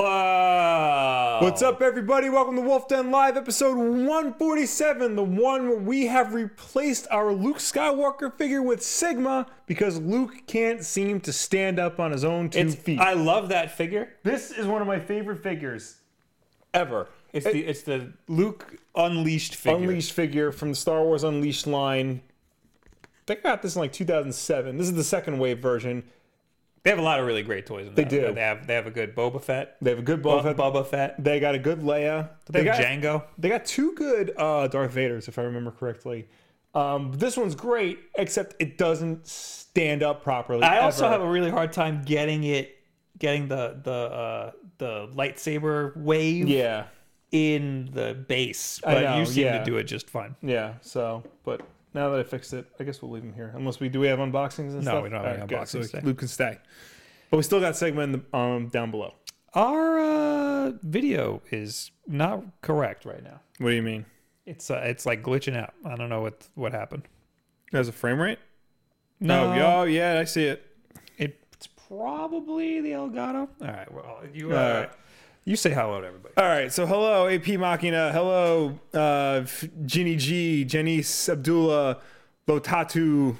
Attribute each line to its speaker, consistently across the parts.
Speaker 1: Hello.
Speaker 2: What's up, everybody? Welcome to Wolf Den Live, episode 147, the one where we have replaced our Luke Skywalker figure with Sigma because Luke can't seem to stand up on his own two
Speaker 1: It's-
Speaker 2: feet.
Speaker 1: I love that figure
Speaker 2: this is one of my favorite figures
Speaker 1: ever. It's the it's the Luke Unleashed figure.
Speaker 2: Unleashed figure from the Star Wars Unleashed line. They got this in like 2007. This is the second wave version.
Speaker 1: They have a lot of really great toys. In
Speaker 2: They
Speaker 1: that.
Speaker 2: do.
Speaker 1: They have they have a good Boba Fett.
Speaker 2: They have a good
Speaker 1: Bu-
Speaker 2: Boba. Fett.
Speaker 1: Boba Fett.
Speaker 2: They got a good Leia.
Speaker 1: They,
Speaker 2: got
Speaker 1: have Django.
Speaker 2: They got two good uh, Darth Vaders, if I remember correctly. Um, this one's great, except it doesn't stand up properly.
Speaker 1: I also
Speaker 2: ever.
Speaker 1: have a really hard time getting it, getting the the uh, the lightsaber wave
Speaker 2: yeah,
Speaker 1: in the base.
Speaker 2: I
Speaker 1: But
Speaker 2: know,
Speaker 1: you seem
Speaker 2: yeah.
Speaker 1: to do it just fine.
Speaker 2: yeah. So, but now that I fixed it, I guess we'll leave him here. Unless we do we have unboxings and stuff.
Speaker 1: we don't have any
Speaker 2: All good,
Speaker 1: unboxings
Speaker 2: so
Speaker 1: today.
Speaker 2: Luke can stay, but we still got segment in the, um, down below.
Speaker 1: Our uh, video is not correct right now.
Speaker 2: What do you mean?
Speaker 1: It's uh, it's like glitching out. I don't know what what happened.
Speaker 2: As a frame rate?
Speaker 1: No,
Speaker 2: oh yeah, I see it.
Speaker 1: It's probably the Elgato. All right. Well, you uh,
Speaker 2: All right.
Speaker 1: you say hello to everybody.
Speaker 2: All right, so hello AP Machina, hello uh, F- Ginny G, Janice Abdullah, Lotatu,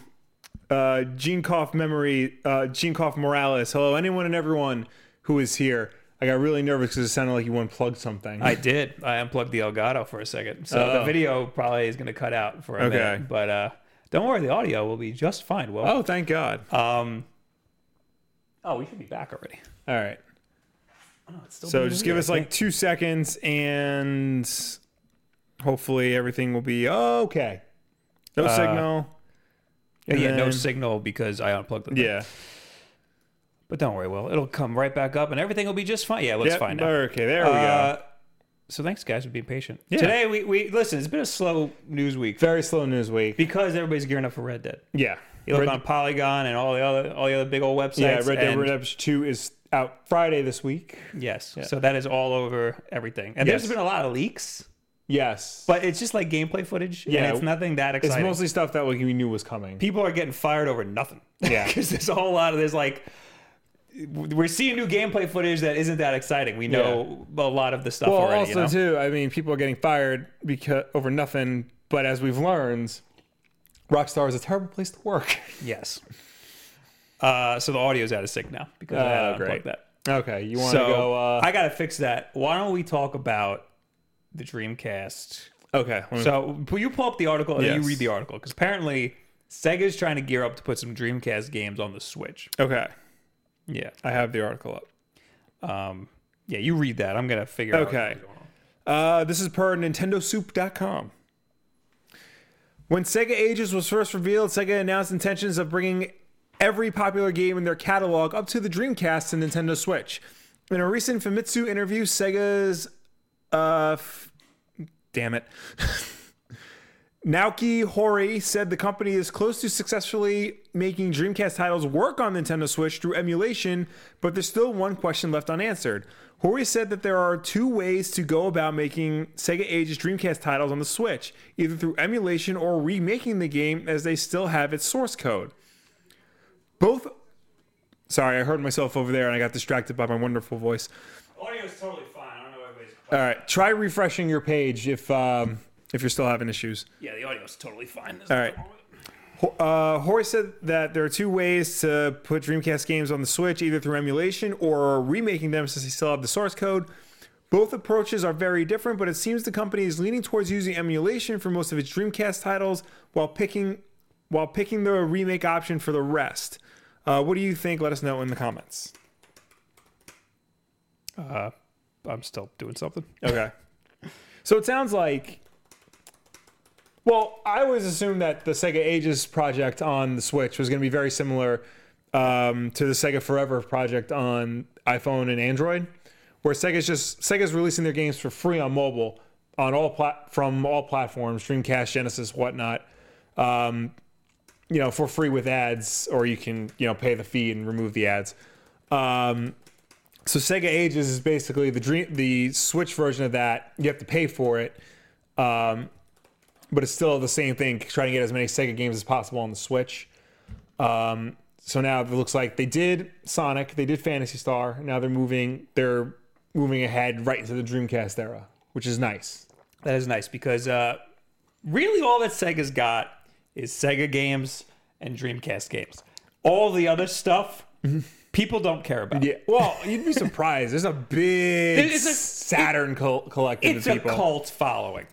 Speaker 2: uh, Gene Koff Memory, uh, Gene Koff Morales. Hello, anyone and everyone who is here. I got really nervous because it sounded like you unplugged something.
Speaker 1: I did. I unplugged the Elgato for a second, so
Speaker 2: Oh.
Speaker 1: the video probably is going to cut out for a
Speaker 2: Okay.
Speaker 1: minute. But uh, don't worry, the audio will be just fine. Well,
Speaker 2: oh, thank God.
Speaker 1: um, oh, we should be back already.
Speaker 2: All right,
Speaker 1: Oh, it's still
Speaker 2: so
Speaker 1: being
Speaker 2: just
Speaker 1: weird.
Speaker 2: give us like two seconds, and hopefully everything will be okay. No signal.
Speaker 1: Uh, yeah,
Speaker 2: and
Speaker 1: no
Speaker 2: then-
Speaker 1: signal because I unplugged the thing.
Speaker 2: Yeah.
Speaker 1: But don't worry, Will. It'll come right back up, and everything will be just fine. Yeah, let's
Speaker 2: Yep,
Speaker 1: find out.
Speaker 2: Okay, there we go.
Speaker 1: Uh, so thanks, guys, for being patient. Today we, we listen. It's been a slow news week
Speaker 2: Very slow news week.
Speaker 1: because everybody's gearing up for Red Dead.
Speaker 2: Yeah.
Speaker 1: You look
Speaker 2: Red-
Speaker 1: on Polygon and all the other all the other big old websites.
Speaker 2: Yeah, Red Dead
Speaker 1: and-
Speaker 2: Redemption 2 is out Friday this week.
Speaker 1: Yes. So that is all over everything. And
Speaker 2: Yes.
Speaker 1: there's been a lot of leaks,
Speaker 2: Yes.
Speaker 1: but it's just like gameplay footage. Yeah.
Speaker 2: Yeah.
Speaker 1: And it's nothing that
Speaker 2: it's
Speaker 1: exciting.
Speaker 2: mostly stuff that like we knew was coming.
Speaker 1: People are getting fired over nothing.
Speaker 2: Yeah.
Speaker 1: Because there's a whole lot of there's like we're seeing new gameplay footage that isn't that exciting. We know a lot of the stuff
Speaker 2: well,
Speaker 1: already.
Speaker 2: also
Speaker 1: you know?
Speaker 2: too, I mean, people are getting fired because over nothing, but as we've learned, Rockstar is a terrible place to work.
Speaker 1: Yes. Uh, so the audio's out of sync now because I had
Speaker 2: Oh,
Speaker 1: to
Speaker 2: great.
Speaker 1: unplug that.
Speaker 2: okay, you want to
Speaker 1: So
Speaker 2: go uh
Speaker 1: I gotta fix that. Why don't we talk about the Dreamcast?
Speaker 2: Okay. let me-
Speaker 1: So will you pull up the article and
Speaker 2: Yes.
Speaker 1: you read the article because apparently Sega's trying to gear up to put some Dreamcast games on the Switch.
Speaker 2: okay.
Speaker 1: Yeah.
Speaker 2: I have the article up.
Speaker 1: Um, yeah, you read that. I'm gonna figure out.
Speaker 2: Okay.
Speaker 1: what's going on.
Speaker 2: Uh, this is per NintendoSoup.com. When Sega Ages was first revealed, Sega announced intentions of bringing every popular game in their catalog up to the Dreamcast and Nintendo Switch. In a recent Famitsu interview, Sega's uh, f- damn it, Naoki Hori said the company is close to successfully making Dreamcast titles work on Nintendo Switch through emulation, but there's still one question left unanswered. Hori said that there are two ways to go about making Sega Ages Dreamcast titles on the Switch, either through emulation or remaking the game as they still have its source code. Both. Sorry, I heard myself over there and I got distracted by my wonderful voice.
Speaker 1: Audio is totally fine. I don't know everybody's.
Speaker 2: All right, try refreshing your page if um, if you're still having issues.
Speaker 1: Yeah, the audio is totally fine.
Speaker 2: All right. Ho- Uh, Hori said that there are two ways to put Dreamcast games on the Switch, either through emulation or remaking them since they still have the source code. Both approaches are very different, but it seems the company is leaning towards using emulation for most of its Dreamcast titles while picking while picking the remake option for the rest. Uh, what do you think? Let us know in the comments.
Speaker 1: I'm still doing something.
Speaker 2: Okay. So it sounds like. Well, I always assumed that the Sega Ages project on the Switch was going to be very similar um, to the Sega Forever project on iPhone and Android, where Sega's just Sega's releasing their games for free on mobile on all plat- from all platforms, Dreamcast, Genesis, whatnot. Um, you know, for free with ads, or you can you know pay the fee and remove the ads. Um, so Sega Ages is basically the dream, the Switch version of that. You have to pay for it, um, but it's still the same thing. Trying to get as many Sega games as possible on the Switch. Um, so now it looks like they did Sonic, they did Fantasy Star. Now they're moving. They're moving ahead right into the Dreamcast era, which is nice.
Speaker 1: That is nice because uh, really all that Sega's got is Sega games and Dreamcast games. All the other stuff people don't care about.
Speaker 2: Yeah. Well, you'd be surprised. There's a big
Speaker 1: It's a-
Speaker 2: Saturn col- collective
Speaker 1: It's
Speaker 2: of
Speaker 1: a
Speaker 2: people.
Speaker 1: cult following.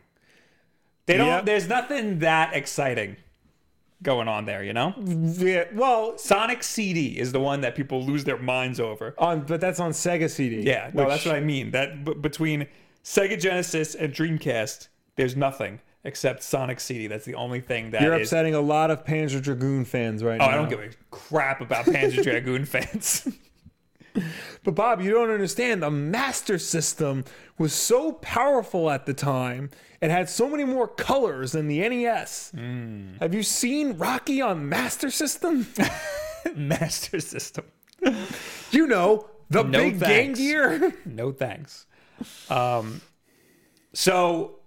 Speaker 1: They don't.
Speaker 2: Yep.
Speaker 1: There's nothing that exciting going on there, you know.
Speaker 2: Yeah. Well,
Speaker 1: Sonic CD is the one that people lose their minds over.
Speaker 2: on but that's on Sega CD.
Speaker 1: Yeah, no, that's
Speaker 2: which-
Speaker 1: what I mean. That b- between Sega Genesis and Dreamcast, there's nothing except Sonic CD. That's the only thing that
Speaker 2: You're
Speaker 1: is-
Speaker 2: upsetting a lot of Panzer Dragoon fans right
Speaker 1: Oh,
Speaker 2: now.
Speaker 1: I don't give a crap about Panzer Dragoon fans.
Speaker 2: But Bob, you don't understand. The Master System was so powerful at the time and had so many more colors than the NES.
Speaker 1: Hmm.
Speaker 2: Have you seen Rocky on Master System?
Speaker 1: Master System.
Speaker 2: you know, the
Speaker 1: No
Speaker 2: big Game
Speaker 1: thanks.
Speaker 2: Gear.
Speaker 1: No thanks. Um, so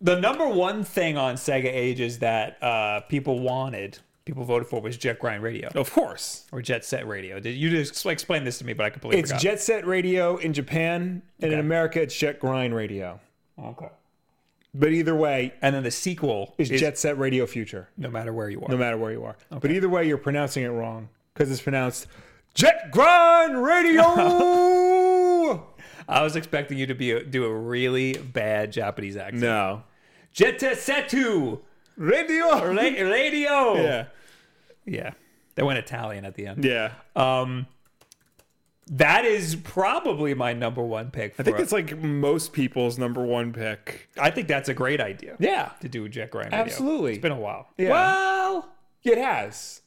Speaker 1: the number one thing on Sega Ages that uh, people wanted, people voted for, was Jet Grind Radio
Speaker 2: of course.
Speaker 1: or Jet Set Radio. Did you just explain this to me? But I completely
Speaker 2: It's
Speaker 1: forgot.
Speaker 2: Jet Set Radio in Japan, and in
Speaker 1: Okay.
Speaker 2: America, it's Jet Grind Radio.
Speaker 1: okay.
Speaker 2: But either way,
Speaker 1: And then the sequel
Speaker 2: it's
Speaker 1: is,
Speaker 2: Jet Set Radio Future,
Speaker 1: No Matter Where You Are.
Speaker 2: no matter where you are. But either way, you're pronouncing it wrong because it's pronounced Jet Grind Radio.
Speaker 1: I was expecting you to be do a really bad Japanese accent.
Speaker 2: no.
Speaker 1: Jet Setu
Speaker 2: Radio.
Speaker 1: la- Radio.
Speaker 2: Yeah.
Speaker 1: yeah. They went Italian at the end.
Speaker 2: Yeah.
Speaker 1: Um, that is probably my number one pick. For, I
Speaker 2: I think it's like most people's number one pick.
Speaker 1: that's a great idea.
Speaker 2: Yeah.
Speaker 1: to do a Jet Grind. video.
Speaker 2: Absolutely.
Speaker 1: it's been a while.
Speaker 2: Yeah.
Speaker 1: Well,
Speaker 2: It has.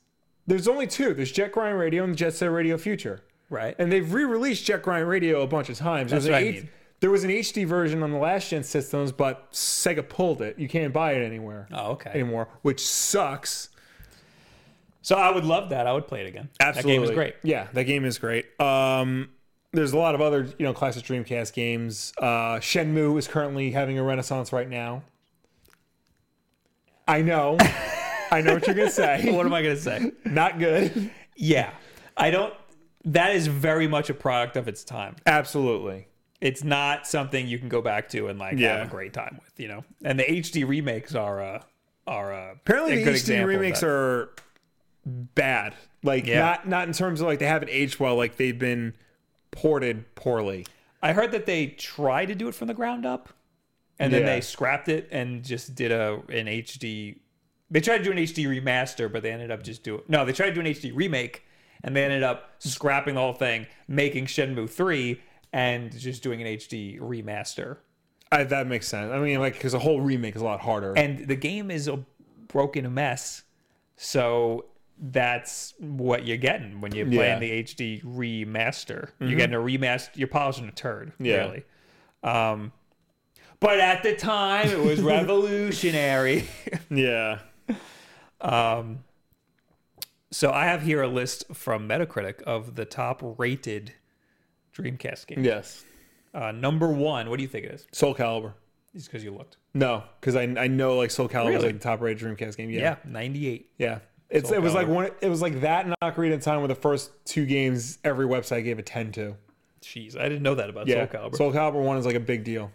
Speaker 2: There's only two. There's Jet Grind Radio and Jet Set Radio Future.
Speaker 1: right.
Speaker 2: And they've re-released Jet Grind Radio a bunch of times. There's
Speaker 1: That's
Speaker 2: an
Speaker 1: what I
Speaker 2: H-
Speaker 1: mean.
Speaker 2: There was an HD version on the last gen systems, but Sega pulled it. You can't buy it anywhere
Speaker 1: oh, okay.
Speaker 2: anymore, which sucks.
Speaker 1: So I would love that. I would play it again. that game is great.
Speaker 2: Yeah, that game is great. Um, there's a lot of other you know classic Dreamcast games. Uh, Shenmue is currently having a renaissance right now. I know, I know what you're gonna say.
Speaker 1: What am I gonna say?
Speaker 2: Not good.
Speaker 1: yeah, I don't. That is very much a product of its time.
Speaker 2: Absolutely.
Speaker 1: It's not something you can go back to and like
Speaker 2: Yeah.
Speaker 1: have a great time with, you know. And the HD remakes are uh, are uh,
Speaker 2: Apparently,
Speaker 1: a
Speaker 2: the
Speaker 1: good
Speaker 2: HD
Speaker 1: example of
Speaker 2: remakes
Speaker 1: that.
Speaker 2: are bad. Like
Speaker 1: Yeah.
Speaker 2: not not in terms of like they haven't aged well. Like they've been ported poorly.
Speaker 1: I heard that they tried to do it from the ground up, and then
Speaker 2: Yeah.
Speaker 1: they scrapped it and just did a an HD. They tried to do an HD remaster, but they ended up just doing no. They tried to do an HD remake, and they ended up scrapping the whole thing, making Shenmue three, and just doing an HD remaster.
Speaker 2: I, that makes sense. I mean, like because a whole remake is a lot harder.
Speaker 1: And the game is a broken mess, so that's what you're getting when you're
Speaker 2: Yeah.
Speaker 1: playing
Speaker 2: Mm-hmm.
Speaker 1: the HD remaster. You're getting a remaster. You're polishing a turd,
Speaker 2: Yeah.
Speaker 1: really. Um, but at the time, it was revolutionary.
Speaker 2: yeah.
Speaker 1: um, so I have here a list from Metacritic of the top rated Dreamcast games.
Speaker 2: Yes.
Speaker 1: Uh, number one, what do you think it is?
Speaker 2: Soul Calibur.
Speaker 1: Just because you looked.
Speaker 2: No, because I, I know like Soul Calibur was
Speaker 1: Really?
Speaker 2: like the top rated Dreamcast game. Yeah,
Speaker 1: Yeah, 98.
Speaker 2: yeah. It's
Speaker 1: Soul
Speaker 2: it was like
Speaker 1: Calibur.
Speaker 2: one. It was like that and Ocarina of Time were the first two games every website gave a ten to.
Speaker 1: Jeez, I didn't know that about
Speaker 2: Yeah,
Speaker 1: Soul Calibur.
Speaker 2: Soul Calibur one is like a big deal.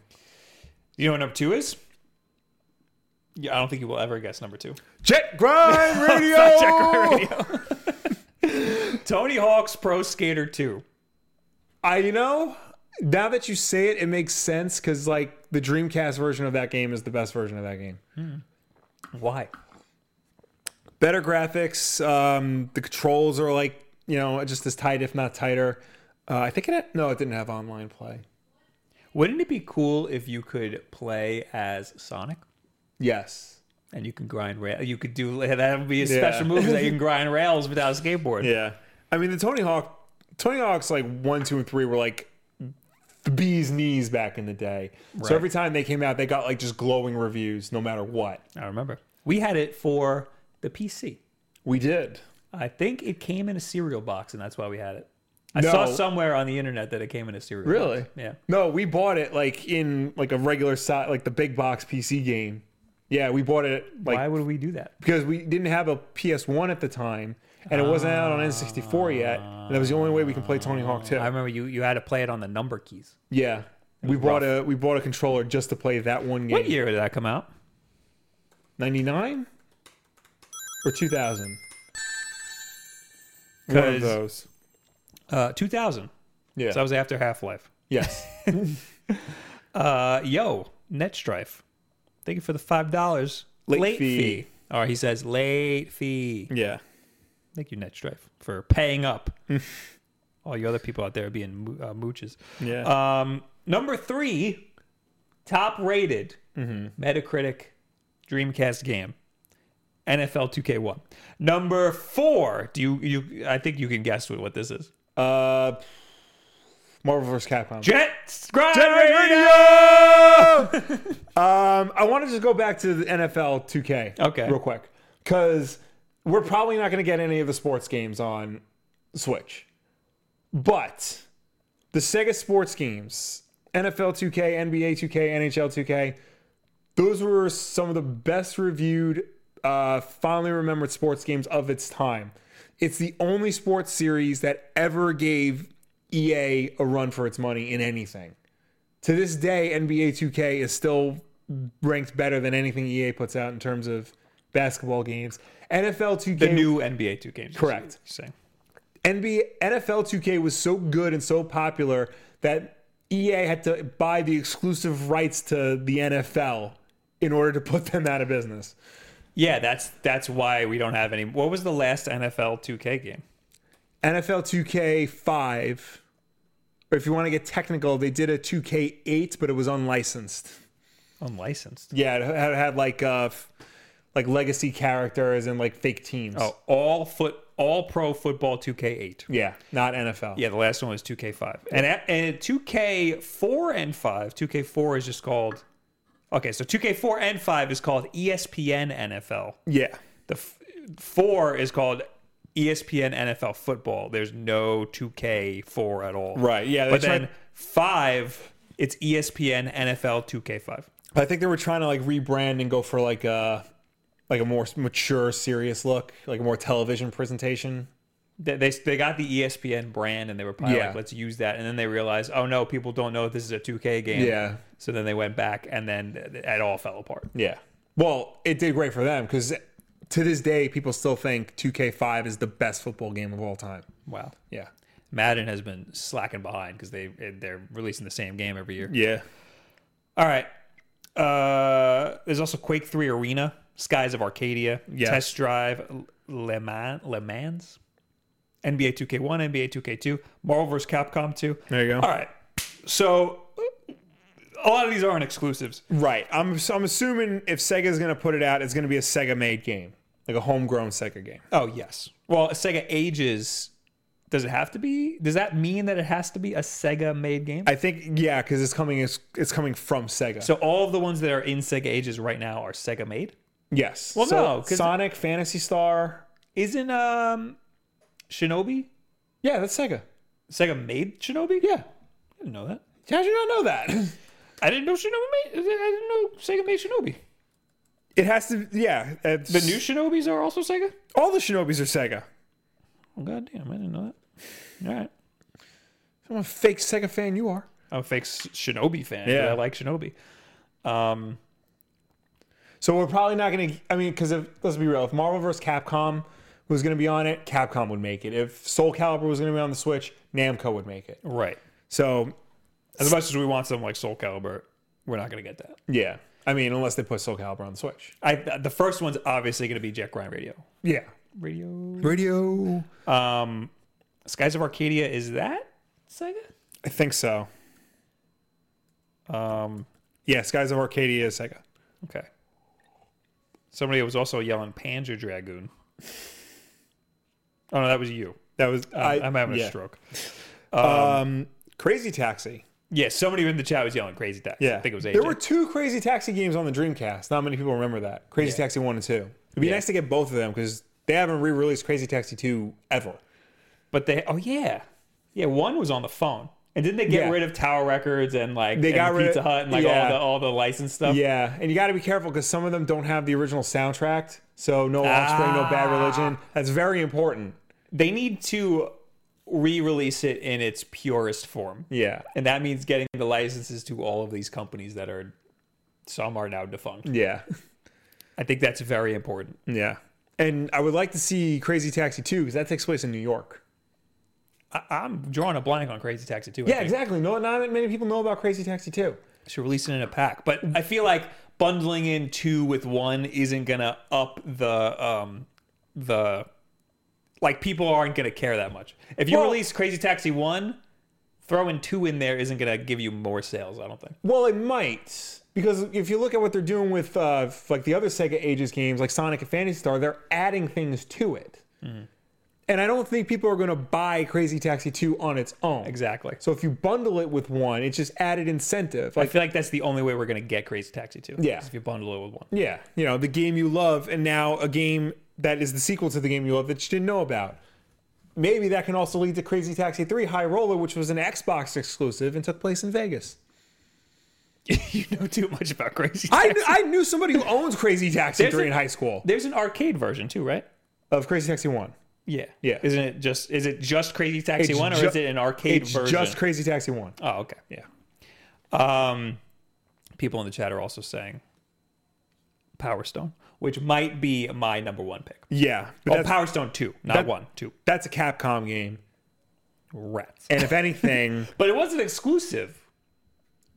Speaker 1: You know what number two is? Yeah, I don't think you will ever guess number two.
Speaker 2: Jet Grind Radio.
Speaker 1: Check our radio. Tony Hawk's Pro Skater 2.
Speaker 2: I you know now that you say it, it makes sense because like the Dreamcast version of that game is the best version of that game.
Speaker 1: Why?
Speaker 2: Better graphics. Um, the controls are like you know just as tight, if not tighter. Uh, I think it had, no, it didn't have online play.
Speaker 1: Wouldn't it be cool if you could play as Sonic
Speaker 2: Yes.
Speaker 1: and you can grind rail? You could do that would be a
Speaker 2: Yeah.
Speaker 1: special move that you can grind rails without a skateboard.
Speaker 2: Yeah. I mean, the Tony Hawk, Tony Hawk's like one, two, and three were like the bee's knees back in the day. So
Speaker 1: Right.
Speaker 2: every time they came out, they got like just glowing reviews no matter what.
Speaker 1: I remember. We had it for the PC.
Speaker 2: We did.
Speaker 1: I think it came in a cereal box and that's why we had it. I
Speaker 2: No.
Speaker 1: saw somewhere on the internet that it came in a cereal
Speaker 2: Really?
Speaker 1: box. Yeah.
Speaker 2: No, we bought it like in like a regular size, like the big box PC game. Yeah, we bought it like
Speaker 1: Why would we do that?
Speaker 2: because we didn't have a PS1 at the time. and it wasn't out on N64 yet. And that was the only way we can play Tony Hawk 2.
Speaker 1: Ah. I remember you you had to play it on the number keys.
Speaker 2: yeah, we bought a we bought a controller just to play that one
Speaker 1: What
Speaker 2: game.
Speaker 1: year did that come out?
Speaker 2: 99 or 2000? One of
Speaker 1: 'Cause-
Speaker 2: those.
Speaker 1: Uh, 2000.
Speaker 2: Yeah.
Speaker 1: So that was after Half Life.
Speaker 2: yes.
Speaker 1: Uh, yo, Netstrife. Thank you for the five dollars.
Speaker 2: Late fee.
Speaker 1: Or he says late fee.
Speaker 2: Yeah.
Speaker 1: Thank you, Netstrife, for paying up. All you other people out there being mo- uh, mooches.
Speaker 2: Yeah.
Speaker 1: Um, number three, top rated Mm-hmm. Metacritic Dreamcast game, NFL 2K1. Number four, do you you? I think you can guess what, what this is.
Speaker 2: Uh, Marvel vs. Capcom.
Speaker 1: Jet Grind
Speaker 2: Radio! um, I want to just go back to the NFL 2K.
Speaker 1: Okay.
Speaker 2: Real quick. Because we're probably not going to get any of the sports games on Switch. But the Sega sports games, NFL 2K, NBA 2K, NHL 2K, those were some of the best reviewed, uh, fondly remembered sports games of its time. It's the only sports series that ever gave EA a run for its money in anything. To this day, NBA 2K is still ranked better than anything EA puts out in terms of basketball games. NFL 2K
Speaker 1: The new NBA 2K. is what
Speaker 2: Correct.
Speaker 1: you're saying.
Speaker 2: NBA NFL 2K was so good and so popular that EA had to buy the exclusive rights to the NFL in order to put them out of business.
Speaker 1: Yeah, that's that's why we don't have any. What was the last NFL 2K game?
Speaker 2: NFL 2K 5 or if you want to get technical, they did a 2K 8 but it was unlicensed.
Speaker 1: Unlicensed.
Speaker 2: Yeah, it had, it had like uh f- like legacy characters and like fake teams.
Speaker 1: Oh, all foot, all pro football 2K8.
Speaker 2: yeah, not NFL.
Speaker 1: Yeah, the last one was 2K5, and a- and 2K4 and 5. 2K4 is just called. Okay, so 2K4 and 5 is called E ESPN NFL.
Speaker 2: Yeah.
Speaker 1: The f- four is called E ESPN NFL Football. There's no 2K4 at all.
Speaker 2: Right, yeah, they
Speaker 1: But
Speaker 2: tried-
Speaker 1: then five, it's E ESPN NFL 2K5.
Speaker 2: I think they were trying to like rebrand and go for like a like a more mature, serious look, like a more television presentation.
Speaker 1: They, they, they got the E ESPN brand and they were probably
Speaker 2: Yeah.
Speaker 1: like, let's use that. And then they realized, oh no, people don't know this is a 2K game.
Speaker 2: Yeah.
Speaker 1: So then they went back and then th- it all fell apart.
Speaker 2: Yeah. Well, it did great for them because to this day, people still think 2K5 is the best football game of all time.
Speaker 1: Wow.
Speaker 2: Yeah.
Speaker 1: Madden has been slacking behind because they they're releasing the same game every year.
Speaker 2: Yeah.
Speaker 1: All right. Uh, there's also Quake 3 Arena, Skies of Arcadia,
Speaker 2: Yes.
Speaker 1: Test Drive, L- Le, Man, Le Mans, NBA 2K1, NBA 2K2, Marvel vs. Capcom 2.
Speaker 2: There you go.
Speaker 1: All right. So a lot of these aren't exclusives.
Speaker 2: Right. I'm so I'm assuming if Sega's gonna put it out, it's gonna be a Sega made game, like a homegrown Sega game.
Speaker 1: Oh, yes. Well, Sega Ages, does it have to be? Does that mean that it has to be a Sega made game?
Speaker 2: I think yeah, because it's coming it's, it's coming from Sega.
Speaker 1: so all of the ones that are in Sega Ages right now are Sega made?
Speaker 2: yes.
Speaker 1: Well,
Speaker 2: So
Speaker 1: no, 'cause-
Speaker 2: Sonic, Fantasy Star.
Speaker 1: Isn't um Shinobi?
Speaker 2: Yeah, that's Sega.
Speaker 1: Sega made Shinobi?
Speaker 2: Yeah.
Speaker 1: I didn't know that.
Speaker 2: How did you not know that?
Speaker 1: I didn't know Shinobi made. I didn't know Sega made Shinobi.
Speaker 2: It has to, yeah. it's-
Speaker 1: The new Shinobis are also Sega.
Speaker 2: all the Shinobis are Sega.
Speaker 1: Oh, God damn! I didn't know that. All right,
Speaker 2: I'm a fake Sega fan. You are.
Speaker 1: I'm a fake S- Shinobi fan.
Speaker 2: Yeah.
Speaker 1: Yeah, I like Shinobi. Um,
Speaker 2: So we're probably not going to. I mean, because let's be real, if Marvel vs. Capcom was going to be on it, Capcom would make it. If Soul Calibur was going to be on the Switch, Namco would make it.
Speaker 1: right.
Speaker 2: So
Speaker 1: As much as we want something like Soul Calibur, we're not going to get that.
Speaker 2: yeah, I mean, unless they put Soul Calibur on the Switch.
Speaker 1: I the first one's obviously going to be Jack Ryan Radio.
Speaker 2: Yeah.
Speaker 1: Radio.
Speaker 2: Radio.
Speaker 1: Um, Skies of Arcadia is that Sega?
Speaker 2: I think so.
Speaker 1: Um,
Speaker 2: Yeah, Skies of Arcadia is Sega.
Speaker 1: okay. Somebody was also yelling Panzer Dragoon. Oh no, that was you.
Speaker 2: That was uh,
Speaker 1: I, am having
Speaker 2: yeah.
Speaker 1: a stroke.
Speaker 2: Um, Crazy Taxi.
Speaker 1: Yeah, somebody in the chat was yelling crazy tax. I think it was AJ.
Speaker 2: There were two Crazy Taxi games on the Dreamcast. Not many people remember that. Crazy Taxi 1 and 2. It'd be
Speaker 1: Yeah.
Speaker 2: nice to get both of them because they haven't re released Crazy Taxi 2 ever.
Speaker 1: but they oh yeah. Yeah, one was on the phone. And didn't they get
Speaker 2: Yeah.
Speaker 1: rid of Tower Records and like
Speaker 2: They
Speaker 1: and
Speaker 2: got rid-
Speaker 1: Pizza Hut and like
Speaker 2: yeah.
Speaker 1: all the all the license stuff?
Speaker 2: Yeah, and you got to be careful because some of them don't have the original soundtrack. So no
Speaker 1: Ah.
Speaker 2: offspring, no bad religion. That's very important.
Speaker 1: They need to re-release it in its purest form.
Speaker 2: Yeah,
Speaker 1: And that means getting the licenses to all of these companies that are some are now defunct.
Speaker 2: yeah,
Speaker 1: I think that's very important.
Speaker 2: yeah. And I would like to see Crazy Taxi 2 because that takes place in New York.
Speaker 1: I, I'm drawing a blank on Crazy Taxi too. I
Speaker 2: Yeah,
Speaker 1: think.
Speaker 2: exactly. No, not many people know about Crazy Taxi 2.
Speaker 1: should release it in a pack. But I feel like bundling in two with one isn't gonna up the um the like people aren't gonna care that much. If you
Speaker 2: Well-
Speaker 1: release Crazy Taxi one, throwing two in there isn't gonna give you more sales. I don't think.
Speaker 2: Well, it might because if you look at what they're doing with uh, like the other Sega Ages games, like Sonic and Fantasy Star, they're adding things to it.
Speaker 1: Mm-hmm.
Speaker 2: And I don't think people are going to buy Crazy Taxi 2 on its own.
Speaker 1: Exactly.
Speaker 2: So if you bundle it with one, it's just added incentive.
Speaker 1: I
Speaker 2: Like,
Speaker 1: feel like that's the only way we're gonna get Crazy Taxi two.
Speaker 2: Yeah.
Speaker 1: is if you bundle it with one.
Speaker 2: yeah, you know, the game you love, and now a game that is the sequel to the game you love that you didn't know about. Maybe that can also lead to Crazy Taxi 3 High Roller, which was an Xbox exclusive and took place in Vegas.
Speaker 1: you know too much about Crazy.
Speaker 2: I,
Speaker 1: Taxi.
Speaker 2: I knew somebody who owns Crazy Taxi
Speaker 1: There's
Speaker 2: 3
Speaker 1: a-
Speaker 2: in high school
Speaker 1: There's an arcade version too, right?
Speaker 2: of Crazy Taxi 1.
Speaker 1: Yeah.
Speaker 2: Yeah.
Speaker 1: Isn't it just is it just Crazy Taxi
Speaker 2: It's
Speaker 1: one or
Speaker 2: ju-
Speaker 1: is it an arcade
Speaker 2: It's
Speaker 1: version?
Speaker 2: just Crazy Taxi 1.
Speaker 1: Oh, okay.
Speaker 2: Yeah.
Speaker 1: Um, people in the chat are also saying Power Stone, which might be my number one pick.
Speaker 2: Yeah. But
Speaker 1: Oh,
Speaker 2: that's,
Speaker 1: Power Stone 2, not
Speaker 2: that-
Speaker 1: 1, 2.
Speaker 2: that's a Capcom game.
Speaker 1: Rats.
Speaker 2: And if anything,
Speaker 1: But it wasn't exclusive.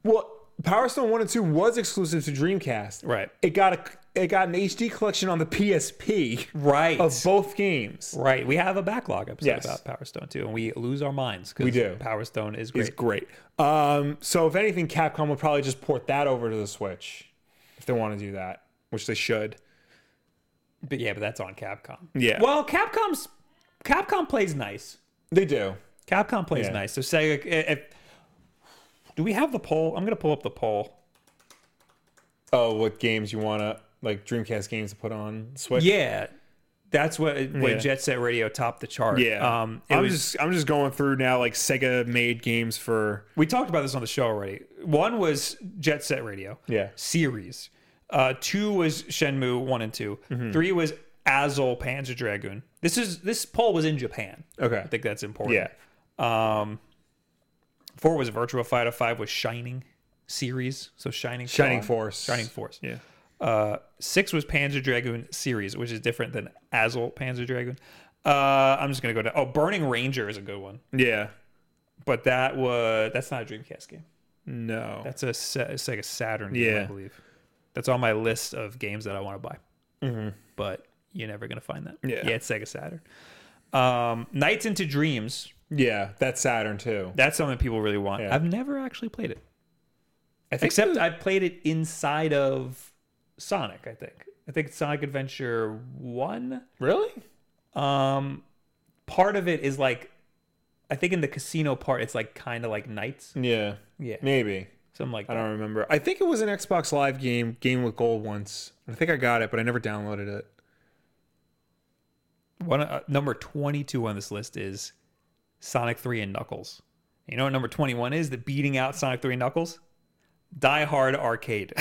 Speaker 2: well, Power Stone 1 and 2 was exclusive to Dreamcast.
Speaker 1: Right.
Speaker 2: It got a it got an HD collection on the PSP
Speaker 1: Right.
Speaker 2: of both games.
Speaker 1: right. We have a backlog episode
Speaker 2: Yes.
Speaker 1: about Power Stone 2, and we lose our minds because
Speaker 2: We do.
Speaker 1: Power Stone is
Speaker 2: It's
Speaker 1: great.
Speaker 2: great. Um, so if anything, Capcom would probably just port that over to the Switch if they want to do that, which they should.
Speaker 1: But yeah, but that's on Capcom.
Speaker 2: Yeah.
Speaker 1: Well, Capcom's Capcom plays nice.
Speaker 2: They do.
Speaker 1: Capcom plays
Speaker 2: Yeah.
Speaker 1: nice. So Sega, if, do we have the poll? I'm gonna pull up the poll.
Speaker 2: Oh, what games you want to like Dreamcast games to put on Switch?
Speaker 1: Yeah, that's what when
Speaker 2: Yeah.
Speaker 1: Jet Set Radio topped the chart.
Speaker 2: Yeah.
Speaker 1: um, it
Speaker 2: I'm
Speaker 1: was-
Speaker 2: just I'm just going through now like Sega made games for
Speaker 1: we talked about this on the show already. One was Jet Set Radio,
Speaker 2: Yeah.
Speaker 1: series. Uh, two was Shenmue one and 2
Speaker 2: Mm-hmm.
Speaker 1: Three was Azul Panzer Dragoon. This is this poll was in Japan.
Speaker 2: Okay.
Speaker 1: I think that's important.
Speaker 2: Yeah.
Speaker 1: Um, four was Virtua Fighter. Five was Shining series. So Shining,
Speaker 2: Shining
Speaker 1: Dawn,
Speaker 2: Force.
Speaker 1: Shining Force.
Speaker 2: Yeah.
Speaker 1: Uh, six was Panzer Dragoon series, which is different than Azul Panzer Dragoon. Uh, I'm just gonna go to oh, Burning Ranger is a good one,
Speaker 2: Yeah.
Speaker 1: but that was that's not a Dreamcast game.
Speaker 2: No.
Speaker 1: That's a Se- Sega Saturn game, I
Speaker 2: Yeah.
Speaker 1: believe. That's on my list of games that I want to buy, but you're never gonna find that.
Speaker 2: Mm-hmm. Yeah.
Speaker 1: yeah, it's Sega Saturn. Um, Nights into Dreams.
Speaker 2: yeah, that's Saturn too.
Speaker 1: That's something people really want.
Speaker 2: Yeah.
Speaker 1: I've never actually played it,
Speaker 2: I think
Speaker 1: except I played it inside of Sonic. I think. I think Sonic Adventure One.
Speaker 2: really?
Speaker 1: Um, part of it is like, I think in the casino part, it's like kind of like knights.
Speaker 2: Mm. Yeah.
Speaker 1: Yeah,
Speaker 2: Maybe.
Speaker 1: something like
Speaker 2: I
Speaker 1: that.
Speaker 2: don't remember. I think it was an Xbox Live game, Game with Gold once. I think I got it, but I never downloaded it.
Speaker 1: One uh, number twenty-two on this list is Sonic Three and Knuckles. You know what number twenty-one is? The beating out Sonic Three and Knuckles. Die Hard Arcade.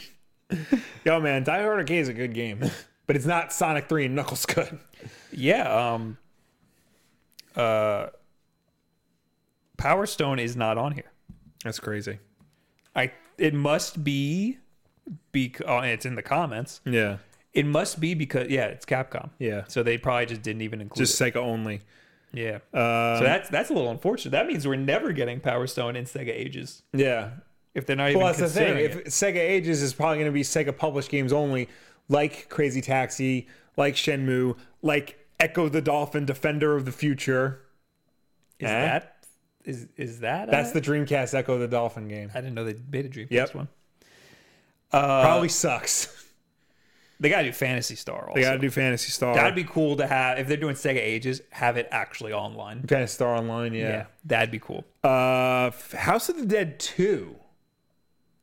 Speaker 2: Yo, man, Die Hard Arcade is a good game, but it's not Sonic 3 and Knuckles good.
Speaker 1: yeah. Um. Uh. Power Stone is not on here.
Speaker 2: That's crazy.
Speaker 1: I. It must be. Be. Oh, and it's in the comments.
Speaker 2: Yeah.
Speaker 1: It must be because yeah, it's Capcom.
Speaker 2: Yeah.
Speaker 1: So they probably just didn't even include
Speaker 2: Just Sega only.
Speaker 1: it. Yeah.
Speaker 2: Uh,
Speaker 1: so that's that's a little unfortunate. That means we're never getting Power Stone in Sega Ages
Speaker 2: yeah.
Speaker 1: if they're not
Speaker 2: Well,
Speaker 1: even
Speaker 2: that's the
Speaker 1: considering
Speaker 2: thing.
Speaker 1: it.
Speaker 2: If Sega Ages is probably going to be Sega published games only, like Crazy Taxi, like Shenmue, like Echo the Dolphin, Defender of the Future.
Speaker 1: Is
Speaker 2: Eh?
Speaker 1: that is is that?
Speaker 2: That's
Speaker 1: a-
Speaker 2: the Dreamcast Echo the Dolphin game.
Speaker 1: I didn't know they made a Dreamcast
Speaker 2: Yep. Uh,
Speaker 1: one.
Speaker 2: Probably sucks.
Speaker 1: They gotta do Fantasy Star. Also.
Speaker 2: They got to do Fantasy Star.
Speaker 1: That'd be cool to have if they're doing Sega Ages, have it actually online.
Speaker 2: Fantasy Star Online, yeah.
Speaker 1: that'd be cool.
Speaker 2: Uh, F- House of the Dead 2.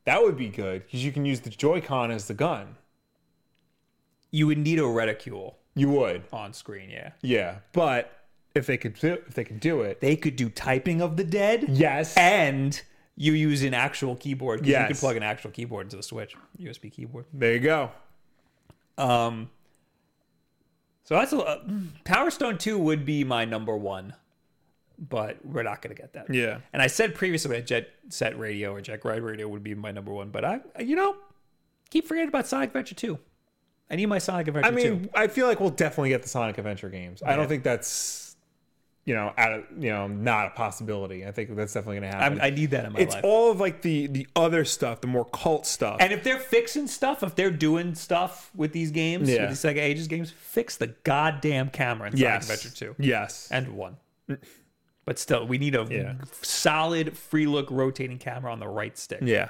Speaker 2: That would be good because you can use the Joy-Con as the gun.
Speaker 1: You would need a reticule
Speaker 2: You would.
Speaker 1: on screen. Yeah,
Speaker 2: Yeah. But if they could do- if they could do it.
Speaker 1: They could do typing of the dead.
Speaker 2: Yes.
Speaker 1: And you use an actual keyboard. 'cause You
Speaker 2: Yes.
Speaker 1: can plug an actual keyboard into the Switch, USB keyboard.
Speaker 2: There you go.
Speaker 1: Um, so that's a, uh, Power Stone 2 would be my number one, but we're not going to get that.
Speaker 2: Yeah.
Speaker 1: And I said previously that Jet Set Radio or Jack Ride Radio would be my number one, but I, you know, keep forgetting about Sonic Adventure 2. I need my Sonic Adventure
Speaker 2: I
Speaker 1: 2.
Speaker 2: mean, I feel like we'll definitely get the Sonic Adventure games. I don't think that's you know out of you know not a possibility. I think that's definitely going to happen.
Speaker 1: I'm, I need that in my
Speaker 2: it's
Speaker 1: life.
Speaker 2: all of like the the other stuff, the more cult stuff.
Speaker 1: and if they're fixing stuff, if they're doing stuff with these games,
Speaker 2: Yeah.
Speaker 1: with these Sega Ages games, fix the goddamn camera in
Speaker 2: yes.
Speaker 1: Sonic Adventure 2.
Speaker 2: Yes.
Speaker 1: and one. But still, we need a
Speaker 2: Yeah.
Speaker 1: solid free look rotating camera on the right stick because
Speaker 2: yeah.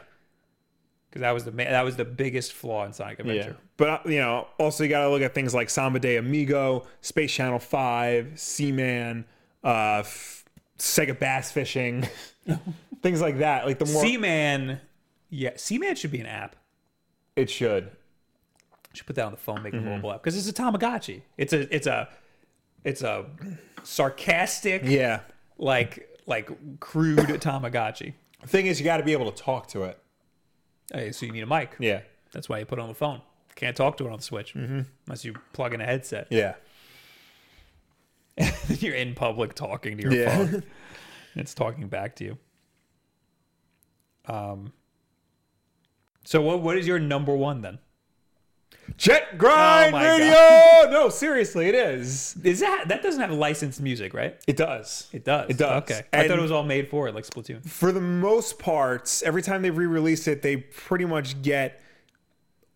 Speaker 1: that was the ma- that was the biggest flaw in Sonic
Speaker 2: Yeah.
Speaker 1: Adventure.
Speaker 2: But uh, you know, also you got to look at things like Samba de Amigo, Space Channel Five, Seaman, uh, f- Sega Bass Fishing, things like that. Like the more
Speaker 1: Seaman, yeah, Seaman should be an app.
Speaker 2: it should.
Speaker 1: Should put that on the phone, make
Speaker 2: Mm-hmm.
Speaker 1: a mobile app because it's a Tamagotchi. It's a it's a it's a sarcastic
Speaker 2: Yeah.
Speaker 1: like like crude Tamagotchi.
Speaker 2: The thing is, you got to be able to talk to it.
Speaker 1: Hey, so you need a mic.
Speaker 2: Yeah. Mm-hmm.
Speaker 1: That's why you put it on the phone. Can't talk to it on the Switch unless you plug in a headset.
Speaker 2: Yeah.
Speaker 1: You're in public talking to your
Speaker 2: Yeah.
Speaker 1: phone. it's talking back to you. Um. So what what is your number one then?
Speaker 2: Jet Grind
Speaker 1: Oh my
Speaker 2: Radio. No, seriously, it is.
Speaker 1: Is that that doesn't have licensed music, right?
Speaker 2: It does.
Speaker 1: It does.
Speaker 2: It does.
Speaker 1: Okay. I
Speaker 2: And-
Speaker 1: thought it was all made for it, like Splatoon.
Speaker 2: For the most parts, every time they re-release it, they pretty much get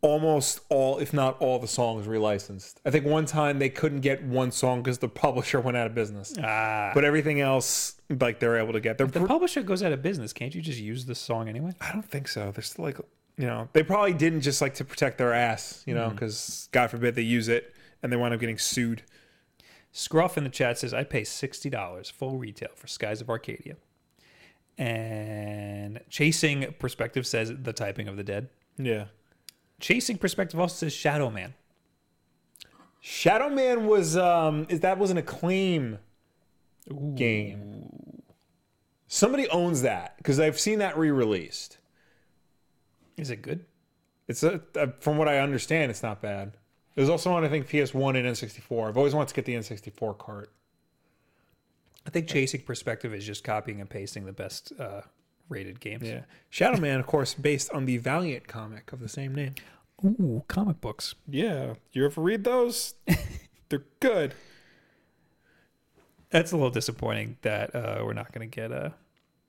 Speaker 2: almost all, if not all, the songs relicensed. I think one time they couldn't get one song because the publisher went out of business.
Speaker 1: Ah.
Speaker 2: But everything else, like they're able to get. They're
Speaker 1: The publisher goes out of business. Can't you just use this song anyway?
Speaker 2: I don't think so. They're still like, you know, they probably didn't just like to protect their ass, you know, because God forbid they use it and they wind up getting sued.
Speaker 1: Scruff in the chat says I pay sixty dollars full retail for Skies of Arcadia. And Chasing Perspective says the typing of the dead.
Speaker 2: Yeah.
Speaker 1: Chasing Perspective also says Shadow Man.
Speaker 2: Shadow Man was um is that was an acclaim
Speaker 1: Ooh.
Speaker 2: game. Somebody owns that because I've seen that re-released.
Speaker 1: Is it good?
Speaker 2: It's a, uh from what I understand, it's not bad. It was also on I think PS1 and N64. I've always wanted to get the N64 cart.
Speaker 1: I think chasing perspective is just copying and pasting the best uh, rated games.
Speaker 2: Shadow Man, of course, based on the Valiant comic of the same name.
Speaker 1: Ooh, comic books.
Speaker 2: Yeah, you ever read those? They're good.
Speaker 1: That's a little disappointing that uh, we're not going to get a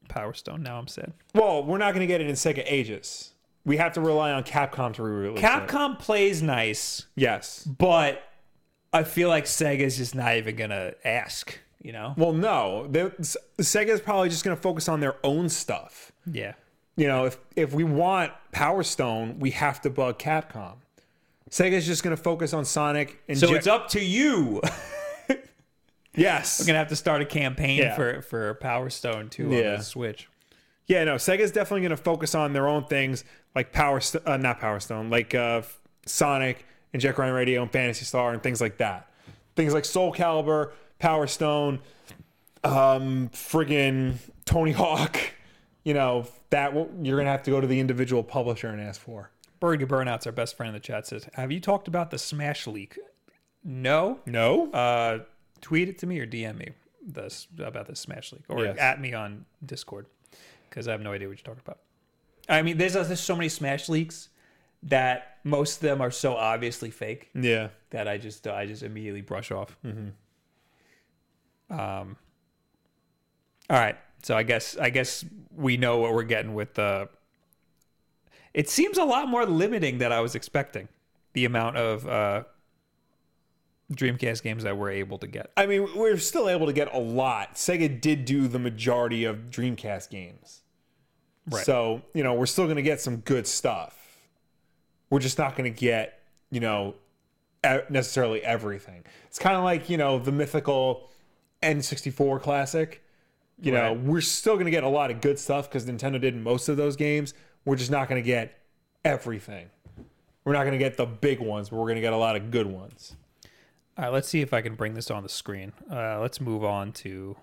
Speaker 1: Power Stone. Now I'm sad.
Speaker 2: Well, we're not going to get it in Sega Ages. We have to rely on Capcom to re-release it.
Speaker 1: Capcom plays nice,
Speaker 2: Yes.
Speaker 1: but I feel like Sega's just not even going to ask. You know?
Speaker 2: Well, no. They're- S- Sega's probably just going to focus on their own stuff.
Speaker 1: Yeah.
Speaker 2: You know, if if we want Power Stone, we have to bug Capcom. Sega's just going to focus on Sonic and
Speaker 1: So
Speaker 2: Jet-
Speaker 1: it's up to you. We're
Speaker 2: yes.
Speaker 1: gonna have to start a campaign
Speaker 2: Yeah.
Speaker 1: for for Power Stone 2 on
Speaker 2: Yeah.
Speaker 1: the Switch.
Speaker 2: Yeah, no. Sega's definitely going to focus on their own things, like Power, St- uh, not Power Stone, like uh, Sonic and Jack Ryan Radio and Fantasy Star and things like that. Things like Soul Calibur, Power Stone, um, friggin' Tony Hawk. You know that will, you're going to have to go to the individual publisher and ask for.
Speaker 1: Birdie Burnout's our best friend in the chat says, "Have you talked about the Smash leak?" No.
Speaker 2: No.
Speaker 1: uh, tweet it to me or DM me this about this Smash League or
Speaker 2: Yes.
Speaker 1: at me on Discord because I have no idea what you're talking about. I mean, there's there's so many Smash leaks that most of them are so obviously fake
Speaker 2: yeah.
Speaker 1: that I just I just immediately brush off. Mm-hmm. Um. All right, so I guess I guess we know what we're getting with the. It seems a lot more limiting than I was expecting. The amount of uh, Dreamcast games that we're able to get.
Speaker 2: I mean, we're still able to get a lot. Sega did do the majority of Dreamcast games.
Speaker 1: Right.
Speaker 2: So, you know, we're still going to get some good stuff. We're just not going to get, you know, e- necessarily everything. It's kind of like, you know, the mythical N64 classic. You know,
Speaker 1: Right.
Speaker 2: we're still going to get a lot of good stuff because Nintendo did most of those games. We're just not going to get everything. We're not going to get the big ones, but we're going to get a lot of good ones.
Speaker 1: All right, let's see if I can bring this on the screen. Uh, let's move on to.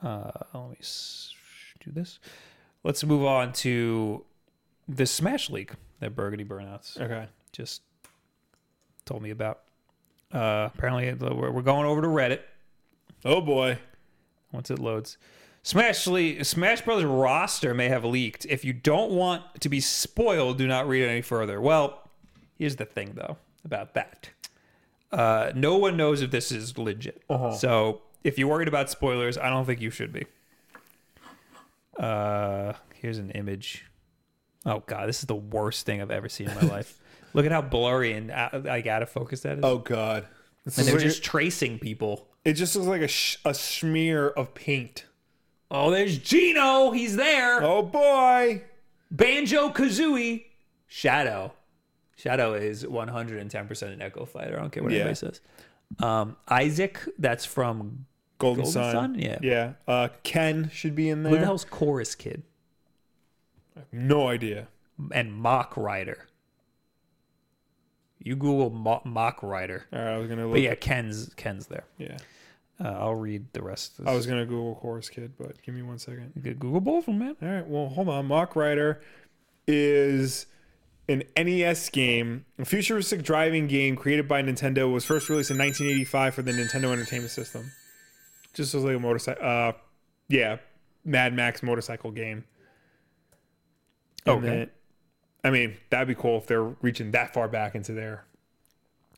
Speaker 1: Uh, let me s- do this. Let's move on to the Smash League that Burgundy Burnouts
Speaker 2: Okay.
Speaker 1: just told me about. Uh, apparently, it- we're we're going over to Reddit
Speaker 2: Oh boy.
Speaker 1: once it loads. Smash Le- Smash Brothers roster may have leaked. If you don't want to be spoiled, do not read it any further. Well, here's the thing though about that. Uh, no one knows if this is legit. So if you're worried about spoilers, I don't think you should be. Uh, here's an image. Oh god, this is the worst thing I've ever seen in my life. Look at how blurry and out, like out of focus that is.
Speaker 2: Oh god. This
Speaker 1: and
Speaker 2: is
Speaker 1: they're
Speaker 2: like-
Speaker 1: just tracing people.
Speaker 2: it just looks like a sh- a smear of paint.
Speaker 1: Oh, there's Gino. He's there.
Speaker 2: Oh boy.
Speaker 1: Banjo Kazooie Shadow. Shadow is 110% an Echo Fighter. I don't care what
Speaker 2: Yeah.
Speaker 1: anybody says. Um, Isaac, that's from.
Speaker 2: Golden,
Speaker 1: Golden
Speaker 2: Sun.
Speaker 1: Sun? Yeah.
Speaker 2: Yeah. Uh, Ken should be in
Speaker 1: Who the
Speaker 2: there.
Speaker 1: hell's Chorus Kid?
Speaker 2: No idea.
Speaker 1: And Mock Rider. You Google Mo- Mock Rider.
Speaker 2: All right, I was gonna look.
Speaker 1: But
Speaker 2: yeah.
Speaker 1: yeah, Ken's Ken's there. Uh, I'll read the rest of this.
Speaker 2: I was gonna Google Chorus Kid, but give me one second.
Speaker 1: Good Google both of them, man.
Speaker 2: All right. Well, hold on. Mock Rider is an NES game, a futuristic driving game created by Nintendo. Was first released in 1985 for the Nintendo Entertainment System. Just as like a motorcycle. Uh, yeah, Mad Max motorcycle game. And
Speaker 1: Okay.
Speaker 2: then- I mean, that'd be cool if they're reaching that far back into their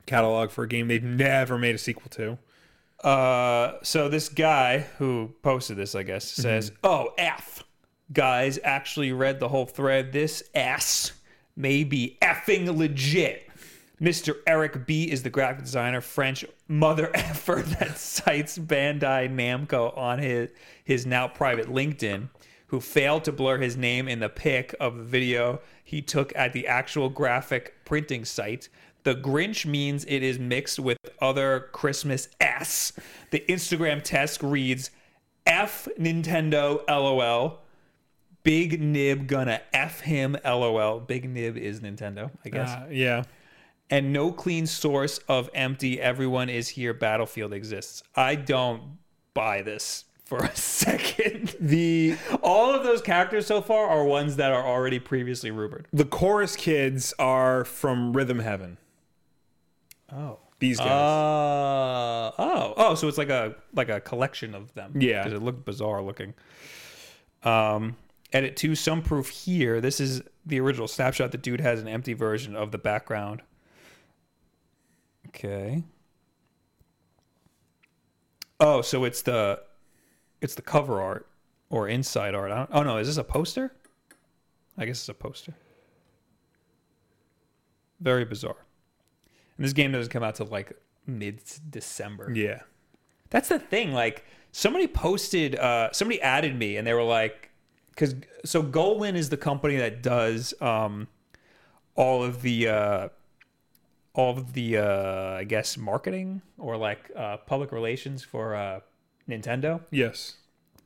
Speaker 2: catalog for a game they've never made a sequel to.
Speaker 1: Uh, so this guy who posted this, I guess, says, "Oh, f guys actually read the whole thread. This ass may be effing legit." Mr. Eric B is the graphic designer, French mother effer that cites Bandai Namco on his his now private LinkedIn, who failed to blur his name in the pic of the video he took at the actual graphic printing site. The Grinch means it is mixed with other Christmas ass. The Instagram test reads F Nintendo LOL. Big Nib gonna F him LOL. Big Nib is Nintendo, I guess
Speaker 2: Uh, yeah.
Speaker 1: and no clean source of empty everyone is here battlefield exists i don't buy this for a second
Speaker 2: The
Speaker 1: all of those characters so far are ones that are already previously rumored
Speaker 2: the chorus kids are from Rhythm Heaven.
Speaker 1: oh
Speaker 2: These guys.
Speaker 1: uh, oh oh so it's like a like a collection of them
Speaker 2: Yeah.
Speaker 1: because it looked bizarre looking um edit two some proof here this is the original snapshot the dude has an empty version of the background okay oh so it's the it's the cover art or inside art I don't, oh no is this a poster i guess it's a poster very bizarre and this game doesn't come out till like mid december
Speaker 2: yeah.
Speaker 1: that's the thing. Like somebody posted, uh, somebody added me, and they were like, "Cause so Golan is the company that does um, all of the uh, all of the uh, I guess marketing or like uh, public relations for uh, Nintendo."
Speaker 2: Yes.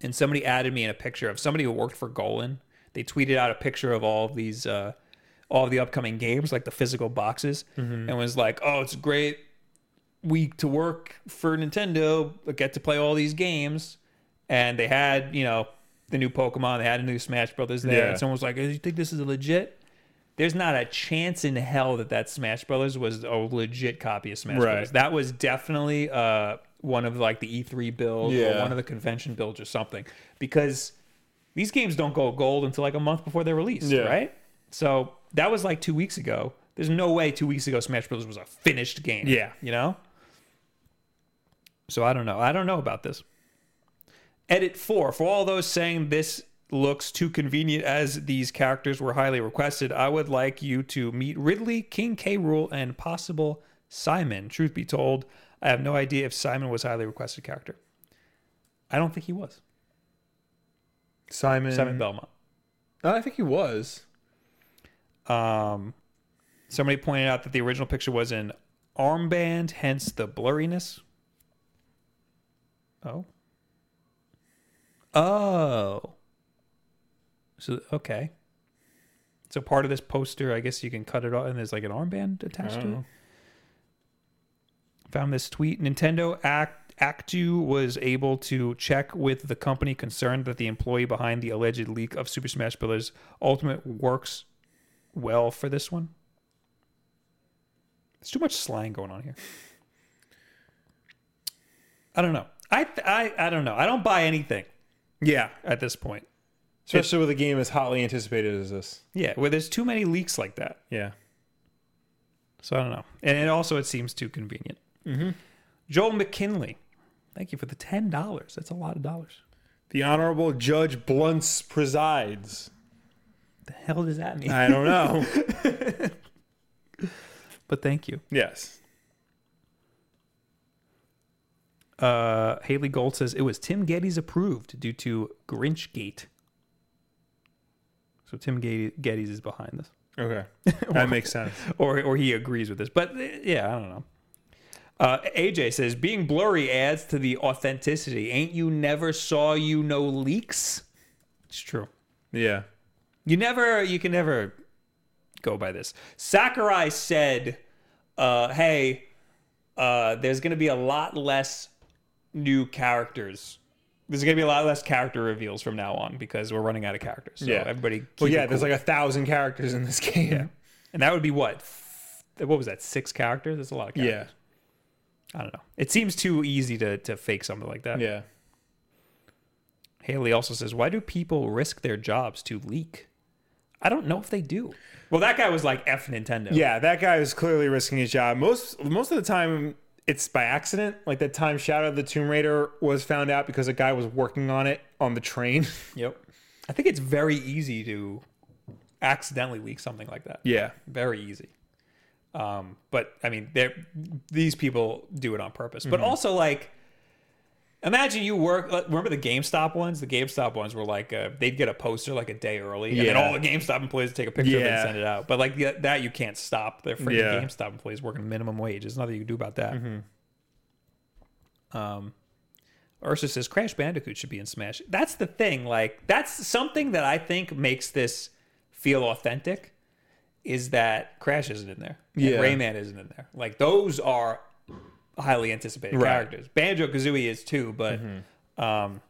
Speaker 1: and somebody added me in a picture of somebody who worked for Golan. They tweeted out a picture of all of these, uh, all of the upcoming games, like the physical boxes,
Speaker 2: Mm-hmm.
Speaker 1: and was like, "Oh, it's a great week to work for Nintendo. I get to play all these games." And they had, you know, the new Pokemon. They had a new Smash Brothers there.
Speaker 2: Yeah.
Speaker 1: And someone was like, "Do you think this is legit?" There's not a chance in hell that that Smash Brothers was a legit copy of Smash
Speaker 2: Right.
Speaker 1: Brothers. That was definitely uh, one of like the E E3 build or
Speaker 2: Yeah.
Speaker 1: one of the convention builds or something because these games don't go gold until like a month before they're released,
Speaker 2: Yeah.
Speaker 1: right? So that was like two weeks ago. There's no way two weeks ago Smash Bros. was a finished game.
Speaker 2: Yeah.
Speaker 1: You know? So I don't know. I don't know about this. Edit four. For all those saying this looks too convenient as these characters were highly requested, I would like you to meet Ridley, King K. Rule, and possible Simon. Truth be told, I have no idea if Simon was a highly requested character. I don't think he was.
Speaker 2: Simon.
Speaker 1: Simon Belmont.
Speaker 2: Oh, I think he was.
Speaker 1: Um, somebody pointed out that the original picture was an armband, hence the blurriness. Oh. Oh. So okay. So part of this poster, I guess you can cut it off, and there's like an armband attached to it. Found this tweet. Nintendo Act Actu was able to check with the company concerned that the employee behind the alleged leak of Super Smash Bros. Ultimate works well for this one. There's too much slang going on here. I don't know. I I I don't know. I don't buy anything
Speaker 2: Yeah,
Speaker 1: at this point.
Speaker 2: especially with a game as hotly anticipated as this.
Speaker 1: Yeah, where there's too many leaks like that.
Speaker 2: Yeah.
Speaker 1: So I don't know. And it also it seems too convenient. Joel McKinley, thank you for the ten dollars. That's a lot of dollars.
Speaker 2: The Honorable Judge Blunts presides.
Speaker 1: The hell does that mean?
Speaker 2: I don't know.
Speaker 1: but thank you.
Speaker 2: yes.
Speaker 1: Uh, Haley Gold says it was Tim Geddes approved due to Grinchgate. So Tim Ge- Geddes is behind this,
Speaker 2: Okay. That makes sense.
Speaker 1: or or he agrees with this. But uh, yeah, I don't know. Uh, AJ says being blurry adds to the authenticity. Ain't you never saw you no leaks? It's true.
Speaker 2: Yeah.
Speaker 1: You never, you can never go by this. Sakurai said, uh, "Hey, uh, there's going to be a lot less new characters. There's going to be a lot less character reveals from now on because we're running out of characters. So
Speaker 2: Yeah.
Speaker 1: everybody, keep
Speaker 2: Well,
Speaker 1: it
Speaker 2: yeah,
Speaker 1: cool.
Speaker 2: there's like a thousand characters in this game.
Speaker 1: and that would be what? Th- What was that? Six characters? That's a lot of characters.
Speaker 2: Yeah.
Speaker 1: I don't know. It seems too easy to to fake something like that.
Speaker 2: Yeah.
Speaker 1: Haley also says, "Why do people risk their jobs to leak?" I don't know if they do. Well, that guy was like F Nintendo.
Speaker 2: Yeah, that guy is clearly risking his job. Most most of the time it's by accident. Like that time Shadow of the Tomb Raider was found out because a guy was working on it on the train.
Speaker 1: Yep. I think it's very easy to accidentally leak something like that.
Speaker 2: Yeah.
Speaker 1: Very easy. Um, but I mean, they're, these people do it on purpose. But
Speaker 2: Mm-hmm.
Speaker 1: also, like, imagine you work. like, Remember the GameStop ones? The GameStop ones were like uh, they'd get a poster like a day early, and then
Speaker 2: Yeah.
Speaker 1: all the GameStop employees would take a picture of it and
Speaker 2: Yeah.
Speaker 1: send it out. But like the, that, you can't stop. They're freaking
Speaker 2: Yeah. Mm-hmm.
Speaker 1: GameStop employees working minimum wage. There's nothing you can do about that. Um, Ursa says Crash Bandicoot should be in Smash. That's the thing. Like that's something that I think makes this feel authentic is that Crash isn't in there. and
Speaker 2: Yeah.
Speaker 1: Rayman isn't in there. Like those are highly anticipated
Speaker 2: Right. Mm-hmm.
Speaker 1: characters. Banjo Kazooie is too, but um,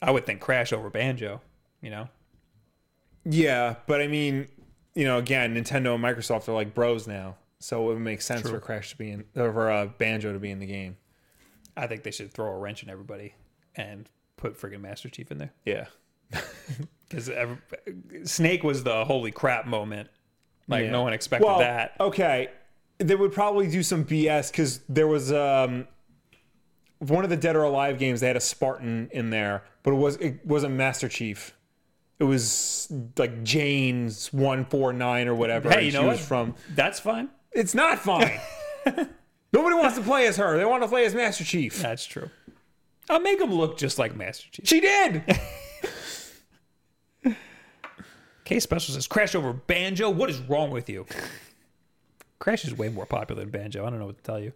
Speaker 1: I would think Crash over Banjo. You know,
Speaker 2: Yeah, but I mean, you know, again, Nintendo and Microsoft are like bros now. So it would make sense for Crash to be in or for uh, Banjo to be in the game.
Speaker 1: I think they should throw a wrench in everybody and put friggin' Master Chief in there
Speaker 2: Yeah.
Speaker 1: because Snake was the holy crap moment. Like
Speaker 2: Yeah.
Speaker 1: no one expected
Speaker 2: well,
Speaker 1: that.
Speaker 2: Okay, they would probably do some BS because there was um, one of the Dead or Alive games. They had a Spartan in there, but it was it wasn't Master Chief. It was like Jane's one four nine or whatever.
Speaker 1: Hey,
Speaker 2: and
Speaker 1: you
Speaker 2: she
Speaker 1: know
Speaker 2: was
Speaker 1: what?
Speaker 2: from.
Speaker 1: That's fine.
Speaker 2: It's not fine. Nobody wants to play as her. They want to play as Master Chief.
Speaker 1: That's true. I'll make him look just like Master Chief.
Speaker 2: She did.
Speaker 1: K Special says Crash over Banjo. What is wrong with you? Crash is way more popular than Banjo. I don't know what to tell you.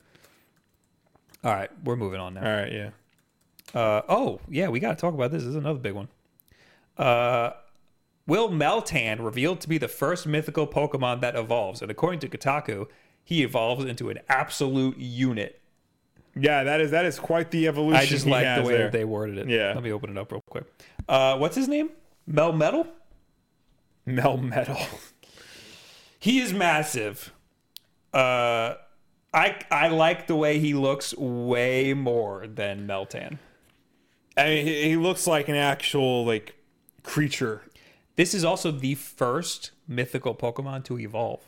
Speaker 1: All right, we're moving on now.
Speaker 2: All right, yeah.
Speaker 1: Uh, oh, yeah, we got to talk about this. This is another big one. Uh, Will Meltan revealed to be the first mythical Pokemon that evolves, and according to Kotaku, he evolves into an absolute unit.
Speaker 2: Yeah, that is that is quite the evolution.
Speaker 1: I just
Speaker 2: he
Speaker 1: like the
Speaker 2: has
Speaker 1: way
Speaker 2: there.
Speaker 1: that they worded it.
Speaker 2: Yeah.
Speaker 1: Let me open it up real quick. Uh, what's his name? Mel Metal?
Speaker 2: Mel Metal.
Speaker 1: He is massive. Uh, I I like the way he looks way more than Meltan.
Speaker 2: I mean, he, he looks like an actual like creature
Speaker 1: This is also the first mythical Pokemon to evolve.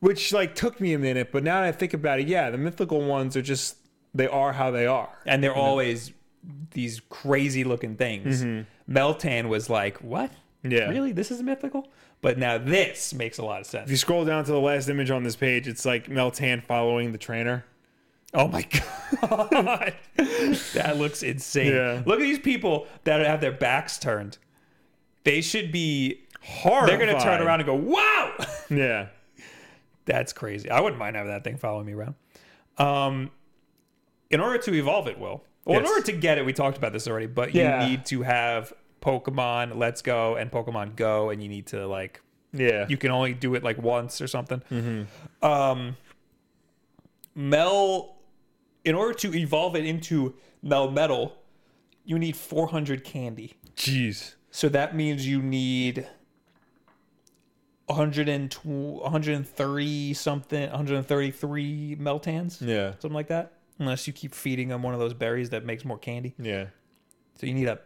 Speaker 2: which like took me a minute but now that i think about it yeah the mythical ones are just they are how they are
Speaker 1: and they're always these crazy looking things. Meltan was like, "What?
Speaker 2: Mm-hmm. Yeah.
Speaker 1: really? This is mythical?" But now this makes a lot of
Speaker 2: if you
Speaker 1: sense.
Speaker 2: scroll down to the last image on this page it's like meltan following the trainer
Speaker 1: Oh my god, that looks insane!
Speaker 2: Yeah.
Speaker 1: Look at these people that have their backs turned. They should be.
Speaker 2: hard
Speaker 1: They're gonna turn around and go, "Wow!"
Speaker 2: yeah
Speaker 1: That's crazy. I wouldn't mind having that thing following me around. Um, in order to evolve it, will well, in
Speaker 2: Yes.
Speaker 1: order to get it, we talked about this already, but
Speaker 2: Yeah.
Speaker 1: you need to have Pokemon Let's Go and Pokemon Go, and you need to like
Speaker 2: yeah
Speaker 1: you can only do it like once or something. Um, Mel in order to evolve it into Melmetal, you need 400 candy.
Speaker 2: Jeez.
Speaker 1: So that means you need 120, 130 something, 133 Meltans,
Speaker 2: Yeah.
Speaker 1: something like that. Unless you keep feeding them one of those berries that makes more candy.
Speaker 2: Yeah.
Speaker 1: So you need a.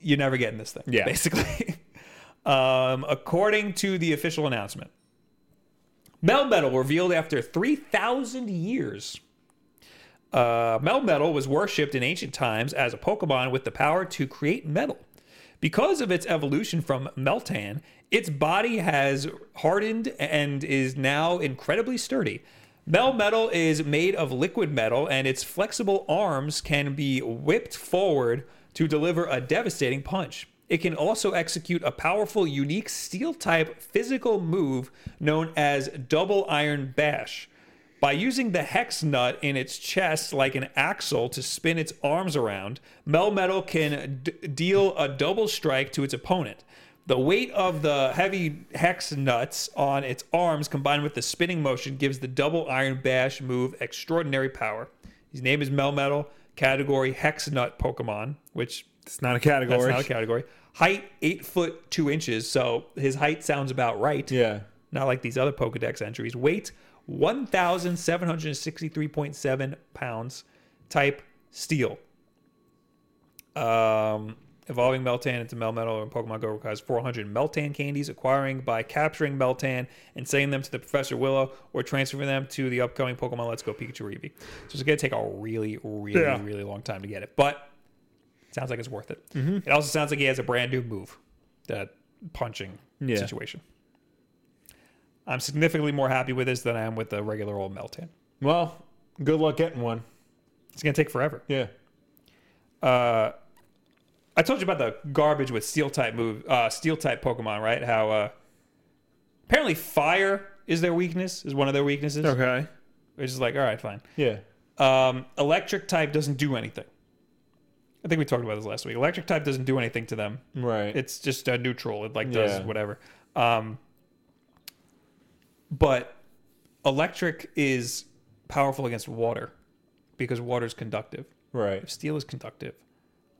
Speaker 1: You're never getting this thing.
Speaker 2: Yeah.
Speaker 1: Basically. um, according to the official announcement, Melmetal revealed after 3,000 years. Uh, Melmetal was worshipped in ancient times as a Pokemon with the power to create metal. Because of its evolution from Meltan, its body has hardened and is now incredibly sturdy. Melmetal is made of liquid metal, and its flexible arms can be whipped forward to deliver a devastating punch. It can also execute a powerful, unique steel type physical move known as Double Iron Bash. By using the hex nut in its chest like an axle to spin its arms around, Melmetal can d- deal a double strike to its opponent. The weight of the heavy hex nuts on its arms combined with the spinning motion gives the double iron bash move extraordinary power. His name is Melmetal, category hex nut Pokemon, which
Speaker 2: It's not a category.
Speaker 1: that's not a category. Height eight foot two inches, so his height sounds about right
Speaker 2: yeah.
Speaker 1: not like these other Pokedex entries. Weight 1,763.7 pounds. Type steel. Um, evolving Meltan into Melmetal in Pokemon Go requires 400 Meltan candies. Acquiring by capturing Meltan and sending them to the Professor Willow or transferring them to the upcoming Pokemon Let's Go Pikachu or Eevee. So it's going to take a really, really,
Speaker 2: Yeah.
Speaker 1: really long time to get it. But it sounds like it's worth it.
Speaker 2: Mm-hmm.
Speaker 1: It also sounds like he has a brand new move, that punching
Speaker 2: Yeah.
Speaker 1: situation. I'm significantly more happy with this than I am with the regular old Meltan.
Speaker 2: Well, good luck getting one.
Speaker 1: It's going to take forever. Uh,
Speaker 2: Yeah.
Speaker 1: I told you about the garbage with steel type move, uh, steel type Pokemon, right? How uh, apparently fire is their weakness, is one of their weaknesses.
Speaker 2: Okay.
Speaker 1: Which is like, all right, fine.
Speaker 2: Yeah.
Speaker 1: Um, electric type doesn't do anything. I think we talked about this last week. Electric type doesn't do anything to them.
Speaker 2: Right.
Speaker 1: It's just uh, neutral. It like does
Speaker 2: Yeah.
Speaker 1: whatever. Um, but electric is powerful against water because water is conductive.
Speaker 2: right.
Speaker 1: Steel is conductive.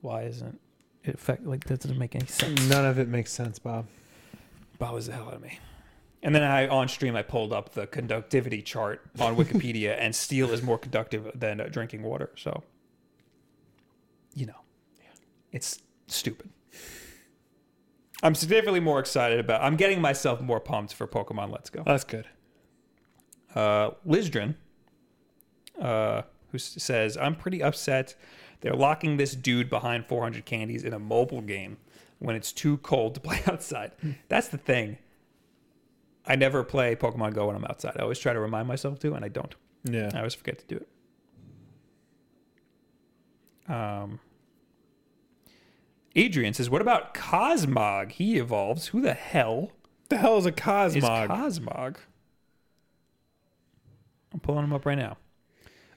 Speaker 1: Why isn't it affect like that? Doesn't make any sense.
Speaker 2: None of it makes sense, Bob.
Speaker 1: Bothers the hell out of me. And then I on stream I pulled up the conductivity chart on Wikipedia, and steel is more conductive than uh, drinking water. So, you know, it's stupid. I'm significantly more excited about. I'm getting myself more pumped for Pokemon Let's Go.
Speaker 2: That's good.
Speaker 1: Uh, Lizdrin, uh, who s- says, "I'm pretty upset. They're locking this dude behind 400 candies in a mobile game when it's too cold to play outside. That's the thing. I never play Pokemon Go when I'm outside. I always try to remind myself to, and I don't.
Speaker 2: Yeah.
Speaker 1: I always forget to do it. Um, Adrian says, "What about Cosmog? He evolves. Who the hell
Speaker 2: the hell is a Cosmog?
Speaker 1: is Cosmog?" I'm pulling him up right now.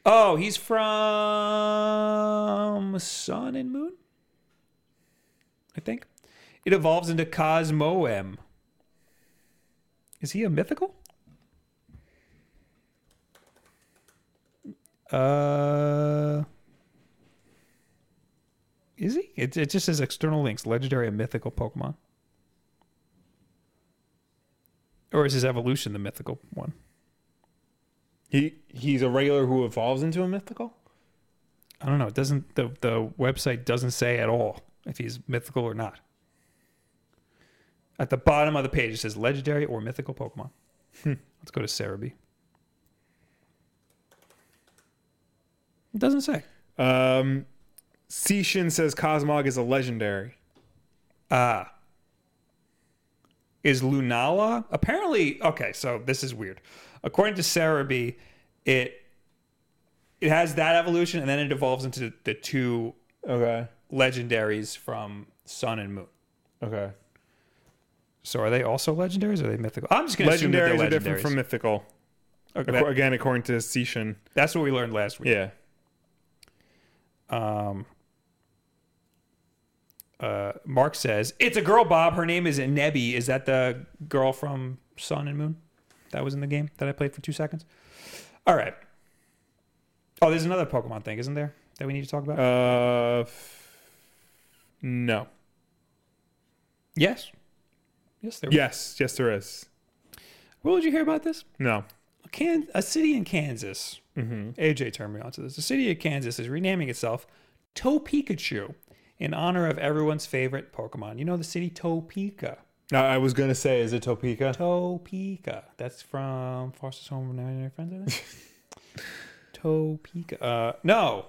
Speaker 1: Oh, he's from Sun and Moon, I think. It evolves into Cosmoem. Is he a mythical? Uh, is he? It, it just says external links, legendary and mythical Pokemon. Or is his evolution the mythical one?
Speaker 2: he he's a regular who evolves into a mythical.
Speaker 1: I don't know. It doesn't the the website doesn't say at all if he's mythical or not. At the bottom of the page it says legendary or mythical Pokemon. Hmm. Let's go to Cerebi. It doesn't say.
Speaker 2: Um, Seishin says Cosmog is a legendary.
Speaker 1: Ah. Is Lunala apparently okay, so this is weird. According to Cerebi, it it has that evolution and then it evolves into the two
Speaker 2: Okay.
Speaker 1: legendaries from Sun and Moon.
Speaker 2: Okay.
Speaker 1: So are they also legendaries or are they mythical? I'm just going to assume that
Speaker 2: Legendaries
Speaker 1: they're
Speaker 2: are different
Speaker 1: legendaries.
Speaker 2: from mythical. Ac-
Speaker 1: That-
Speaker 2: Again, according to Seishin.
Speaker 1: That's what we learned last week.
Speaker 2: Yeah.
Speaker 1: Um, uh, Mark says, It's a girl, Bob. Her name is Nebby. Is that the girl from Sun and Moon that was in the game that I played for two seconds? All right. Oh, there's another Pokemon thing, isn't there? That we need to talk about?
Speaker 2: Uh, f- no.
Speaker 1: yes. Yes, there.
Speaker 2: Yes, yes, there is.
Speaker 1: Well, did you hear about this?
Speaker 2: No.
Speaker 1: A, can- a city in Kansas. AJ turned me onto this. The city of Kansas is renaming itself Topekachu in honor of everyone's favorite Pokemon. You know the city Topeka.
Speaker 2: No, I was gonna say, is it Topeka?
Speaker 1: Topeka. That's from Foster's Home for Imaginary Friends, I think. Topeka. Uh, no.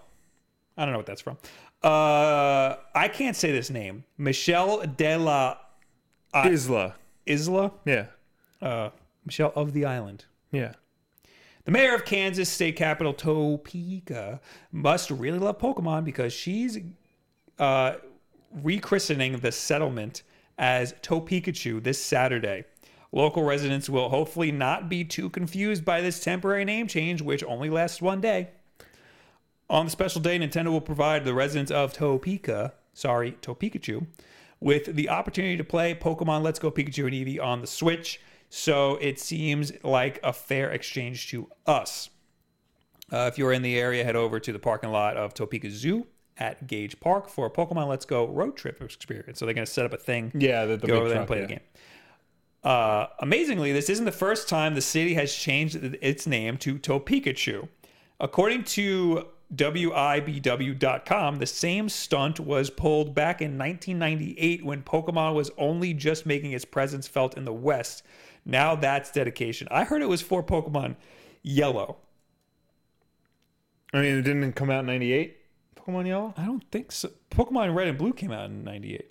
Speaker 1: I don't know what that's from. Uh, I can't say this name. Michelle de la
Speaker 2: Isla.
Speaker 1: Isla.
Speaker 2: Yeah,
Speaker 1: Uh, Michelle of the Island.
Speaker 2: yeah.
Speaker 1: The mayor of Kansas state capital Topeka must really love Pokemon because she's uh, rechristening the settlement as Topekachu this Saturday. Local residents will hopefully not be too confused by this temporary name change, which only lasts one day. On the special day, Nintendo will provide the residents of Topeka, sorry, Topekachu, with the opportunity to play Pokemon Let's Go Pikachu and Eevee on the Switch. So it seems like a fair exchange to us. Uh, if you're in the area, head over to the parking lot of Topeka Zoo at Gage Park for a Pokemon Let's Go road trip experience. So they're going to set up a thing
Speaker 2: Yeah, the, the
Speaker 1: go
Speaker 2: big
Speaker 1: over there and play
Speaker 2: truck, yeah.
Speaker 1: the game. Uh, amazingly, this isn't the first time the city has changed its name to Topekachu. According to WIBW.com, the same stunt was pulled back in 1998 when Pokemon was only just making its presence felt in the West. Now that's dedication. I heard it was for Pokemon Yellow.
Speaker 2: I mean, it didn't come out in '98. Pokemon Yellow.
Speaker 1: I don't think so. Pokemon Red and Blue came out in '98.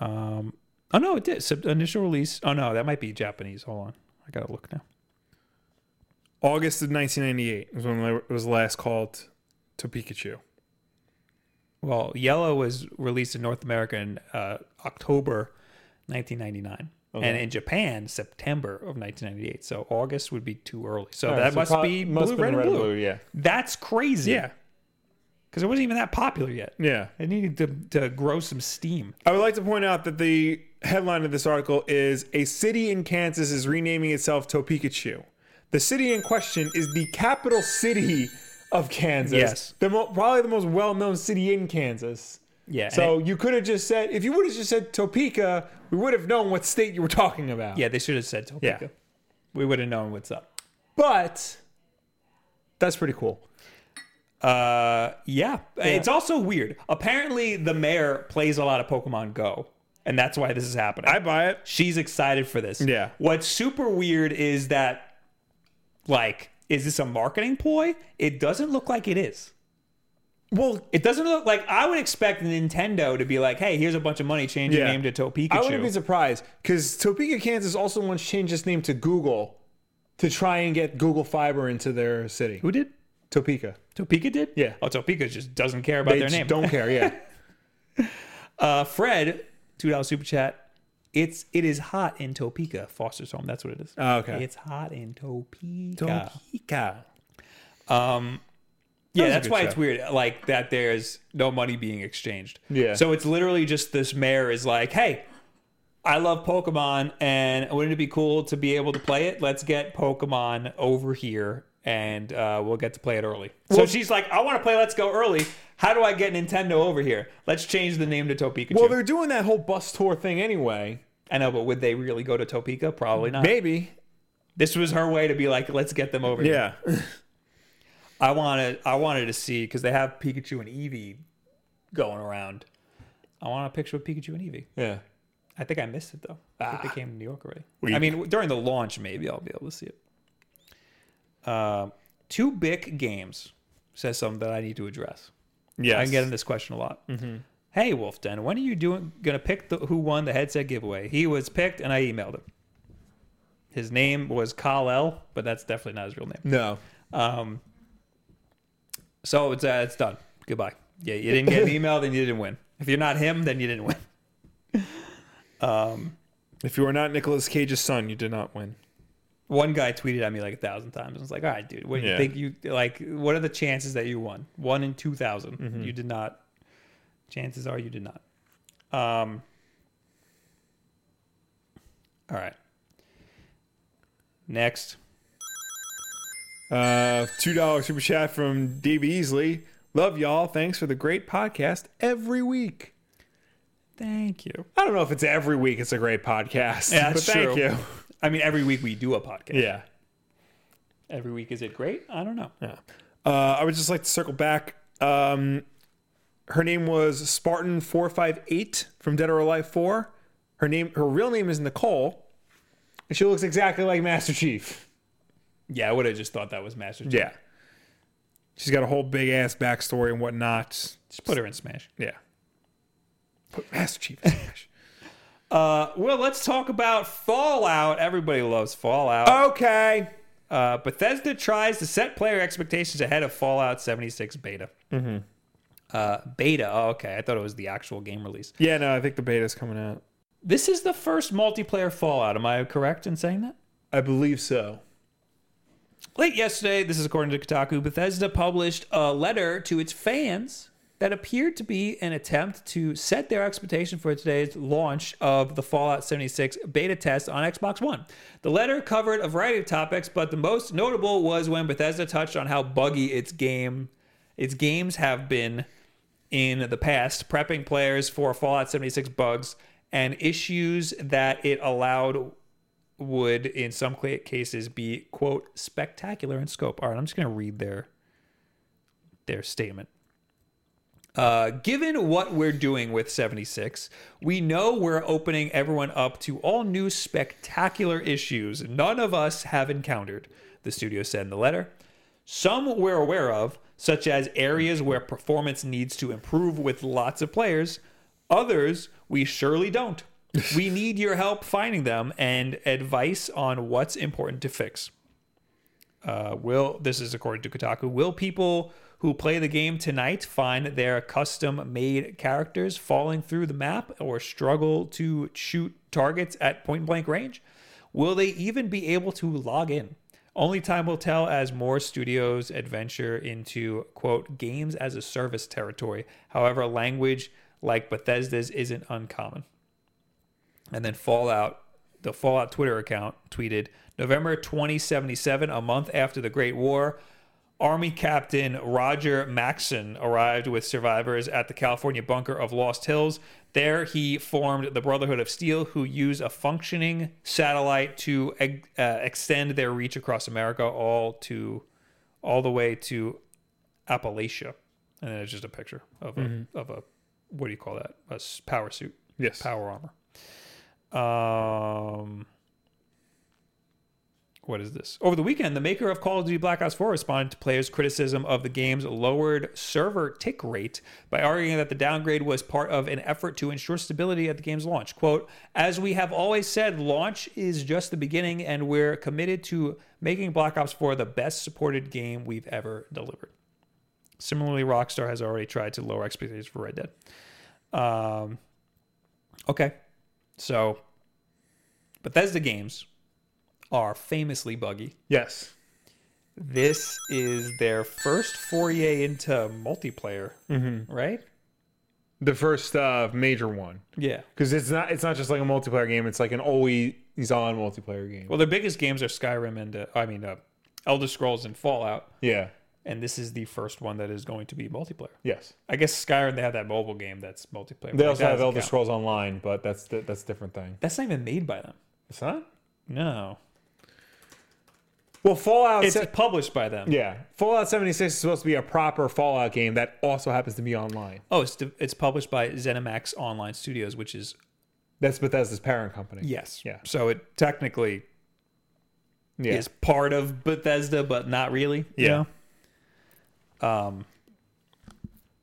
Speaker 1: Um. Oh no, it did. Sub- initial release. Oh no, that might be Japanese. Hold on, I gotta look now.
Speaker 2: August of 1998 was when it was last called to Pikachu.
Speaker 1: Well, Yellow was released in North America in uh, October 1999, and in Japan September of 1998. So August would be too early. So Oh, that must be blue, red, and blue.
Speaker 2: Yeah,
Speaker 1: That's crazy.
Speaker 2: yeah,
Speaker 1: because it wasn't even that popular yet.
Speaker 2: yeah.
Speaker 1: It needed to, to grow some steam.
Speaker 2: I would like to point out that the headline of this article is A city in Kansas is renaming itself Topekachu. The city in question is the capital city of Kansas.
Speaker 1: Yes.
Speaker 2: The mo- probably the most well known city in Kansas.
Speaker 1: Yeah. and it-
Speaker 2: So you could have just said, if you would have just said Topeka, we would have known what state you were talking about.
Speaker 1: Yeah, they should have said Topeka.
Speaker 2: Yeah.
Speaker 1: We would have known what's up.
Speaker 2: But that's pretty cool.
Speaker 1: Uh, yeah. It's also weird. Apparently, the mayor plays a lot of Pokemon Go, and that's why this is happening.
Speaker 2: I buy it.
Speaker 1: She's excited for this.
Speaker 2: Yeah.
Speaker 1: What's super weird is that, like, is this a marketing ploy? It doesn't look like it is.
Speaker 2: Well,
Speaker 1: It doesn't look like I would expect Nintendo to be like, "Hey, here's a bunch of money. Change your
Speaker 2: Yeah.
Speaker 1: name to
Speaker 2: I wouldn't be
Speaker 1: Topekachu."
Speaker 2: surprised because Topeka, Kansas also once changed its name to Google to try and get Google Fiber into their city.
Speaker 1: Who did?
Speaker 2: Topeka.
Speaker 1: Topeka did?
Speaker 2: Yeah.
Speaker 1: Oh, Topeka just doesn't care about
Speaker 2: They
Speaker 1: their
Speaker 2: just
Speaker 1: name.
Speaker 2: don't care. Yeah.
Speaker 1: Uh, Fred, two dollar super chat. It's it is hot in Topeka, Foster's home. That's what it is.
Speaker 2: Oh, okay.
Speaker 1: It's hot in Topeka.
Speaker 2: Topeka.
Speaker 1: Um, yeah,
Speaker 2: was a
Speaker 1: that's
Speaker 2: good
Speaker 1: why
Speaker 2: show.
Speaker 1: it's weird. Like that, there's no money being exchanged.
Speaker 2: Yeah.
Speaker 1: So it's literally just this mayor is like, hey. I love Pokemon, and wouldn't it be cool to be able to play it? Let's get Pokemon over here, and uh, we'll get to play it early. So she's like, "I want to play Let's Go early. How do I get Nintendo over here? Let's change the name to Topeka."
Speaker 2: Well, they're doing that whole bus tour thing anyway.
Speaker 1: I know, but would they really go to Topeka? Probably not.
Speaker 2: Maybe.
Speaker 1: This was her way to be like, let's get them over. here.
Speaker 2: Yeah.
Speaker 1: I wanted, I wanted to see because they have Pikachu and Eevee going around. I want a picture of Pikachu and Eevee.
Speaker 2: Yeah.
Speaker 1: I think I missed it though. I think they came to New York already.
Speaker 2: We-
Speaker 1: I mean, during the launch, maybe I'll be able to see it. Um, two big games says something that I need to address.
Speaker 2: Yes.
Speaker 1: I am getting this question a lot. Hey, Wolf Den, when are you doing? Gonna pick the, who won the headset giveaway? He was picked, and I emailed him. His name was Kyle L, but that's definitely not his real name.
Speaker 2: No.
Speaker 1: Um, so it's uh, it's done. Goodbye. Yeah, you didn't get an email, then you didn't win. If you're not him, then you didn't win. Um,
Speaker 2: If you were not Nicolas Cage's son, you did not win.
Speaker 1: One guy tweeted at me like a thousand times. and was like, "All right, dude, what do you
Speaker 2: Yeah.
Speaker 1: think you like? What are the chances that you won? One in two You did not. Chances are you did not." Um. All right. Next.
Speaker 2: Uh, two dollar super chat from David Easley. Love y'all. Thanks for the great podcast every week.
Speaker 1: Thank you.
Speaker 2: I don't know if it's every week. It's a great podcast.
Speaker 1: Yeah, that's
Speaker 2: but thank
Speaker 1: true.
Speaker 2: you.
Speaker 1: I mean, every week we do a podcast.
Speaker 2: Yeah.
Speaker 1: Every week is it great? I don't know.
Speaker 2: Uh, I would just like to circle back. Um, her name was Spartan four five eight from Dead or Alive four. Her name, her real name is Nicole, and she looks exactly like Master Chief.
Speaker 1: Yeah, I would have just thought that was Master. Chief.
Speaker 2: Yeah, she's got a whole big ass backstory and whatnot.
Speaker 1: Just put her in Smash.
Speaker 2: Yeah, put Master Chief. in Smash.
Speaker 1: Uh, well, let's talk about Fallout. Everybody loves Fallout.
Speaker 2: okay,
Speaker 1: Uh, Bethesda tries to set player expectations ahead of Fallout 76 beta. Mm-hmm. Uh, beta. Oh, okay. I thought it was the actual game release.
Speaker 2: yeah, no, I think the beta's coming out.
Speaker 1: This is the first multiplayer Fallout. Am I correct in saying that?
Speaker 2: I believe so.
Speaker 1: Late yesterday, this is according to Kotaku, Bethesda published a letter to its fans that appeared to be an attempt to set their expectation for today's launch of the Fallout 76 beta test on Xbox One. The letter covered a variety of topics, but the most notable was when Bethesda touched on how buggy its game its games have been in the past, prepping players for Fallout 76 bugs and issues that it allowed would in some cla- cases be quote spectacular in scope all right i'm just going to read their their statement uh, given what we're doing with 76, we know we're opening everyone up to all new spectacular issues none of us have encountered, the studio said in the letter. Some we're aware of, such as areas where performance needs to improve with lots of players, others we surely don't. we need your help finding them and advice on what's important to fix uh, will this is according to Kotaku. Will people who play the game tonight find their custom-made characters falling through the map or struggle to shoot targets at point-blank range? Will they even be able to log in? Only time will tell as more studios adventure into quote games as a service territory. However, language like Bethesda's isn't uncommon. And then Fallout, the Fallout Twitter account tweeted November 2077, a month after the Great War, Army Captain Roger Maxon arrived with survivors at the California bunker of Lost Hills. There, he formed the Brotherhood of Steel, who use a functioning satellite to ex- uh, extend their reach across America, all to all the way to Appalachia. And then it's just a picture of a, of a what do you call that? A s- power suit,
Speaker 2: Yes.
Speaker 1: power armor. Um, what is this? Over the weekend, the maker of Call of Duty Black Ops 4 responded to players' criticism of the game's lowered server tick rate by arguing that the downgrade was part of an effort to ensure stability at the game's launch. Quote, As we have always said, launch is just the beginning, and we're committed to making Black Ops 4 the best supported game we've ever delivered. Similarly, Rockstar has already tried to lower expectations for Red Dead. Um, okay. So, Bethesda games are famously buggy.
Speaker 2: Yes.
Speaker 1: This is their first foray into multiplayer,
Speaker 2: Mm-hmm.
Speaker 1: right?
Speaker 2: The first uh, major one.
Speaker 1: Yeah.
Speaker 2: Because it's not it's not just like a multiplayer game, it's like an always on multiplayer game.
Speaker 1: Well, their biggest games are Skyrim and, uh, I mean, uh, Elder Scrolls and Fallout,
Speaker 2: Yeah.
Speaker 1: and this is the first one that is going to be multiplayer.
Speaker 2: Yes.
Speaker 1: I guess Skyrim, they have that mobile game that's multiplayer.
Speaker 2: They
Speaker 1: but
Speaker 2: also
Speaker 1: that
Speaker 2: have
Speaker 1: doesn't
Speaker 2: Elder
Speaker 1: count.
Speaker 2: Scrolls Online, but that's th- that's a different thing.
Speaker 1: That's not even made by them.
Speaker 2: It's not.
Speaker 1: No.
Speaker 2: Well, Fallout.
Speaker 1: It's
Speaker 2: se-
Speaker 1: published by them.
Speaker 2: yeah, Fallout 76 is supposed to be a proper Fallout game that also happens to be online.
Speaker 1: Oh, it's, it's published by ZeniMax Online Studios, which is
Speaker 2: That's Bethesda's parent company.
Speaker 1: Yes.
Speaker 2: Yeah.
Speaker 1: So it technically
Speaker 2: Yeah.
Speaker 1: is part of Bethesda, but not really. you
Speaker 2: Yeah.
Speaker 1: know? Um.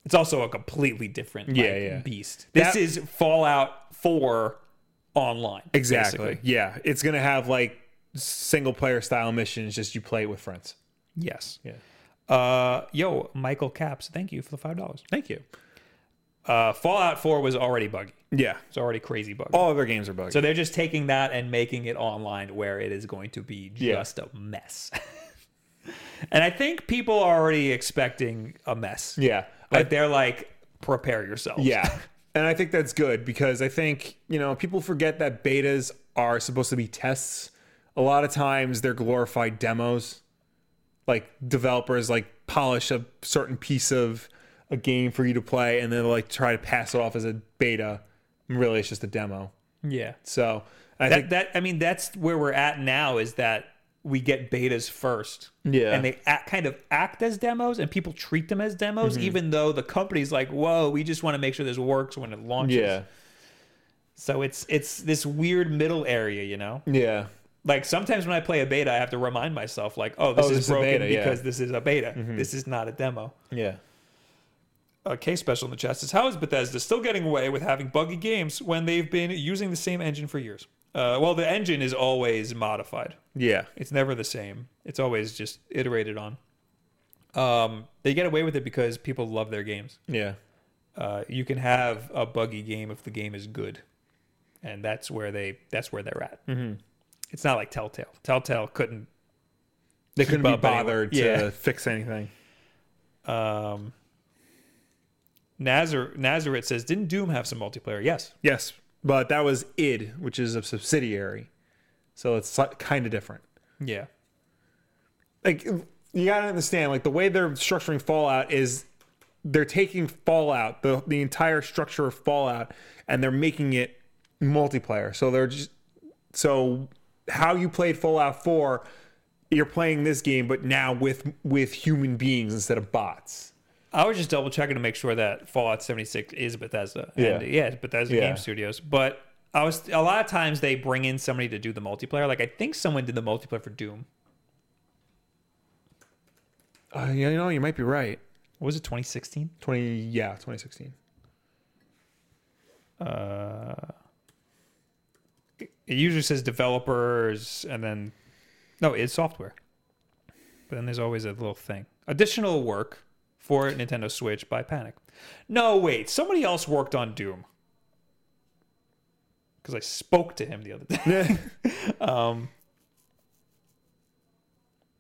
Speaker 1: It's also a completely different like,
Speaker 2: Yeah, yeah.
Speaker 1: beast. This
Speaker 2: That-
Speaker 1: is Fallout Four online.
Speaker 2: exactly.
Speaker 1: basically.
Speaker 2: Yeah, it's gonna have like single player style missions, just you play it with friends.
Speaker 1: Yes.
Speaker 2: Yeah.
Speaker 1: Uh, yo, Michael Caps, thank you for the five dollars.
Speaker 2: Thank you.
Speaker 1: Uh, Fallout Four was already buggy.
Speaker 2: Yeah,
Speaker 1: It's already crazy buggy.
Speaker 2: all of their games are bugged.
Speaker 1: So they're just taking that and making it online where it is going to be just a mess. and I think people are already expecting a mess.
Speaker 2: yeah,
Speaker 1: Like they're like, prepare yourselves.
Speaker 2: Yeah. And I think that's good because I think, you know, people forget that betas are supposed to be tests. A lot of times they're glorified demos. like developers like polish a certain piece of a game for you to play and then like try to pass it off as a beta. Really, it's just a demo.
Speaker 1: Yeah.
Speaker 2: So I
Speaker 1: That,
Speaker 2: think
Speaker 1: that I mean, that's where we're at now. Is that we get betas first,
Speaker 2: Yeah.
Speaker 1: and they act, kind of act as demos, and people treat them as demos,
Speaker 2: Mm-hmm.
Speaker 1: even though the company's like, "Whoa, we just want to make sure this works when it launches."
Speaker 2: yeah,
Speaker 1: So it's it's this weird middle area, you know.
Speaker 2: yeah,
Speaker 1: Like sometimes when I play a beta, I have to remind myself, like, "Oh, this
Speaker 2: Oh,
Speaker 1: is
Speaker 2: this is a
Speaker 1: broken
Speaker 2: beta, yeah. Mm-hmm.
Speaker 1: because this is a beta. This is not a demo."
Speaker 2: yeah.
Speaker 1: A case special in the chat says, "How is Bethesda still getting away with having buggy games when they've been using the same engine for years?" Uh, well, the engine is always modified.
Speaker 2: Yeah.
Speaker 1: It's never the same. It's always just iterated on. Um, they get away with it because people love their games.
Speaker 2: Yeah.
Speaker 1: Uh, you can have a buggy game if the game is good, and that's where they that's where they're at. Mm-hmm. It's not like Telltale. Telltale couldn't.
Speaker 2: They
Speaker 1: Keep
Speaker 2: couldn't be
Speaker 1: up anyway.
Speaker 2: bothered to
Speaker 1: Yeah.
Speaker 2: fix anything.
Speaker 1: Um, Nazar Nazareth says, "Didn't Doom have some multiplayer?" Yes.
Speaker 2: Yes, but that was id, which is a subsidiary, so it's kind of different.
Speaker 1: Yeah.
Speaker 2: Like you gotta understand, like the way they're structuring Fallout is they're taking Fallout, the the entire structure of Fallout, and they're making it multiplayer. So they're just so how you played Fallout Four, you're playing this game, but now with with human beings instead of bots.
Speaker 1: I was just double checking to make sure that Fallout 76 is Bethesda. Yeah, and, yeah it's Bethesda
Speaker 2: Yeah.
Speaker 1: Game Studios. But I was a lot of times they bring in somebody to do the multiplayer. Like I think someone did the multiplayer for Doom.
Speaker 2: Uh, you know, you might be right.
Speaker 1: What was it 2016?
Speaker 2: Twenty, yeah, 2016.
Speaker 1: Uh, it it usually says developers and then no, it's software. But then there's always a little thing. Additional work for Nintendo Switch by Panic. No, wait, somebody else worked on Doom. Because I spoke to him the other day. Um,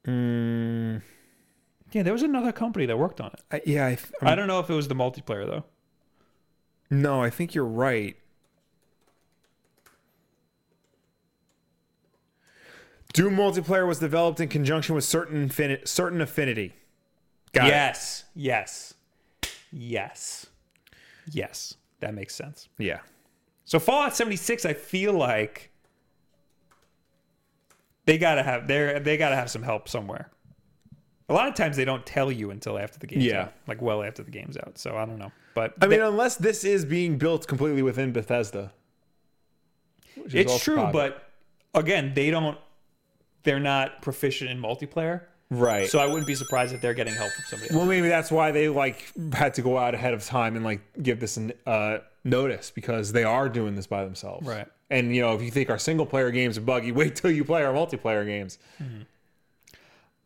Speaker 2: Mm,
Speaker 1: yeah, there was another company that worked on it.
Speaker 2: I- yeah, I, th- I'm-
Speaker 1: I don't know if it was the multiplayer though.
Speaker 2: No, I think you're right. Doom multiplayer was developed in conjunction with certain infini- certain affinity. Got
Speaker 1: yes, yes, yes, yes. That makes sense.
Speaker 2: it. Yeah.
Speaker 1: So Fallout 76, I feel like they gotta have they they gotta have some help somewhere. A lot of times they don't tell you until after the game's
Speaker 2: Yeah.
Speaker 1: out, like well after the game's out. So I don't know, but
Speaker 2: I mean, unless this is being built completely within Bethesda. which is
Speaker 1: it's
Speaker 2: also
Speaker 1: true.
Speaker 2: possible.
Speaker 1: But again, they don't. They're not proficient in multiplayer,
Speaker 2: right.
Speaker 1: so I wouldn't be surprised if they're getting help from somebody. else.
Speaker 2: well, maybe that's why they like had to go out ahead of time and like give this an, uh, notice because they are doing this by themselves.
Speaker 1: Right.
Speaker 2: And you know, if you think our single player games are buggy, wait till you play our multiplayer games.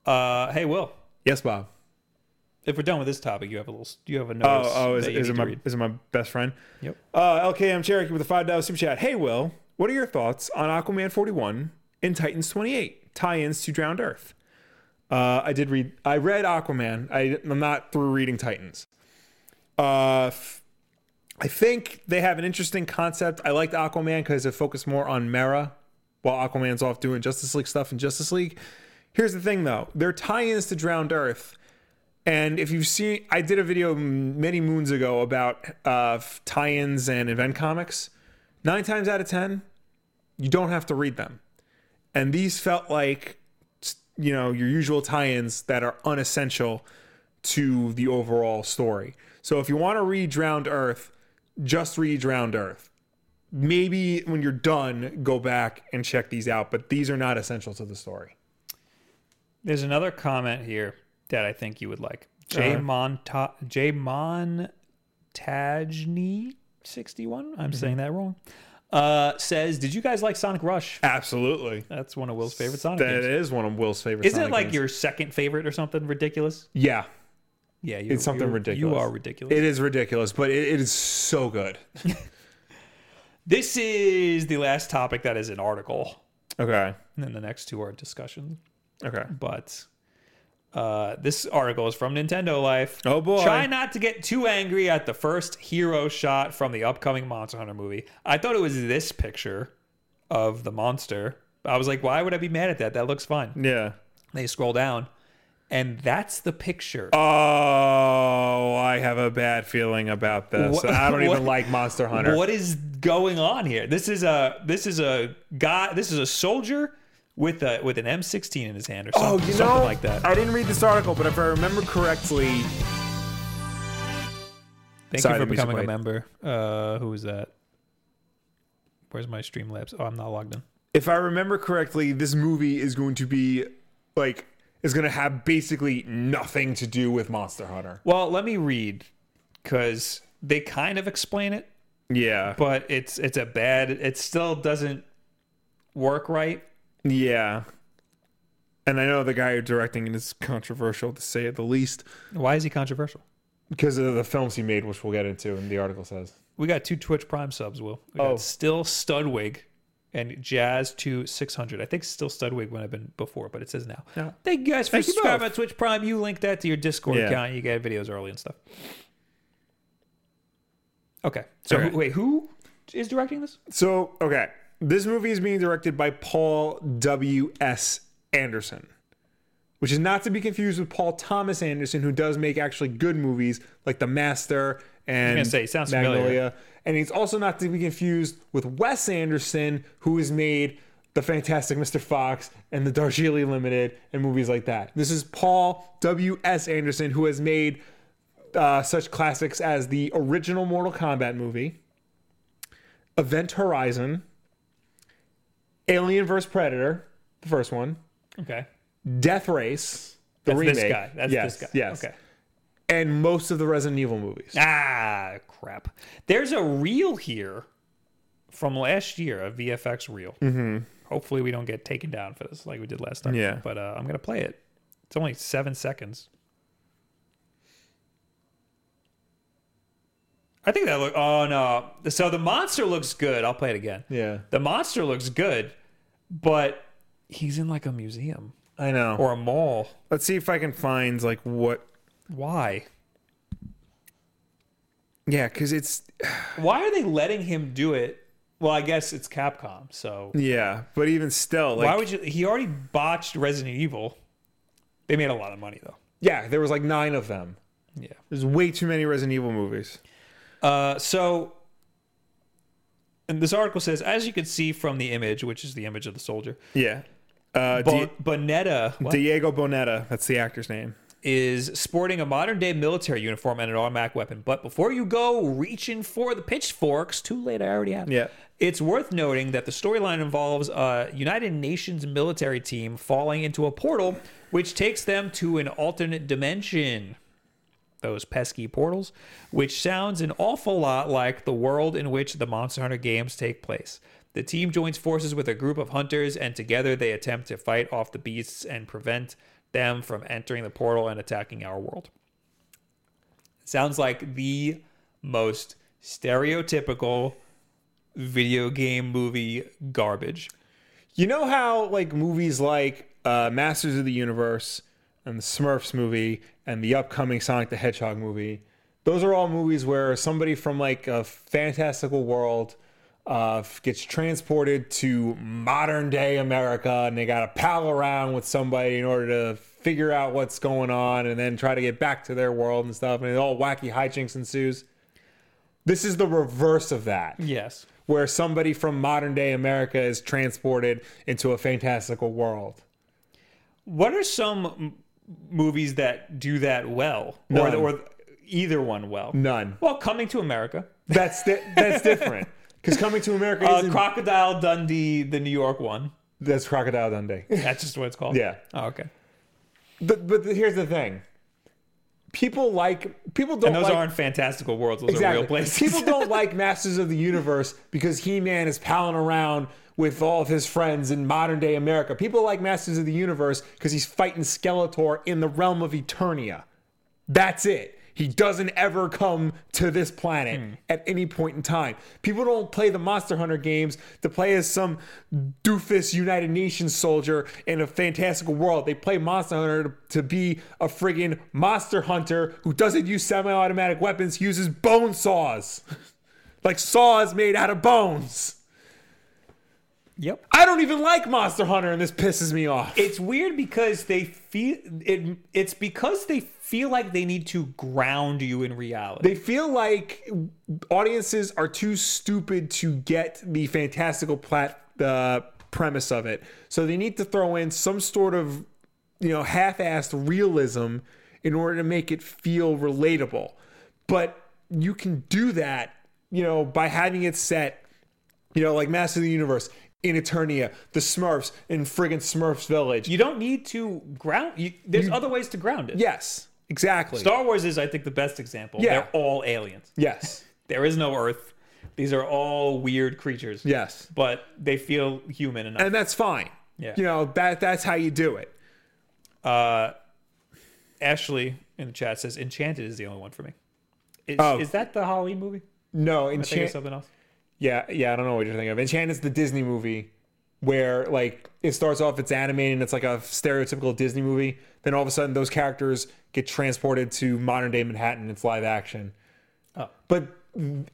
Speaker 1: Uh, hey, Will,
Speaker 2: Yes, Bob.
Speaker 1: if we're done with this topic, you have a little, you have a
Speaker 2: Oh,
Speaker 1: notice.
Speaker 2: oh, is,
Speaker 1: that you
Speaker 2: is
Speaker 1: need
Speaker 2: it
Speaker 1: to
Speaker 2: my
Speaker 1: read.
Speaker 2: is it my best friend?
Speaker 1: Yep.
Speaker 2: Uh, LKM Cherokee with a five dollar super chat. Hey, Will, what are your thoughts on Aquaman forty one and Titans twenty eight tie-ins to Drowned Earth? Uh, I did read. I read Aquaman. I, I'm not through reading Titans. Uh, f- I think they have an interesting concept. I liked Aquaman because it focused more on Mera, while Aquaman's off doing Justice League stuff in Justice League. Here's the thing, though: their tie-ins to Drowned Earth and if you've seen, I did a video m- many moons ago about uh, f- tie-ins and event comics. Nine times out of ten, you don't have to read them, and these felt like s- you know your usual tie-ins that are unessential to the overall story. So if you want to read Drowned Earth, just read Drowned Earth. Maybe when you're done, go back and check these out. But these are not essential to the story.
Speaker 1: There's another comment here that I think you would like. J
Speaker 2: Uh-huh.
Speaker 1: Monta J Montajni sixty one. I'm
Speaker 2: Mm-hmm.
Speaker 1: saying that wrong. Uh, says, did you guys like Sonic Rush?
Speaker 2: Absolutely,
Speaker 1: That's one of Will's favorite Sonic
Speaker 2: that
Speaker 1: games.
Speaker 2: is one of Will's favorite.
Speaker 1: Isn't
Speaker 2: Sonic
Speaker 1: it like
Speaker 2: games.
Speaker 1: your second favorite or something ridiculous?
Speaker 2: yeah?
Speaker 1: Yeah, you're,
Speaker 2: It's something
Speaker 1: you're- You
Speaker 2: ridiculous.
Speaker 1: are ridiculous.
Speaker 2: It is ridiculous, but it, it is so good.
Speaker 1: this is the last topic that is an article,
Speaker 2: Okay.
Speaker 1: and then the next two are discussions.
Speaker 2: Okay.
Speaker 1: but uh, this article is from Nintendo Life.
Speaker 2: Oh, boy.
Speaker 1: Try not to get too angry at the first hero shot from the upcoming Monster Hunter movie. I thought it was this picture of the monster. I was like, why would I be mad at that? That looks fine.
Speaker 2: Yeah.
Speaker 1: They scroll down, and that's the picture.
Speaker 2: Oh, I have a bad feeling about this.
Speaker 1: What-
Speaker 2: I don't
Speaker 1: what-
Speaker 2: even like Monster Hunter.
Speaker 1: What is going on here? This is a this is a guy. This is a soldier with a with an M16 in his hand or
Speaker 2: Oh,
Speaker 1: something,
Speaker 2: you
Speaker 1: something
Speaker 2: know,
Speaker 1: like that.
Speaker 2: I didn't read this article, but if I remember correctly,
Speaker 1: Thank
Speaker 2: Sorry,
Speaker 1: you for
Speaker 2: the music
Speaker 1: becoming a
Speaker 2: played.
Speaker 1: member. Uh, who is that? Where's my Streamlabs? Oh, I'm not logged in.
Speaker 2: if I remember correctly, this movie is going to be like is going to have basically nothing to do with Monster Hunter.
Speaker 1: Well, let me read because they kind of explain it,
Speaker 2: Yeah,
Speaker 1: but it's it's a bad. It still doesn't work right.
Speaker 2: yeah. And I know the guy directing it is controversial to say at the least
Speaker 1: Why is he controversial?
Speaker 2: because of the films he made, which we'll get into. And the article says,
Speaker 1: We got two Twitch Prime subs, Will. We got
Speaker 2: Oh.
Speaker 1: Still Studwig and Jazz to 600. I think Still Studwig would have been before, but it says now.
Speaker 2: Yeah.
Speaker 1: Thank you guys for
Speaker 2: Thank you
Speaker 1: subscribing
Speaker 2: both.
Speaker 1: on Twitch Prime. You link that to your Discord
Speaker 2: Yeah.
Speaker 1: account. You get videos early and stuff. Okay. So,
Speaker 2: Okay.
Speaker 1: who, wait, who is directing this?
Speaker 2: "So okay, this movie is being directed by Paul W S Anderson." Which is not to be confused with Paul Thomas Anderson, who does make actually good movies like The Master and
Speaker 1: gonna say, it sounds familiar.
Speaker 2: Magnolia. And he's also not to be confused with Wes Anderson, who has made The Fantastic Mr. Fox and The Darjeeling Limited and movies like that. This is Paul W.S. Anderson, who has made uh, such classics as the original Mortal Kombat movie, Event Horizon, Alien vs. Predator, the first one,
Speaker 1: Okay.
Speaker 2: Death Race, the
Speaker 1: That's
Speaker 2: remake.
Speaker 1: this guy. That's
Speaker 2: yes,
Speaker 1: this guy.
Speaker 2: Yes.
Speaker 1: Okay.
Speaker 2: And most of the Resident Evil movies.
Speaker 1: Ah, crap. There's a reel here from last year, a VFX reel. Mm-hmm. Hopefully, we don't get taken down for this like we did last time.
Speaker 2: Yeah.
Speaker 1: But uh, I'm going to play it. It's only seven seconds. I think that look. Oh, no. So the monster looks good. I'll play it again.
Speaker 2: Yeah.
Speaker 1: The monster looks good, but he's in like a museum
Speaker 2: I know.
Speaker 1: or a mall.
Speaker 2: Let's see if I can find like what.
Speaker 1: Why?
Speaker 2: Yeah, because it's
Speaker 1: Why are they letting him do it? Well, I guess it's Capcom, so
Speaker 2: yeah, but even still, like
Speaker 1: Why would you? He already botched Resident Evil. They made a lot of money though.
Speaker 2: yeah, there was like nine of them.
Speaker 1: Yeah.
Speaker 2: There's way too many Resident Evil movies.
Speaker 1: Uh, so, and this article says, as you can see from the image, which is the image of the soldier,
Speaker 2: Yeah, uh,
Speaker 1: bon-
Speaker 2: Di-
Speaker 1: Bonetta what,
Speaker 2: Diego Bonetta, that's the actor's name.
Speaker 1: is sporting a modern day military uniform and an automatic weapon. But before you go reaching for the pitchforks, too late. I already have. it.
Speaker 2: Yeah.
Speaker 1: It's worth noting that the storyline involves a United Nations military team falling into a portal, which takes them to an alternate dimension. Those pesky portals, which sounds an awful lot like the world in which the Monster Hunter games take place. The team joins forces with a group of hunters, and together they attempt to fight off the beasts and prevent them from entering the portal and attacking our world. Sounds like the most stereotypical video game movie garbage.
Speaker 2: You know how like movies like uh, Masters of the Universe and the Smurfs movie and the upcoming Sonic the Hedgehog movie, those are all movies where somebody from like a fantastical world uh, gets transported to modern day America and they got to pal around with somebody in order to figure out what's going on and then try to get back to their world and stuff and it all wacky hijinks ensues. This is the reverse of that
Speaker 1: Yes.
Speaker 2: where somebody from modern day America is transported into a fantastical world.
Speaker 1: What are some m- movies that do that well, or,
Speaker 2: None.
Speaker 1: or either one well?
Speaker 2: None.
Speaker 1: Well, Coming to America,
Speaker 2: That's di- that's different. Because coming to America
Speaker 1: uh,
Speaker 2: isn't
Speaker 1: Crocodile Dundee, the New York one.
Speaker 2: that's Crocodile Dundee.
Speaker 1: That's just what it's called.
Speaker 2: Yeah.
Speaker 1: Oh, okay.
Speaker 2: But but here's the thing. People like people don't
Speaker 1: And those
Speaker 2: like
Speaker 1: aren't fantastical worlds; those are
Speaker 2: exactly.
Speaker 1: real places.
Speaker 2: People don't like Masters of the Universe because He Man is palling around with all of his friends in modern day America. People like Masters of the Universe because he's fighting Skeletor in the realm of Eternia. That's it. He doesn't ever come to this planet at any point in time. People don't play the Monster Hunter games to play as some doofus United Nations soldier in a fantastical world. They play Monster Hunter to, to be a friggin' monster hunter who doesn't use semi automatic weapons, he uses bone saws. like saws made out of bones.
Speaker 1: Yep.
Speaker 2: I don't even like Monster Hunter, and this pisses me off.
Speaker 1: It's weird because they feel it. It's because they feel like they need to ground you in reality.
Speaker 2: they feel like audiences are too stupid to get the fantastical plat uh, premise of it. So they need to throw in some sort of you know half-assed realism in order to make it feel relatable. But you can do that, you know, by having it set you know like Master of the Universe in Eternia, the Smurfs in friggin' Smurfs Village.
Speaker 1: you don't need to ground. You, there's other ways to ground it.
Speaker 2: yes, exactly.
Speaker 1: Star Wars is, I think, the best example.
Speaker 2: Yeah.
Speaker 1: They're all aliens.
Speaker 2: yes.
Speaker 1: There is no Earth. These are all weird creatures.
Speaker 2: Yes.
Speaker 1: But they feel human enough.
Speaker 2: And that's fine.
Speaker 1: Yeah.
Speaker 2: You know, that that's how you do it.
Speaker 1: Ashley in the chat says Enchanted is the only one for me. Is,
Speaker 2: Oh.
Speaker 1: is that the Halloween movie?
Speaker 2: No,
Speaker 1: I think it's
Speaker 2: Enchant.
Speaker 1: something else.
Speaker 2: Yeah, yeah, I don't know what you're thinking of. Enchanted's the Disney movie where like it starts off it's animated and it's like a stereotypical Disney movie. Then all of a sudden those characters get transported to modern day Manhattan. It's live action.
Speaker 1: Oh.
Speaker 2: But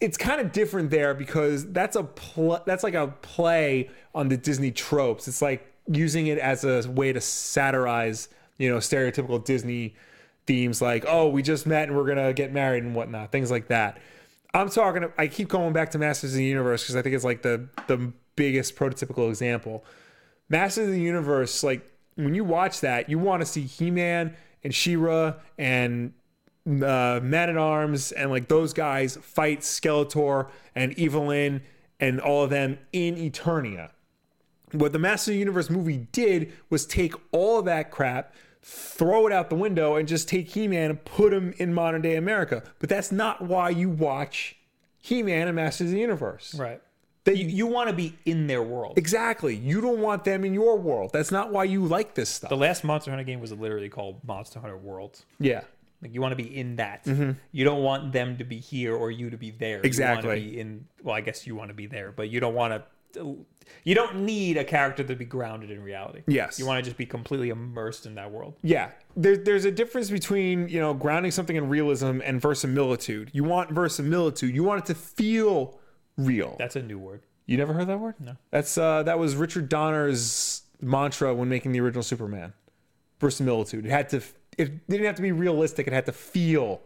Speaker 2: it's kind of different there because that's a pl- that's like a play on the Disney tropes. It's like using it as a way to satirize, you know, stereotypical Disney themes like, oh, we just met and we're gonna get married and whatnot, things like that. I'm talking. I keep going back to Masters of the Universe because I think it's like the the biggest prototypical example. Masters of the Universe, like when you watch that, you want to see He-Man and She-Ra and uh, Man at Arms and like those guys fight Skeletor and Evelyn and all of them in Eternia. What the Master of the Universe movie did was take all of that crap, throw it out the window, and just take He Man and put him in modern day America. But that's not why you watch He Man and Masters of the Universe.
Speaker 1: Right.
Speaker 2: They-
Speaker 1: you you want to be in their world.
Speaker 2: Exactly. You don't want them in your world. That's not why you like this stuff.
Speaker 1: The last Monster Hunter game was literally called Monster Hunter World.
Speaker 2: yeah.
Speaker 1: Like you want to be in that.
Speaker 2: Mm-hmm.
Speaker 1: You don't want them to be here or you to be there. You
Speaker 2: Exactly.
Speaker 1: want to be in. Well, I guess you want to be there, but you don't want to. You don't need a character to be grounded in reality.
Speaker 2: Yes.
Speaker 1: You want to just be completely immersed in that world.
Speaker 2: Yeah, there, there's a difference between you know grounding something in realism and verisimilitude. You want verisimilitude. You want it to feel real.
Speaker 1: That's a new word.
Speaker 2: you never heard that word? No. That's uh, that was Richard Donner's mantra when making the original Superman. Verisimilitude. It had to. f- It didn't have to be realistic. It had to feel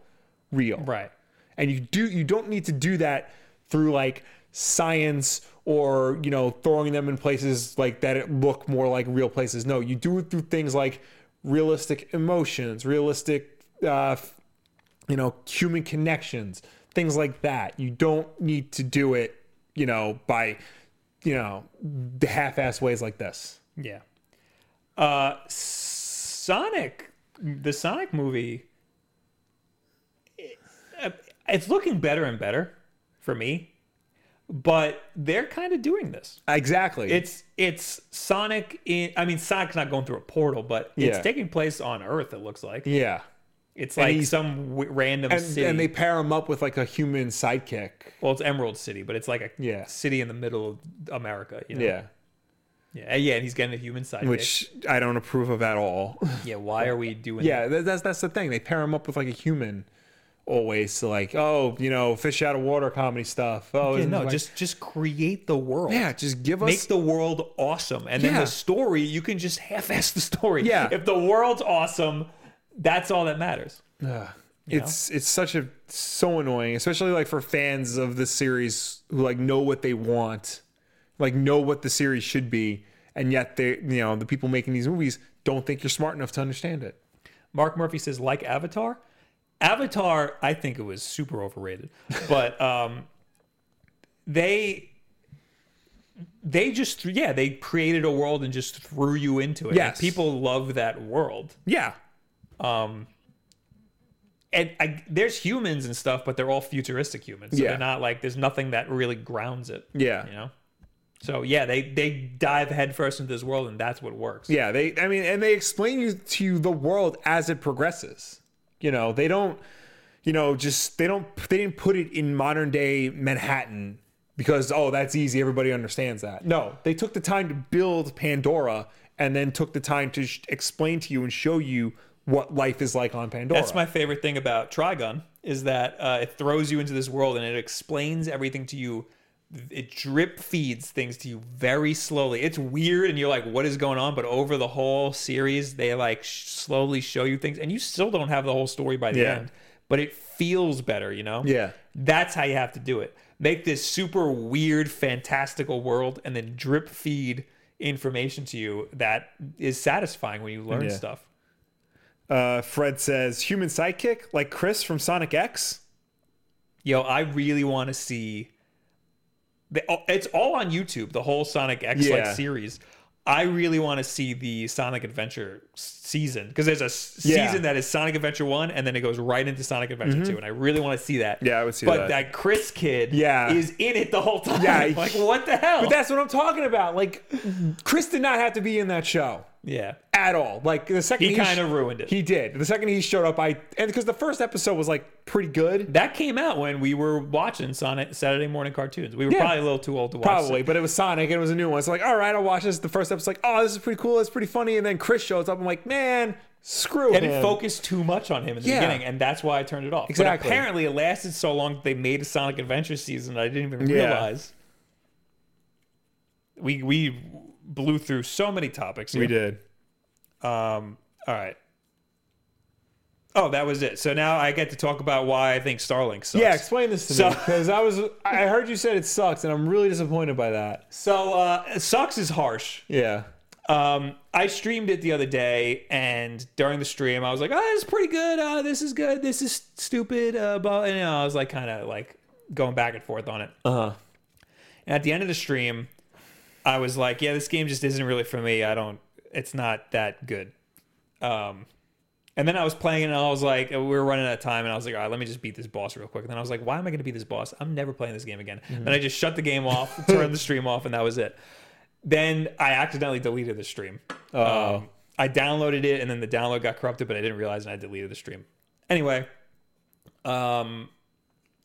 Speaker 2: real.
Speaker 1: Right.
Speaker 2: And you do. You don't need to do that through like science or you know throwing them in places like that it look more like real places. No, you do it through things like realistic emotions, realistic uh, you know, human connections, things like that. You don't need to do it, you know, by, you know, the half-ass ways like this.
Speaker 1: Yeah. Uh, Sonic, the Sonic movie, it, uh, it's looking better and better for me, but they're kind of doing this.
Speaker 2: Exactly.
Speaker 1: It's it's Sonic in. I mean, Sonic's not going through a portal, but
Speaker 2: Yeah.
Speaker 1: it's taking place on Earth. It looks like
Speaker 2: yeah.
Speaker 1: it's like
Speaker 2: he's-
Speaker 1: some w- random
Speaker 2: And,
Speaker 1: city.
Speaker 2: and they pair him up with like a human sidekick.
Speaker 1: well, it's Emerald City, but it's like a
Speaker 2: Yeah.
Speaker 1: city in the middle of America. You know?
Speaker 2: Yeah.
Speaker 1: yeah, yeah. And he's getting a human side.
Speaker 2: Which I don't approve of at all.
Speaker 1: yeah, why are we doing?
Speaker 2: yeah, that, that's that's the thing. They pair him up with like a human always so like, oh, you know, fish out of water comedy stuff. Oh,
Speaker 1: that? Yeah,
Speaker 2: isn't
Speaker 1: no,
Speaker 2: like-
Speaker 1: just just create the world.
Speaker 2: yeah, just give us
Speaker 1: make the world awesome and then
Speaker 2: Yeah.
Speaker 1: the story you can just half-ass the story
Speaker 2: Yeah.
Speaker 1: if the world's awesome that's all that matters
Speaker 2: Ugh. it's it's such a so annoying, especially like for fans of the series who like know what they want, like know what the series should be, and yet they you know the people making these movies don't think you're smart enough to understand it.
Speaker 1: mark murphy says like avatar avatar i think it was super overrated but um they they just yeah they created a world and just threw you into it Yeah,
Speaker 2: Yes.
Speaker 1: people love that world
Speaker 2: Yeah,
Speaker 1: and I, there's humans and stuff but they're all futuristic humans so
Speaker 2: Yeah.
Speaker 1: they're not like there's nothing that really grounds it
Speaker 2: yeah,
Speaker 1: you know so yeah they they dive headfirst into this world and that's what works
Speaker 2: yeah. They I mean, and they explain you to you the world as it progresses. You know, they don't, you know, just they don't they didn't put it in modern day Manhattan because oh that's easy everybody understands that. No, they took the time to build Pandora and then took the time to sh- explain to you and show you what life is like on Pandora.
Speaker 1: that's my favorite thing about Trigun is that uh, it throws you into this world and it explains everything to you it drip feeds things to you very slowly. It's weird, and you're like, "What is going on?" But over the whole series, they like sh- slowly show you things, and you still don't have the whole story by the
Speaker 2: Yeah.
Speaker 1: end. But it feels better, you know.
Speaker 2: Yeah.
Speaker 1: that's how you have to do it. Make this super weird, fantastical world, and then drip feed information to you that is satisfying when you learn
Speaker 2: Yeah.
Speaker 1: stuff.
Speaker 2: Uh, Fred says human sidekick like Chris from Sonic X.
Speaker 1: Yo, I really want to see. The, oh, it's all on YouTube. The whole Sonic X like
Speaker 2: Yeah.
Speaker 1: series. I really want to see the Sonic Adventure s- season because there's a s-
Speaker 2: Yeah. Mm-hmm.
Speaker 1: season that is Sonic Adventure One, and then it goes right into Sonic Adventure Two, and I really want to see that.
Speaker 2: Yeah, I would see
Speaker 1: but
Speaker 2: that.
Speaker 1: But that Chris kid,
Speaker 2: Yeah.
Speaker 1: is in it the whole time.
Speaker 2: Yeah,
Speaker 1: like what the hell?
Speaker 2: But that's what I'm talking about. Like Chris did not have to be in that show
Speaker 1: yeah,
Speaker 2: at all. Like the second
Speaker 1: he kind
Speaker 2: sh-
Speaker 1: of ruined it.
Speaker 2: he did. The second he showed up, I and because the first episode was like pretty good,
Speaker 1: that came out when we were watching Sonic Saturday morning cartoons. We were
Speaker 2: Yeah.
Speaker 1: probably a little too old to watch.
Speaker 2: probably, but it was Sonic and it was a new one. So like, all right, I'll watch this. The first episode's like, oh, this is pretty cool. It's pretty funny. And then Chris shows up. I'm like, man, screw
Speaker 1: and
Speaker 2: him.
Speaker 1: it focused too much on him in the
Speaker 2: Yeah.
Speaker 1: beginning, and that's why I turned it off. But
Speaker 2: Exactly.
Speaker 1: apparently, it lasted so long that they made a Sonic Adventure season. that I didn't even
Speaker 2: Yeah.
Speaker 1: realize. We we blew through so many topics.
Speaker 2: we
Speaker 1: here.
Speaker 2: did.
Speaker 1: Um. All right. Oh, that was it. So now I get to talk about why I think Starlink sucks.
Speaker 2: Yeah, explain this to
Speaker 1: So-
Speaker 2: me because I was I heard you said it sucks, and I'm really disappointed by that.
Speaker 1: So uh, sucks is harsh.
Speaker 2: Yeah.
Speaker 1: Um, I streamed it the other day, and during the stream, I was like, "Oh, this is pretty good. Uh, this is good. This is stupid." Uh, blah, and you know, I was like, kind of like going back and forth on it.
Speaker 2: Uh huh.
Speaker 1: And at the end of the stream, I was like, "Yeah, this game just isn't really for me. I don't. It's not that good." Um, and then I was playing, it and I was like, we were running out of time, and I was like, "All right, let me just beat this boss real quick." And then I was like, "Why am I going to beat this boss? I'm never playing this game again." Then I just shut the game off, turned the stream off, and that was it. Then I accidentally deleted the stream.
Speaker 2: Oh.
Speaker 1: Um, I downloaded it, and then the download got corrupted, but I didn't realize, and I deleted the stream. Anyway, um,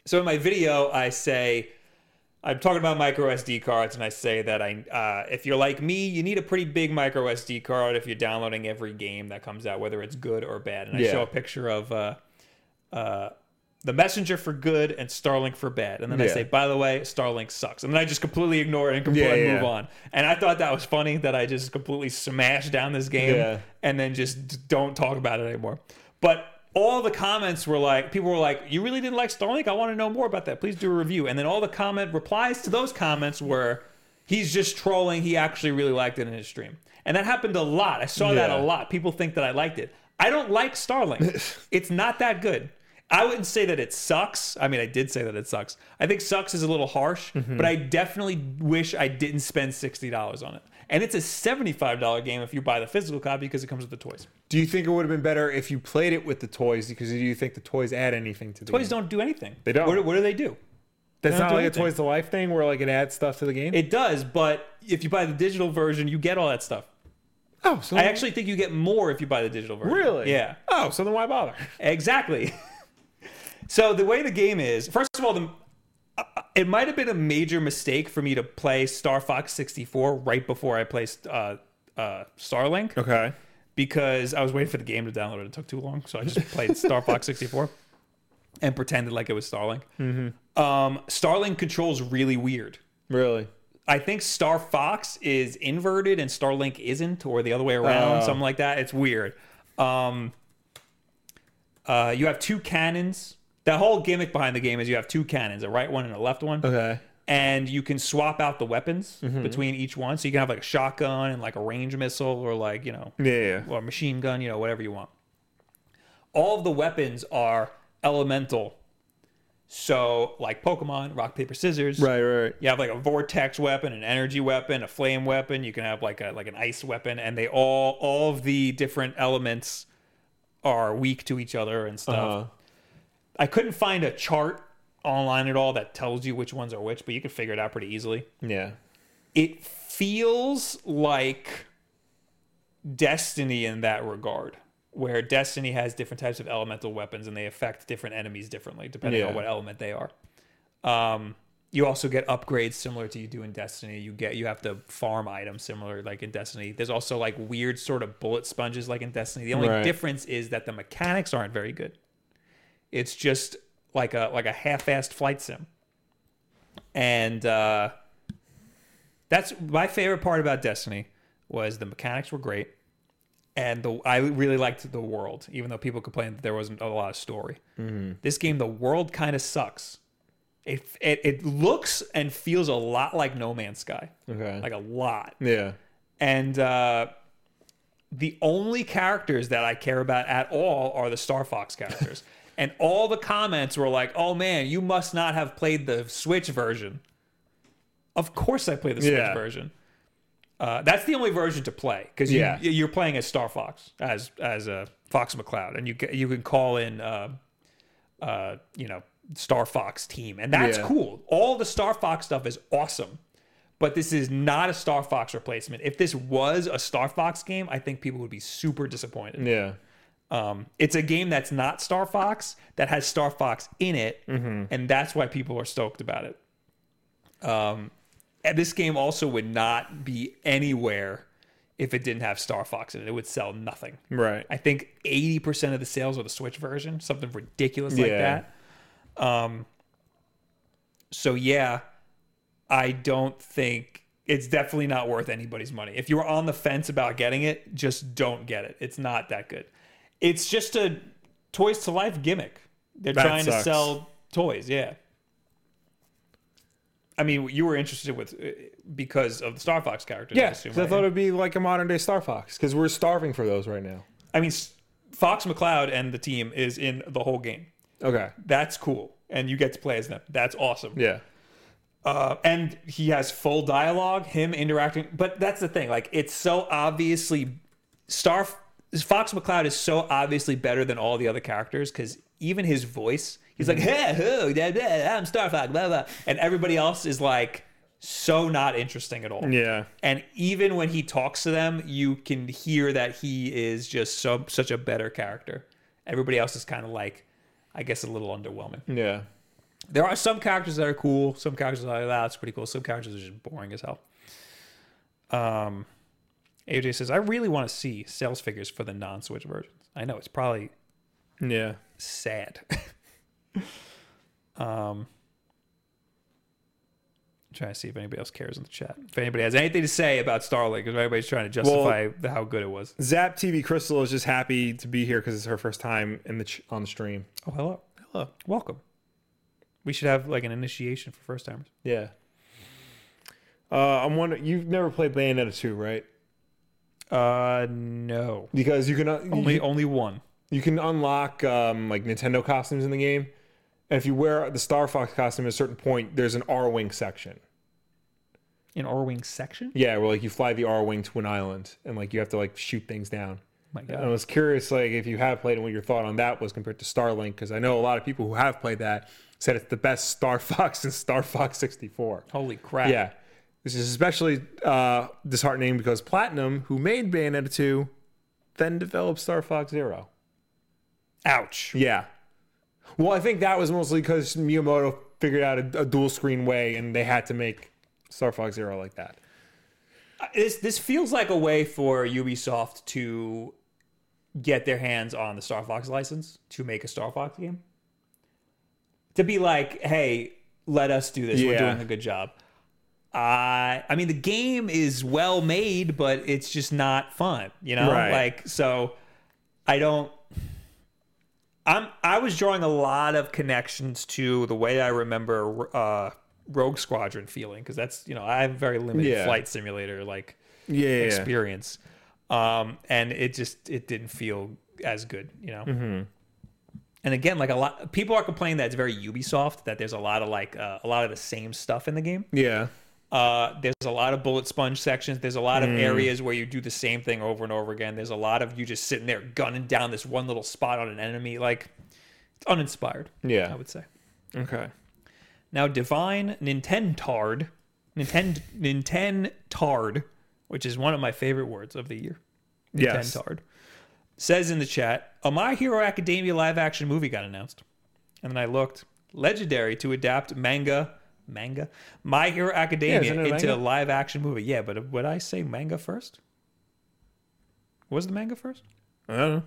Speaker 1: so in my video, I say. I'm talking about micro SD cards, and I say that I, uh, if you're like me, you need a pretty big micro SD card if you're downloading every game that comes out, whether it's good or bad. And I
Speaker 2: Yeah.
Speaker 1: show a picture of uh, uh, the Messenger for good and Starlink for bad, and then I
Speaker 2: Yeah.
Speaker 1: say, by the way, Starlink sucks, and then I just completely ignore it and completely
Speaker 2: Yeah, yeah.
Speaker 1: move on. And I thought that was funny that I just completely smashed down this game
Speaker 2: Yeah.
Speaker 1: and then just d- don't talk about it anymore. But all the comments were like, people were like, "You really didn't like Starlink? I want to know more about that. Please do a review." And then all the comment replies to those comments were, "He's just trolling. He actually really liked it in his stream." And that happened a lot. I saw that
Speaker 2: Yeah.
Speaker 1: a lot. People think that I liked it. I don't like Starlink. it's not that good. I wouldn't say that it sucks. I mean, I did say that it sucks. I think sucks is a little harsh,
Speaker 2: Mm-hmm.
Speaker 1: but I definitely wish I didn't spend sixty dollars on it. And it's a seventy-five dollar game if you buy the physical copy because it comes with the toys.
Speaker 2: Do you think it would have been better if you played it with the toys? Because do you think the toys add anything to the
Speaker 1: Toys
Speaker 2: game?
Speaker 1: don't do anything.
Speaker 2: They don't.
Speaker 1: What, what do they do?
Speaker 2: That's
Speaker 1: they don't
Speaker 2: not
Speaker 1: do
Speaker 2: like
Speaker 1: anything.
Speaker 2: a Toys to Life thing where like it adds stuff to the game.
Speaker 1: It does, but if you buy the digital version, you get all that stuff.
Speaker 2: oh, so
Speaker 1: I
Speaker 2: then-
Speaker 1: actually think you get more if you buy the digital version.
Speaker 2: really
Speaker 1: Yeah.
Speaker 2: Oh, so then why bother?
Speaker 1: Exactly. so the way the game is, first of all, the uh, it might have been a major mistake for me to play Star Fox 64 right before I placed uh, uh, Starlink
Speaker 2: Okay.
Speaker 1: because I was waiting for the game to download it. It took too long, so I just played Star Fox 64 and pretended like it was Starlink. Um, Starlink controls really weird.
Speaker 2: Really.
Speaker 1: I think Star Fox is inverted and Starlink isn't, or the other way around,
Speaker 2: Oh.
Speaker 1: something like that. It's weird. Um, uh, you have two cannons. The whole gimmick behind the game is you have two cannons, a right one and a left one,
Speaker 2: Okay. Mm-hmm.
Speaker 1: and you can swap out the weapons between each one. So you can have like a shotgun and like a range missile, or like you know,
Speaker 2: Yeah. yeah.
Speaker 1: or machine gun, you know, whatever you want. All of the weapons are elemental. So like Pokemon, rock paper scissors,
Speaker 2: Right. Right.
Speaker 1: you have like a vortex weapon, an energy weapon, a flame weapon. You can have like a like an ice weapon, and they all all of the different elements are weak to each other and stuff.
Speaker 2: Uh,
Speaker 1: I couldn't find a chart online at all that tells you which ones are which, but you can figure it out pretty easily.
Speaker 2: yeah.
Speaker 1: It feels like Destiny in that regard, where Destiny has different types of elemental weapons and they affect different enemies differently depending
Speaker 2: Yeah.
Speaker 1: on what element they are. Um, you also get upgrades similar to you do in Destiny. You get you have to farm items similar like in Destiny. There's also like weird sort of bullet sponges like in Destiny. The only
Speaker 2: Right.
Speaker 1: difference is that the mechanics aren't very good. It's just like a like a half-assed flight sim. and uh, that's my favorite part about Destiny was the mechanics were great, and the I really liked the world, even though people complained that there wasn't a lot of story. This game, the world kind of sucks. It, it it looks and feels a lot like No Man's Sky,
Speaker 2: Okay.
Speaker 1: like a lot
Speaker 2: yeah.
Speaker 1: and uh, the only characters that I care about at all are the Star Fox characters. and all the comments were like, "Oh man, you must not have played the Switch version." Of course, I play the Switch
Speaker 2: Yeah.
Speaker 1: version. Uh, that's the only version to play because you,
Speaker 2: Yeah.
Speaker 1: you're playing as Star Fox, as as uh, Fox McCloud, and you ca- you can call in, uh, uh, you know, Star Fox team, and that's
Speaker 2: Yeah.
Speaker 1: cool. All the Star Fox stuff is awesome but this is not a Star Fox replacement. If this was a Star Fox game, I think people would be super disappointed.
Speaker 2: Yeah.
Speaker 1: Um, it's a game that's not Star Fox that has Star Fox in it, and that's why people are stoked about it. Um, and this game also would not be anywhere if it didn't have Star Fox in it. It would sell nothing.
Speaker 2: Right.
Speaker 1: I think 80% of the sales are the Switch version, something ridiculous like
Speaker 2: Yeah.
Speaker 1: that. Um, so, yeah, I don't think it's definitely not worth anybody's money. If you were on the fence about getting it, just don't get it. It's not that good. It's just a Toys to Life gimmick. They're
Speaker 2: That
Speaker 1: trying to
Speaker 2: sucks.
Speaker 1: sell toys, yeah. I mean, you were interested with uh, because of the Star Fox characters. I,
Speaker 2: Yeah.
Speaker 1: assume,
Speaker 2: 'cause I
Speaker 1: right?
Speaker 2: thought it'd be like a modern day Star Fox because we're starving for those right now.
Speaker 1: I mean, S- Fox McCloud and the team is in the whole game.
Speaker 2: Okay.
Speaker 1: That's cool. And you get to play as them. That's awesome.
Speaker 2: Yeah.
Speaker 1: Uh, and he has full dialogue, him interacting. But that's the thing. Like, it's so obviously. Star Fox McCloud is so obviously better than all the other characters because even his voice, he's like, hey, who, da, da, I'm Star Fox, blah, blah. And everybody else is like, so not interesting at all.
Speaker 2: Yeah.
Speaker 1: And even when he talks to them, you can hear that he is just so such a better character. Everybody else is kind of like, I guess, a little underwhelming.
Speaker 2: Yeah.
Speaker 1: There are some characters that are cool. Some characters are like, "Ah, that's pretty cool. Some characters are just boring as hell. Um, AJ says, I really want to see sales figures for the non-Switch versions. I know it's probably
Speaker 2: Yeah.
Speaker 1: sad. um, trying to see if anybody else cares in the chat. If anybody has anything to say about Starlink, because everybody's trying to justify the how good it was.
Speaker 2: Zap TV Crystal is just happy to be here because it's her first time in the ch- on the stream.
Speaker 1: Oh, hello, hello, welcome. We should have like an initiation for first timers.
Speaker 2: Yeah. Uh, I'm wondering. You've never played Bayonetta two, right?
Speaker 1: Uh, no,
Speaker 2: Because you can uh,
Speaker 1: only
Speaker 2: you,
Speaker 1: only one.
Speaker 2: you can unlock um, like Nintendo costumes in the game, and if you wear the Star Fox costume at a certain point, there's an R wing section.
Speaker 1: An R-wing section?
Speaker 2: Yeah, where like you fly the R wing to an island, and like you have to like shoot things down.
Speaker 1: My
Speaker 2: I
Speaker 1: God.
Speaker 2: was curious, like, if you have played and what your thought on that was compared to Starlink, because I know a lot of people who have played that said it's the best Star Fox since Star Fox 64.
Speaker 1: Holy crap!
Speaker 2: Yeah. This is especially uh, disheartening because Platinum, who made Bayonetta 2, then developed Star Fox Zero.
Speaker 1: Ouch.
Speaker 2: Yeah. Well, I think that was mostly because Miyamoto figured out a, a dual screen way and they had to make Star Fox Zero like that.
Speaker 1: This this feels like a way for Ubisoft to get their hands on the Star Fox license to make a Star Fox game. To be like, hey, let us do this. We're
Speaker 2: Yeah.
Speaker 1: doing a good job. Uh, I I mean the game is well made, but it's just not fun, you know?
Speaker 2: Right.
Speaker 1: Like so I don't I'm I was drawing a lot of connections to the way I remember uh Rogue Squadron feeling because that's you know I have very limited
Speaker 2: Yeah.
Speaker 1: flight simulator like
Speaker 2: Yeah.
Speaker 1: experience um and it just it didn't feel as good you know
Speaker 2: Mm-hmm.
Speaker 1: and again like a lot people are complaining that it's very ubisoft that there's a lot of like uh, a lot of the same stuff in the game
Speaker 2: Yeah.
Speaker 1: uh there's a lot of bullet sponge sections there's a lot of
Speaker 2: Mm.
Speaker 1: areas where you do the same thing over and over again there's a lot of you just sitting there gunning down this one little spot on an enemy like it's uninspired i
Speaker 2: Yeah.
Speaker 1: would say
Speaker 2: Okay.
Speaker 1: now, Divine Nintendard, Nintend Nintendard, which is one of my favorite words of the year.
Speaker 2: Yes.
Speaker 1: Nintendard says in the chat, "A My Hero Academia live action movie got announced," and then I looked. Legendary to adapt manga, manga, My Hero Academia
Speaker 2: isn't it a
Speaker 1: into a
Speaker 2: manga?
Speaker 1: live action movie. Yeah, but would I say manga first? Was the manga first?
Speaker 2: I don't know.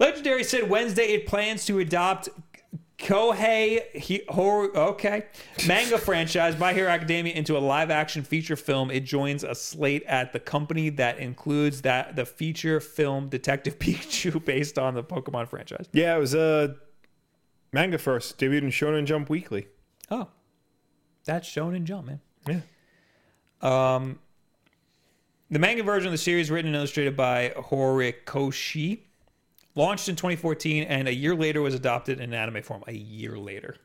Speaker 1: Legendary said Wednesday it plans to adopt Kohei he, Hor- okay manga franchise My Hero Academia into a live action feature film. It joins a slate at the company that includes that the feature film Detective Pikachu based on the Pokemon franchise.
Speaker 2: Yeah, it was uh, manga first, debuted in Shonen Jump Weekly.
Speaker 1: Oh, that's shown in Jump, man.
Speaker 2: Yeah.
Speaker 1: Um, the manga version of the series, written and illustrated by Horikoshi, launched in 2014 and a year later was adopted in anime form. A year later.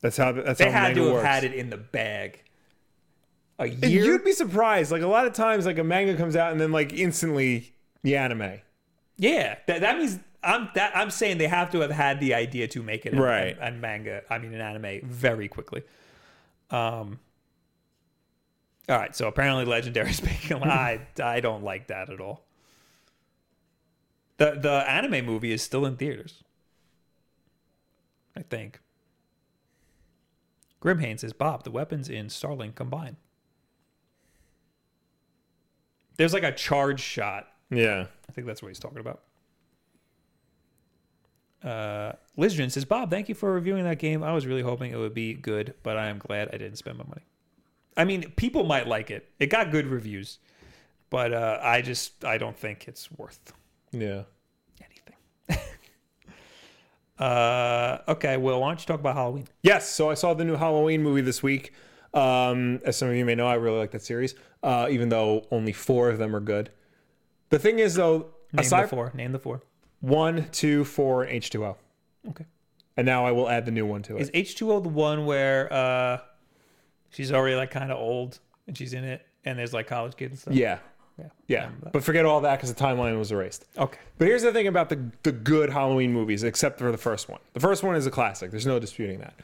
Speaker 2: That's how that's
Speaker 1: They
Speaker 2: how
Speaker 1: had
Speaker 2: manga
Speaker 1: to have
Speaker 2: works.
Speaker 1: had it in the bag. A
Speaker 2: And
Speaker 1: year?
Speaker 2: You'd be surprised. Like a lot of times, like a manga comes out and then like instantly the anime.
Speaker 1: yeah. That, that means I'm that I'm saying they have to have had the idea to make it an-
Speaker 2: Right.
Speaker 1: an, an manga, I mean an anime very quickly. Um all right, so apparently Legendary is making I I don't like that at all. The the anime movie is still in theaters. I think. Grimhane says, Bob, the weapons in Starling combine. There's like a charge shot
Speaker 2: Yeah.
Speaker 1: I think that's what he's talking about. Uh, Lizrin says, Bob, thank you for reviewing that game. I was really hoping it would be good, but I am glad I didn't spend my money. I mean, people might like it. It got good reviews, but uh, I just I don't think it's worth
Speaker 2: Yeah.
Speaker 1: anything. uh, okay, well, why don't you talk about Halloween?
Speaker 2: Yes. So I saw the new Halloween movie this week. Um, as some of you may know, I really like that series, uh, even though only four of them are good. The thing is, though,
Speaker 1: Name
Speaker 2: aside
Speaker 1: the four. Name the four.
Speaker 2: one, two, four, and H2O.
Speaker 1: Okay.
Speaker 2: And now I will add the new one to it.
Speaker 1: Is H two O the one where uh, she's already like kind of old and she's in it, and there's like college kids and stuff?
Speaker 2: yeah.
Speaker 1: yeah,
Speaker 2: Yeah. But forget all that because the timeline was erased.
Speaker 1: Okay.
Speaker 2: But here's the thing about the, the good Halloween movies, except for the first one. The first one is a classic. There's no disputing that.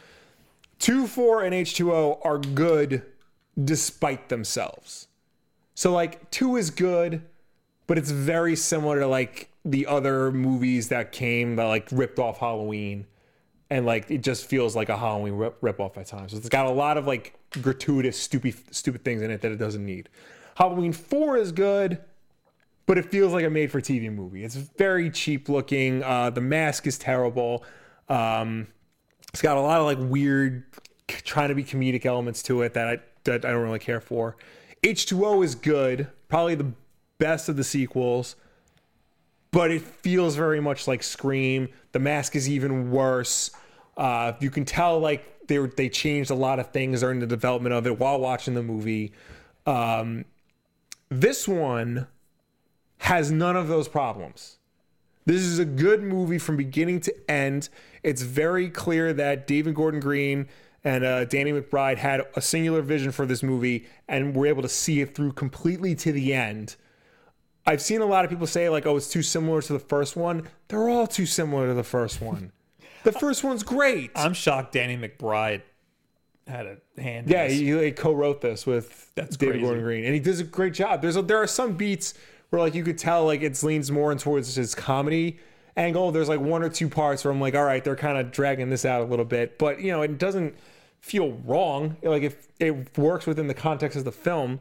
Speaker 2: 2 4 and H2O are good despite themselves. So, like, 2 is good, but it's very similar to, like, the other movies that came that, like, ripped off Halloween. And, like, it just feels like a Halloween rip, rip off at times. It's got a lot of, like, gratuitous, stupid, stupid things in it that it doesn't need. Halloween 4 is good but it feels like a made for TV movie. It's very cheap looking. Uh, the mask is terrible. Um, it's got a lot of like weird, k- trying to be comedic elements to it that I that I don't really care for. H2O is good, probably the best of the sequels, but it feels very much like Scream. The mask is even worse. Uh, you can tell like they were, they changed a lot of things during the development of it while watching the movie. Um, this one has none of those problems. This is a good movie from beginning to end. It's very clear that David Gordon Green and uh, Danny McBride had a singular vision for this movie and were able to see it through completely to the end. I've seen a lot of people say, like, oh, it's too similar to the first one. They're all too similar to the first one. The first one's great.
Speaker 1: I'm shocked Danny McBride had a hand.
Speaker 2: Yeah,
Speaker 1: in this.
Speaker 2: he like, co-wrote this with
Speaker 1: That's
Speaker 2: David
Speaker 1: crazy.
Speaker 2: Gordon Green, and he does a great job. There's a, there are some beats where like you could tell like it's leans more in towards his comedy angle. There's like one or two parts where I'm like, all right, they're kind of dragging this out a little bit, but you know, it doesn't feel wrong. Like if it works within the context of the film.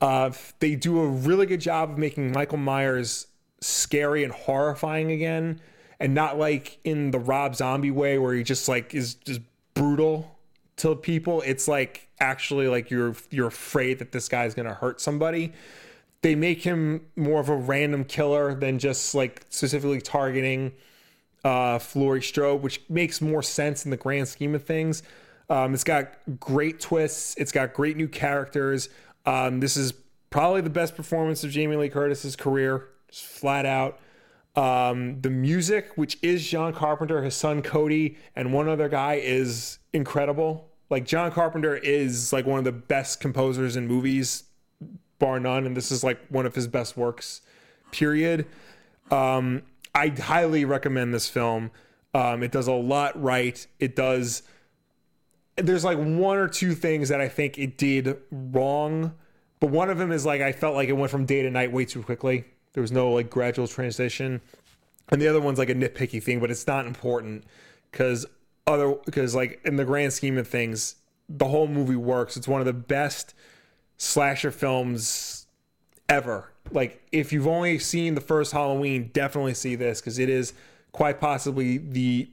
Speaker 2: Uh, they do a really good job of making Michael Myers scary and horrifying again, and not like in the Rob Zombie way where he just like is just brutal to people. It's like actually like you're you're afraid that this guy's gonna hurt somebody. They make him more of a random killer than just like specifically targeting uh, Flory Strode, which makes more sense in the grand scheme of things. Um, it's got great twists. It's got great new characters. Um, this is probably the best performance of Jamie Lee Curtis's career, just flat out. Um, the music, which is John Carpenter, his son Cody, and one other guy, is incredible. Like John Carpenter is like one of the best composers in movies, bar none, and this is like one of his best works. Period. Um, I highly recommend this film. Um, it does a lot right. It does. There's like one or two things that I think it did wrong, but one of them is like I felt like it went from day to night way too quickly. There was no like gradual transition, and the other one's like a nitpicky thing, but it's not important because other because like in the grand scheme of things, the whole movie works. It's one of the best slasher films ever. Like, if you've only seen the first Halloween, definitely see this because it is quite possibly the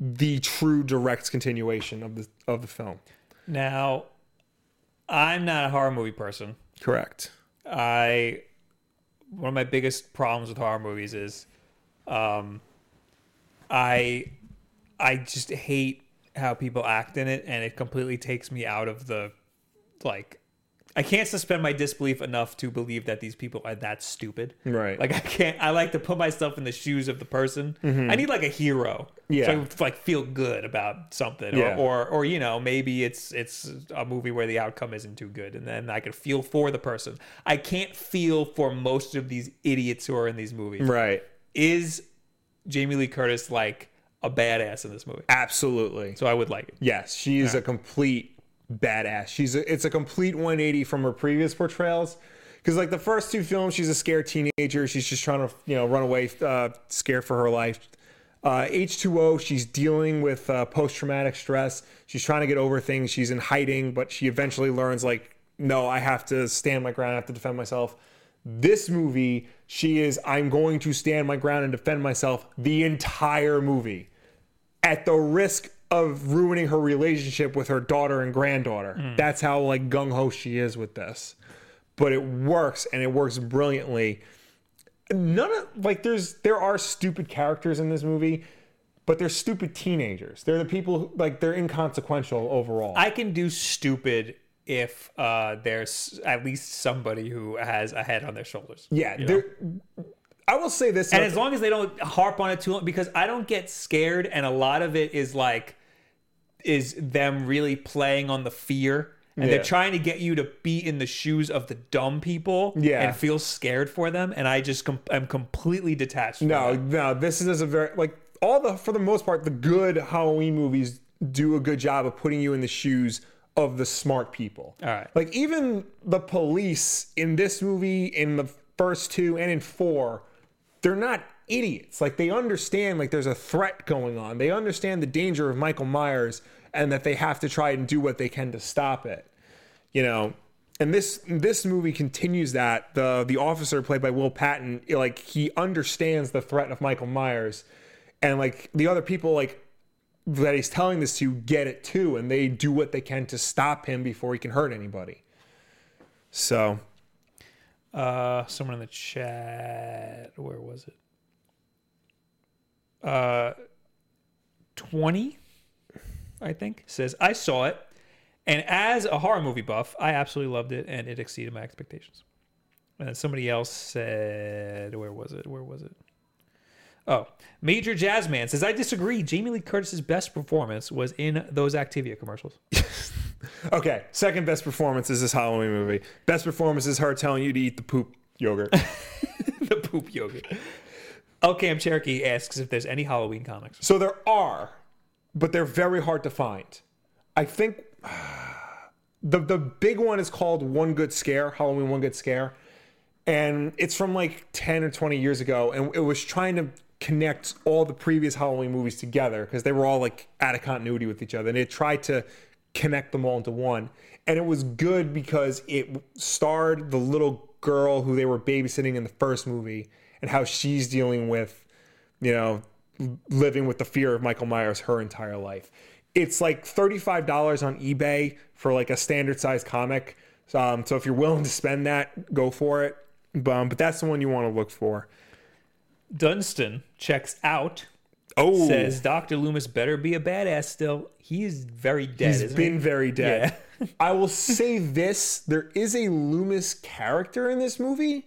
Speaker 2: the true direct continuation of the of the film.
Speaker 1: Now, I'm not a horror movie person.
Speaker 2: Correct.
Speaker 1: I one of my biggest problems with horror movies is um I I just hate how people act in it and it completely takes me out of the like I can't suspend my disbelief enough to believe that these people are that stupid.
Speaker 2: Right.
Speaker 1: Like I can't I like to put myself in the shoes of the person. I need like a hero.
Speaker 2: Mm-hmm. Yeah.
Speaker 1: So I can, like feel good about something.
Speaker 2: Yeah.
Speaker 1: Or, or or you know, maybe it's it's a movie where the outcome isn't too good and then I can feel for the person. I can't feel for most of these idiots who are in these movies.
Speaker 2: Right.
Speaker 1: Is Jamie Lee Curtis like a badass in this movie?
Speaker 2: Absolutely.
Speaker 1: So I would like it.
Speaker 2: Yes, she is a complete badass. She's a, it's a complete 180 from her previous portrayals. Because like the first two films, she's a scared teenager. She's just trying to you know run away, uh, scared for her life. Uh, H2O, she's dealing with uh, post traumatic stress. She's trying to get over things. She's in hiding, but she eventually learns like, no, I have to stand my ground. I have to defend myself. This movie, she is I'm going to stand my ground and defend myself the entire movie at the risk of ruining her relationship with her daughter and granddaughter.
Speaker 1: Mm.
Speaker 2: That's how like gung ho she is with this. But it works and it works brilliantly. None of like there's there are stupid characters in this movie, but they're stupid teenagers. They're the people who, like they're inconsequential overall.
Speaker 1: I can do stupid if uh, there's at least somebody who has a head on their shoulders.
Speaker 2: yeah, they're I will say this
Speaker 1: And as long as they don't harp on it too long, because I don't get scared, and a lot of it is like, is them really playing on the fear. And
Speaker 2: Yeah.
Speaker 1: they're trying to get you to be in the shoes of the dumb people
Speaker 2: Yeah.
Speaker 1: and feel scared for them. And I just com- I'm completely detached. from
Speaker 2: No,
Speaker 1: that.
Speaker 2: no, this is a very like all the for the most part the good Halloween movies do a good job of putting you in the shoes of the smart people.
Speaker 1: All right.
Speaker 2: Like even the police in this movie in the first two and in 4, they're not idiots. Like they understand like there's a threat going on. They understand the danger of Michael Myers and that they have to try and do what they can to stop it you know and this this movie continues that the the officer played by Will Patton like he understands the threat of Michael Myers and like the other people like that he's telling this to get it too and they do what they can to stop him before he can hurt anybody so
Speaker 1: Uh, someone in the chat. Where was it? Uh, twenty, I think, says I saw it, and as a horror movie buff, I absolutely loved it, and it exceeded my expectations. And then somebody else said, "Where was it? Where was it?" Oh, Major Jazzman says I disagree. Jamie Lee Curtis's best performance was in those Activia commercials.
Speaker 2: okay second best performance is this Halloween movie best performance is her telling you to eat the poop yogurt
Speaker 1: the poop yogurt. Okay, I'm Cherokee asks if there's any Halloween comics.
Speaker 2: So there are, but they're very hard to find. I think the the big one is called One Good Scare, Halloween One Good Scare, and it's from like 10 or 20 years ago and it was trying to connect all the previous Halloween movies together because they were all like out of continuity with each other and it tried to connect them all into one. And it was good because it starred the little girl who they were babysitting in the first movie and how she's dealing with you know, living with the fear of Michael Myers her entire life. It's like $35 on eBay for like a standard size comic. Um, so if you're willing to spend that, go for it. But, um, but that's the one you want to look for.
Speaker 1: Dunstan checks out,
Speaker 2: Oh,
Speaker 1: says Dr. Loomis better be a badass still. He is very dead.
Speaker 2: he's
Speaker 1: isn't
Speaker 2: been very dead.
Speaker 1: Yeah.
Speaker 2: I will say this there is a Loomis character in this movie,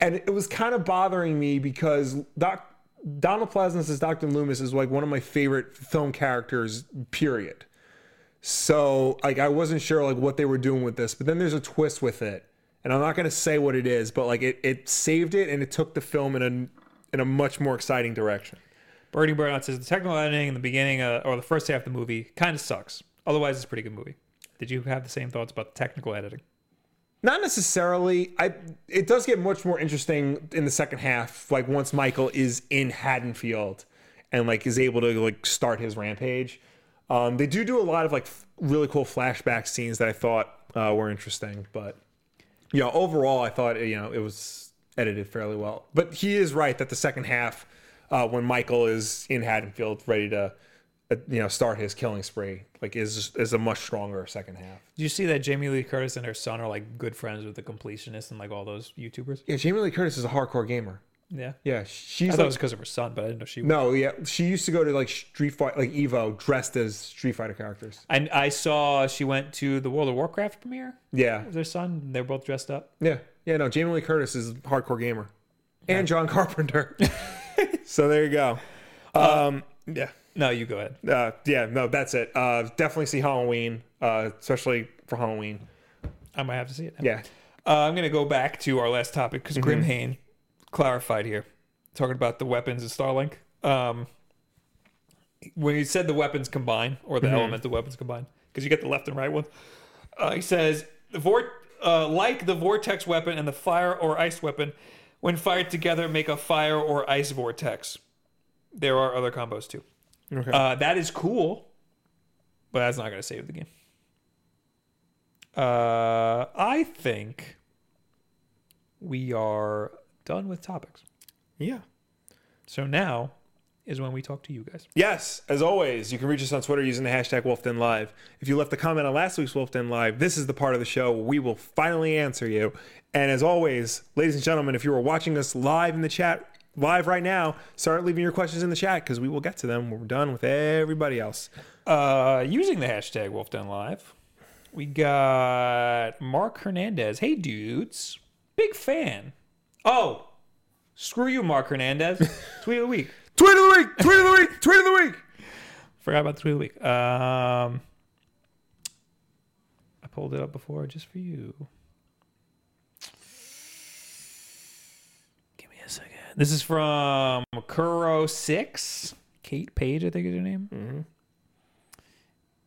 Speaker 2: and it was kind of bothering me because Doc, Donald Pleasance as Dr. Loomis is like one of my favorite film characters, period. So like I wasn't sure like what they were doing with this, but then there's a twist with it, and I'm not gonna say what it is, but like it it saved it and it took the film in a in a much more exciting direction.
Speaker 1: he? Bernie Burnout says the technical editing in the beginning uh, or the first half of the movie kind of sucks. Otherwise, it's a pretty good movie. Did you have the same thoughts about the technical editing?
Speaker 2: Not necessarily. I it does get much more interesting in the second half, like once Michael is in Haddonfield and like is able to like start his rampage. Um, they do do a lot of like f- really cool flashback scenes that I thought uh, were interesting, but you know, overall, I thought you know it was edited fairly well. But he is right that the second half, uh, when Michael is in Haddonfield, ready to uh, you know start his killing spree. Like is is a much stronger second half.
Speaker 1: Do you see that Jamie Lee Curtis and her son are like good friends with the completionist and like all those YouTubers?
Speaker 2: Yeah, Jamie Lee Curtis is a hardcore gamer.
Speaker 1: Yeah.
Speaker 2: Yeah,
Speaker 1: I
Speaker 2: she's
Speaker 1: thought it
Speaker 2: like,
Speaker 1: was because of her son, but I didn't know she.
Speaker 2: no, yeah, she used to go to like Street Fight, like Evo, dressed as Street Fighter characters.
Speaker 1: And I saw she went to the World of Warcraft premiere
Speaker 2: Yeah,
Speaker 1: with her son. and They were both dressed up.
Speaker 2: yeah, yeah. No, Jamie Lee Curtis is a hardcore gamer, and John Carpenter. so there you go. Um, yeah.
Speaker 1: No, you go ahead.
Speaker 2: uh, yeah, no, that's it. Uh, definitely see Halloween, uh, especially for Halloween.
Speaker 1: I might have to see it. now.
Speaker 2: Yeah,
Speaker 1: Uh, I'm going to go back to our last topic because Grimhain clarified here, talking about the weapons and Starlink. Um, when he said the weapons combine or the elemental weapons combine, because you get the left and right ones, uh, he says the vor- uh, like the vortex weapon and the fire or ice weapon, when fired together, make a fire or ice vortex. There are other combos too.
Speaker 2: Okay.
Speaker 1: Uh, that is cool, but that's not going to save the game. Uh, I think we are done with topics.
Speaker 2: yeah.
Speaker 1: So now is when we talk to you guys.
Speaker 2: Yes, as always, you can reach us on Twitter using the hashtag WolfDenLive. If you left a comment on last week's WolfDen Live, this is the part of the show where we will finally answer you. And as always, ladies and gentlemen, if you are watching us live in the chat, live right now, start leaving your questions in the chat because we will get to them when we're done with everybody else.
Speaker 1: Uh, using the hashtag WolfDenLive, we got Mark Hernandez. Hey, dudes. Big fan. Oh, screw you, Mark Hernandez. Tweet of the week.
Speaker 2: Tweet of the week! Tweet of the week! Tweet of the week!
Speaker 1: Forgot about the tweet of the week. Um, I pulled it up before just for you. Give me a second. This is from Kuro6. Kate Page, I think is her name.
Speaker 2: Mm-hmm.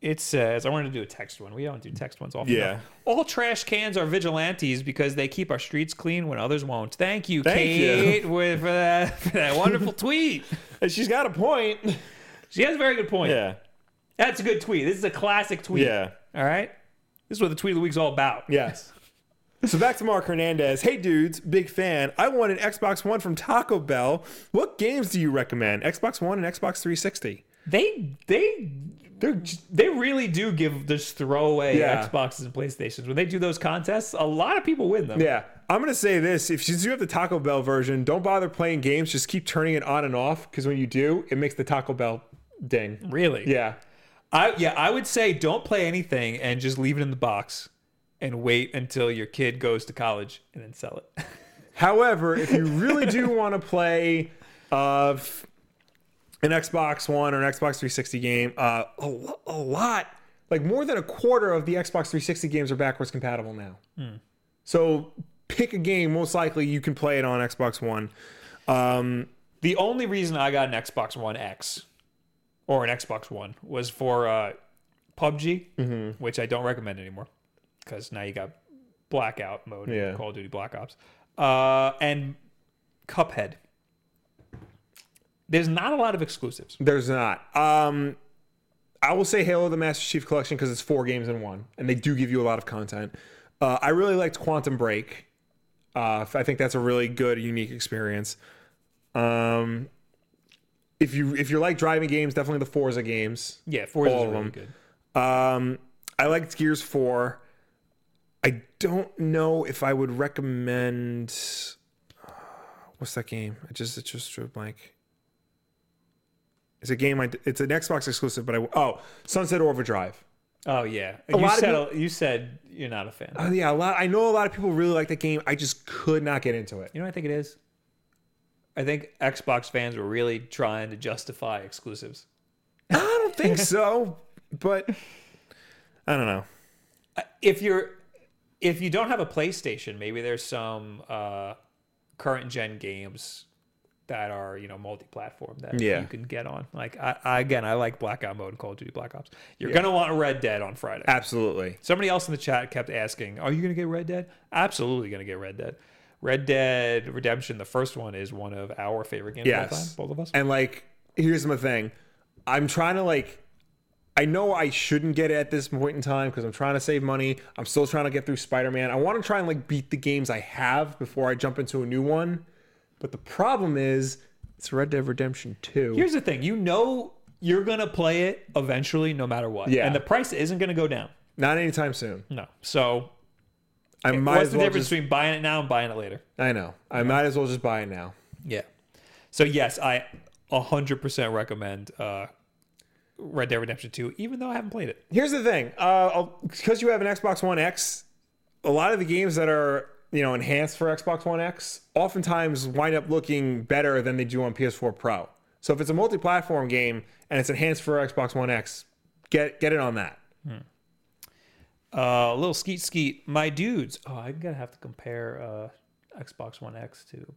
Speaker 1: It says, I wanted to do a text one. We don't do text ones often.
Speaker 2: Yeah.
Speaker 1: enough. All trash cans are vigilantes because they keep our streets clean when others won't. Thank you,
Speaker 2: Thank you.
Speaker 1: Kate, With, for, that, for that wonderful tweet.
Speaker 2: And she's got a point.
Speaker 1: She has a very good point.
Speaker 2: Yeah.
Speaker 1: That's a good tweet. This is a classic tweet.
Speaker 2: Yeah.
Speaker 1: All right. This is what the tweet of the week's all about.
Speaker 2: Yes. So back to Mark Hernandez. Hey dudes, big fan. I want an Xbox One from Taco Bell. What games do you recommend? Xbox One and Xbox 360.
Speaker 1: They they they they really do give this throwaway
Speaker 2: Yeah.
Speaker 1: Xboxes and PlayStations when they do those contests. A lot of people win them.
Speaker 2: Yeah. I'm gonna say this: if since you have the Taco Bell version, don't bother playing games. Just keep turning it on and off because when you do, it makes the Taco Bell ding.
Speaker 1: Really.
Speaker 2: Yeah.
Speaker 1: I yeah, I would say don't play anything and just leave it in the box and wait until your kid goes to college and then sell it.
Speaker 2: However, if you really do want to play uh, f- an Xbox One or an Xbox 360 game, uh, a, lo- a lot, like more than a quarter of the Xbox 360 games are backwards compatible now. So pick a game, most likely you can play it on Xbox One. Um,
Speaker 1: the only reason I got an Xbox One X or an Xbox One was for uh, PUBG,
Speaker 2: Mm-hmm.
Speaker 1: which I don't recommend anymore because now you got blackout mode, in
Speaker 2: Yeah.
Speaker 1: Call of Duty Black Ops, uh, and Cuphead. There's not a lot of exclusives.
Speaker 2: there's not. Um, I will say Halo the Master Chief Collection because it's four games in one, and they do give you a lot of content. Uh, I really liked Quantum Break. Uh, I think that's a really good, unique experience. Um, if you if you like driving games, definitely the Forza games.
Speaker 1: Yeah, Forza
Speaker 2: All
Speaker 1: is
Speaker 2: of
Speaker 1: really
Speaker 2: them.
Speaker 1: good.
Speaker 2: Um, I liked Gears Four. I don't know if I would recommend. uh, What's that game? I just it just drew a blank. It's a game. I it's an Xbox exclusive, but I oh Sunset Overdrive.
Speaker 1: Oh yeah, you
Speaker 2: lot of
Speaker 1: said you said you're not a fan.
Speaker 2: Oh yeah, a lot. I know a lot of people really like that game. I just could not get into it.
Speaker 1: You know what I think it is? I think Xbox fans were really trying to justify exclusives.
Speaker 2: I don't think so, but I don't know.
Speaker 1: if you're if you don't have a PlayStation, maybe there's some uh, current gen games that are you know multi-platform that
Speaker 2: Yeah.
Speaker 1: you can get on. Like I, I again, I like Blackout Mode and Call of Duty Black Ops. You're gonna want Red Dead on Friday.
Speaker 2: Absolutely.
Speaker 1: Somebody else in the chat kept asking, "Are you gonna get Red Dead?" Absolutely gonna get Red Dead. Red Dead Redemption, the first one, is one of our favorite games of all time,
Speaker 2: Yes.
Speaker 1: both of us.
Speaker 2: And like, here's my thing. I'm trying to like I know I shouldn't get it at this point in time because I'm trying to save money. I'm still trying to get through Spider-Man. I want to try and like beat the games I have before I jump into a new one. But the problem is it's Red Dead Redemption 2.
Speaker 1: Here's the thing: you know you're gonna play it eventually, no matter what.
Speaker 2: Yeah.
Speaker 1: And the price isn't gonna go down.
Speaker 2: Not anytime soon.
Speaker 1: No. So
Speaker 2: I might
Speaker 1: what's
Speaker 2: as
Speaker 1: the
Speaker 2: well
Speaker 1: difference
Speaker 2: just.
Speaker 1: between buying it now and buying it later?
Speaker 2: I know. I might as well just buy it now.
Speaker 1: Yeah. So yes, I 100% recommend uh, Red Dead Redemption 2, even though I haven't played it.
Speaker 2: Here's the thing, because you have an Xbox One X, a lot of the games that are you know enhanced for Xbox One X oftentimes wind up looking better than they do on PS4 Pro. So if it's a multi-platform game and it's enhanced for Xbox One X, get get it on that.
Speaker 1: Uh, little skeet skeet, my dudes. Oh, I'm gonna have to compare uh, Xbox One X to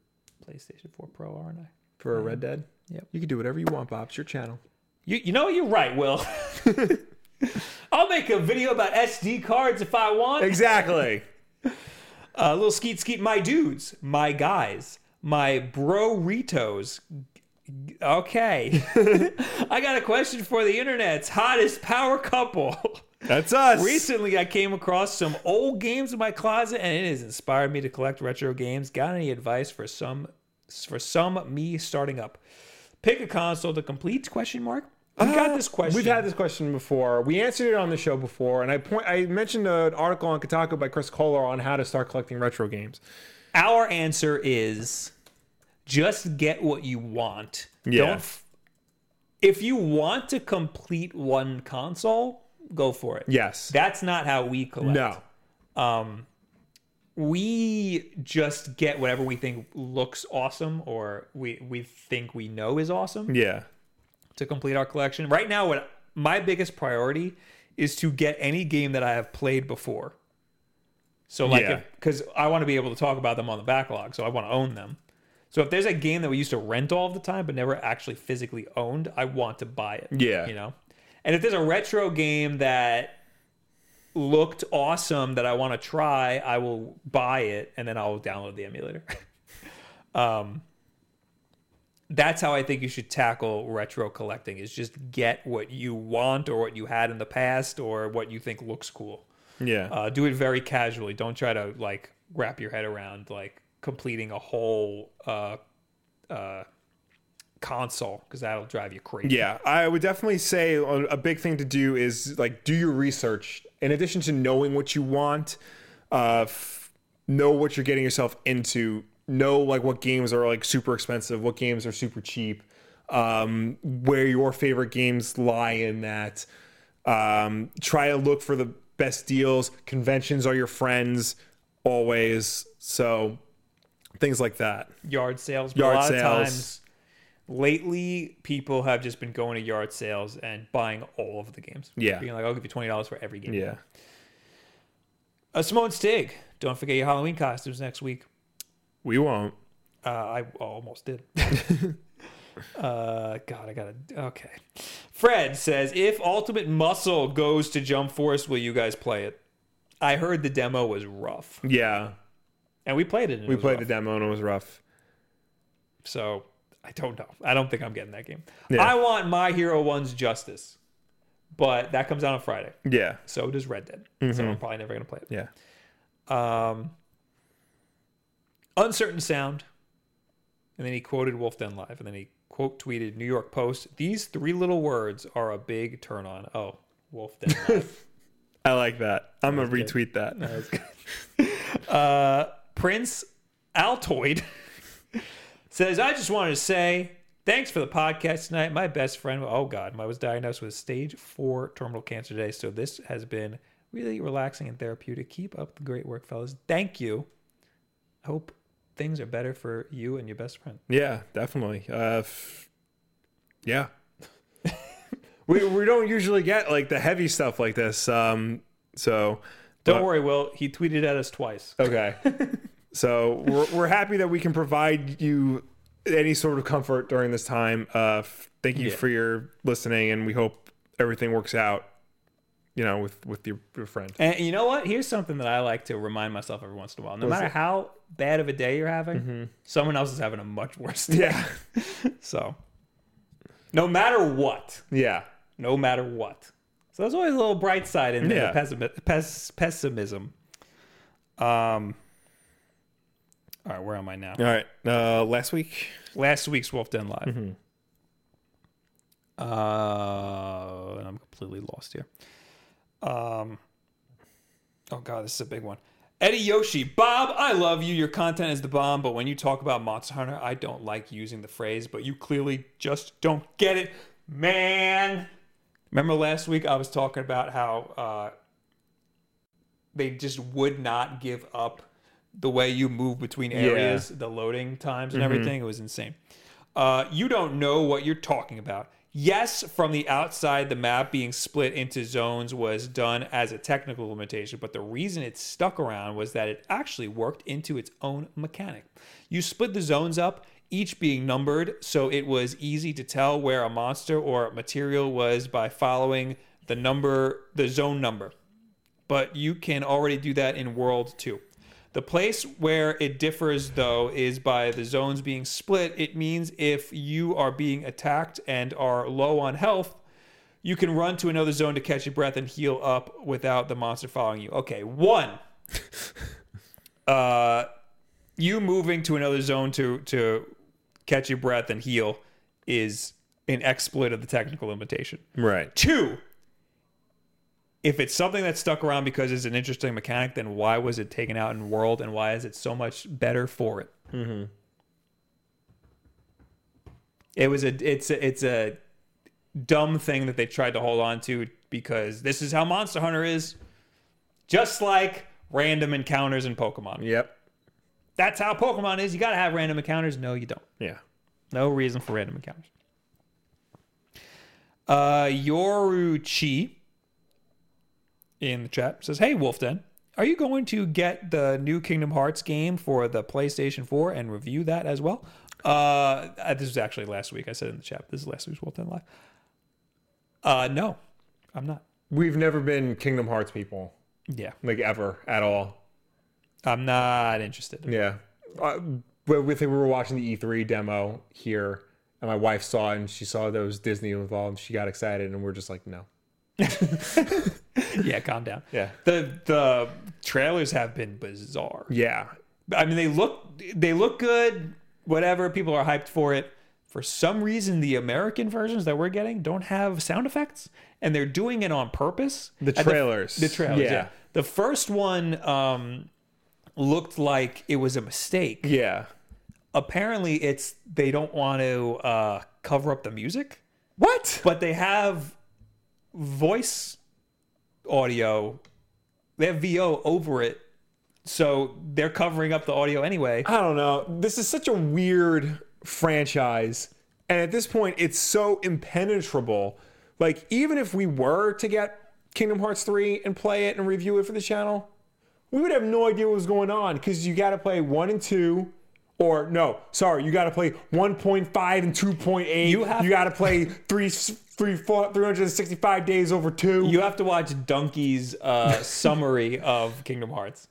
Speaker 1: PlayStation 4 Pro, aren't I?
Speaker 2: For a Red Dead,
Speaker 1: Yep.
Speaker 2: you can do whatever you want, Bob. It's your channel.
Speaker 1: You, you know you're right, Will. I'll make a video about SD cards if I want.
Speaker 2: Exactly.
Speaker 1: uh, little skeet skeet my dudes my guys my bro ritos okay i got a question for the internet's hottest power couple
Speaker 2: That's us.
Speaker 1: recently i came across some old games in my closet and it has inspired me to collect retro games got any advice for some for some me starting up pick a console to complete question mark we got this question
Speaker 2: We've had this question before. We answered it on the show before, and I point I mentioned an article on Kotaku by Chris Kohler on how to start collecting retro games.
Speaker 1: our answer is just get what you want.
Speaker 2: Yeah.
Speaker 1: Don't f- if you want to complete one console, go for it.
Speaker 2: Yes.
Speaker 1: That's not how we collect.
Speaker 2: no.
Speaker 1: We just get whatever we think looks awesome or we we think we know is awesome
Speaker 2: Yeah.
Speaker 1: to complete our collection. Right now what my biggest priority is to get any game that I have played before. So like
Speaker 2: Yeah.
Speaker 1: cuz I want to be able to talk about them on the backlog, so I want to own them. So if there's a game that we used to rent all of the time but never actually physically owned, I want to buy it.
Speaker 2: Yeah.
Speaker 1: You know? And if there's a retro game that looked awesome that I want to try, I will buy it and then I'll download the emulator. um that's how I think you should tackle retro collecting is just get what you want or what you had in the past or what you think looks cool.
Speaker 2: Yeah.
Speaker 1: Uh, do it very casually. Don't try to like wrap your head around like completing a whole uh, uh, console because that'll drive you crazy.
Speaker 2: Yeah, I would definitely say a a big thing to do is like do your research. In addition to knowing what you want, uh, f- know what you're getting yourself into. Know like what games are like super expensive, what games are super cheap, um, where your favorite games lie in that. Um, try to look for the best deals. Conventions are your friends always, so things like that.
Speaker 1: Yard sales. but
Speaker 2: Yard
Speaker 1: a lot
Speaker 2: sales.
Speaker 1: of times lately, people have just been going to yard sales and buying all of the games.
Speaker 2: Yeah.
Speaker 1: Being like, I'll give you twenty dollars for every game.
Speaker 2: Yeah.
Speaker 1: Uh, Simone Stig, don't forget your Halloween costumes next week.
Speaker 2: We won't.
Speaker 1: Uh, I almost did. uh, God, I gotta. Okay. Fred says, if Ultimate Muscle goes to Jump Force, will you guys play it? I heard the demo was rough,
Speaker 2: Yeah.
Speaker 1: and we played it. And
Speaker 2: We played the demo and it was rough.
Speaker 1: so I don't know. I don't think I'm getting that game.
Speaker 2: Yeah.
Speaker 1: I want My Hero One's Justice, but that comes out on Friday.
Speaker 2: Yeah.
Speaker 1: So does Red Dead.
Speaker 2: Mm-hmm.
Speaker 1: So I'm probably never gonna play it.
Speaker 2: Yeah.
Speaker 1: Um, uncertain sound. And then he quoted Wolf Den Live. And then he quote tweeted New York Post. These three little words are a big turn on. Oh, Wolf Den Live.
Speaker 2: I like that. I'm gonna retweet that.
Speaker 1: uh, Prince Altoid says, I just wanted to say thanks for the podcast tonight. My best friend, oh God, I was diagnosed with stage four terminal cancer today. So this has been really relaxing and therapeutic. Keep up the great work, fellas. Thank you. Hope things are better for you and your best friend.
Speaker 2: Yeah, definitely. Uh, f- yeah, we we don't usually get like the heavy stuff like this. Um, so
Speaker 1: Don't
Speaker 2: but-
Speaker 1: worry, Will. He tweeted at us twice.
Speaker 2: Okay, so we're we're happy that we can provide you any sort of comfort during this time. Uh, f- thank you
Speaker 1: Yeah.
Speaker 2: for your listening, and we hope everything works out. You know, with with your, your friend.
Speaker 1: And you know what? Here's something that I like to remind myself every once in a while. No matter how bad of a day you're having, someone else is having a much worse day.
Speaker 2: Yeah,
Speaker 1: So, no matter what,
Speaker 2: yeah,
Speaker 1: no matter what. So there's always a little bright side in there.
Speaker 2: Yeah.
Speaker 1: Pessimi- pess- pessimism. Um. All right, where am I now?
Speaker 2: All right. Uh, last week.
Speaker 1: Last week's Wolf Den Live. Uh, and I'm completely lost here. Um, oh god, this is a big one. Eddie Yoshi, Bob, I love you. Your content is the bomb, but when you talk about Monster Hunter, I don't like using the phrase, but you clearly just don't get it, man. Remember last week I was talking about how uh, they just would not give up the way you move between areas, the loading times and everything. It was insane. Uh, you don't know what you're talking about. Yes, from the outside, the map being split into zones was done as a technical limitation, but the reason it stuck around was that it actually worked into its own mechanic. You split the zones up, each being numbered, so it was easy to tell where a monster or material was by following the number, the zone number but you can already do that in World 2. The place where it differs, though, is by the zones being split. It means if you are being attacked and are low on health, you can run to another zone to catch your breath and heal up without the monster following you. Okay, one. uh, you moving to another zone to to catch your breath and heal is an exploit of the technical limitation.
Speaker 2: Right.
Speaker 1: Two, if it's something that stuck around because it's an interesting mechanic, then why was it taken out in World and why is it so much better for it? Mm-hmm. It was a it's a, it's a dumb thing that they tried to hold on to because this is how Monster Hunter is, just like random encounters in Pokemon.
Speaker 2: Yep.
Speaker 1: That's how Pokemon is. You gotta have random encounters. No, you don't.
Speaker 2: Yeah.
Speaker 1: No reason for random encounters. Uh, Yoruchi in the chat says, "Hey Wolf Den, are you going to get the new Kingdom Hearts game for the PlayStation 4 and review that as well?" Uh, uh, this was actually last week. I said in the chat. This is last week's Wolf Den live. Uh, no, I'm not.
Speaker 2: We've never been Kingdom Hearts people,
Speaker 1: Yeah,
Speaker 2: like ever at all.
Speaker 1: I'm not interested.
Speaker 2: Yeah. Uh, but we think we were watching the E3 demo here, and my wife saw it, and she saw those Disney involved, and she got excited, and we're just like, no.
Speaker 1: yeah, calm down.
Speaker 2: Yeah.
Speaker 1: The the trailers have been bizarre.
Speaker 2: Yeah.
Speaker 1: I mean, they look they look good. Whatever people are hyped for it. For some reason, the American versions that we're getting don't have sound effects, and they're doing it on purpose.
Speaker 2: The
Speaker 1: And
Speaker 2: trailers.
Speaker 1: the, trailers. Yeah.
Speaker 2: Yeah.
Speaker 1: The first one um, looked like it was a mistake.
Speaker 2: Yeah.
Speaker 1: Apparently, it's they don't want to uh, cover up the music,
Speaker 2: What?
Speaker 1: but they have voice audio. They have VO over it, so they're covering up the audio anyway.
Speaker 2: I don't know. This is such a weird franchise. And at this point, it's so impenetrable. Like, even if we were to get Kingdom Hearts 3 and play it and review it for the channel, we would have no idea what was going on because you got to play 1 and 2. Or no, sorry, you got to play 1.5 and 2.8.
Speaker 1: You have-
Speaker 2: you got to play three, three, four, 365 days over 2.
Speaker 1: You have to watch Donkey's uh, summary of Kingdom Hearts.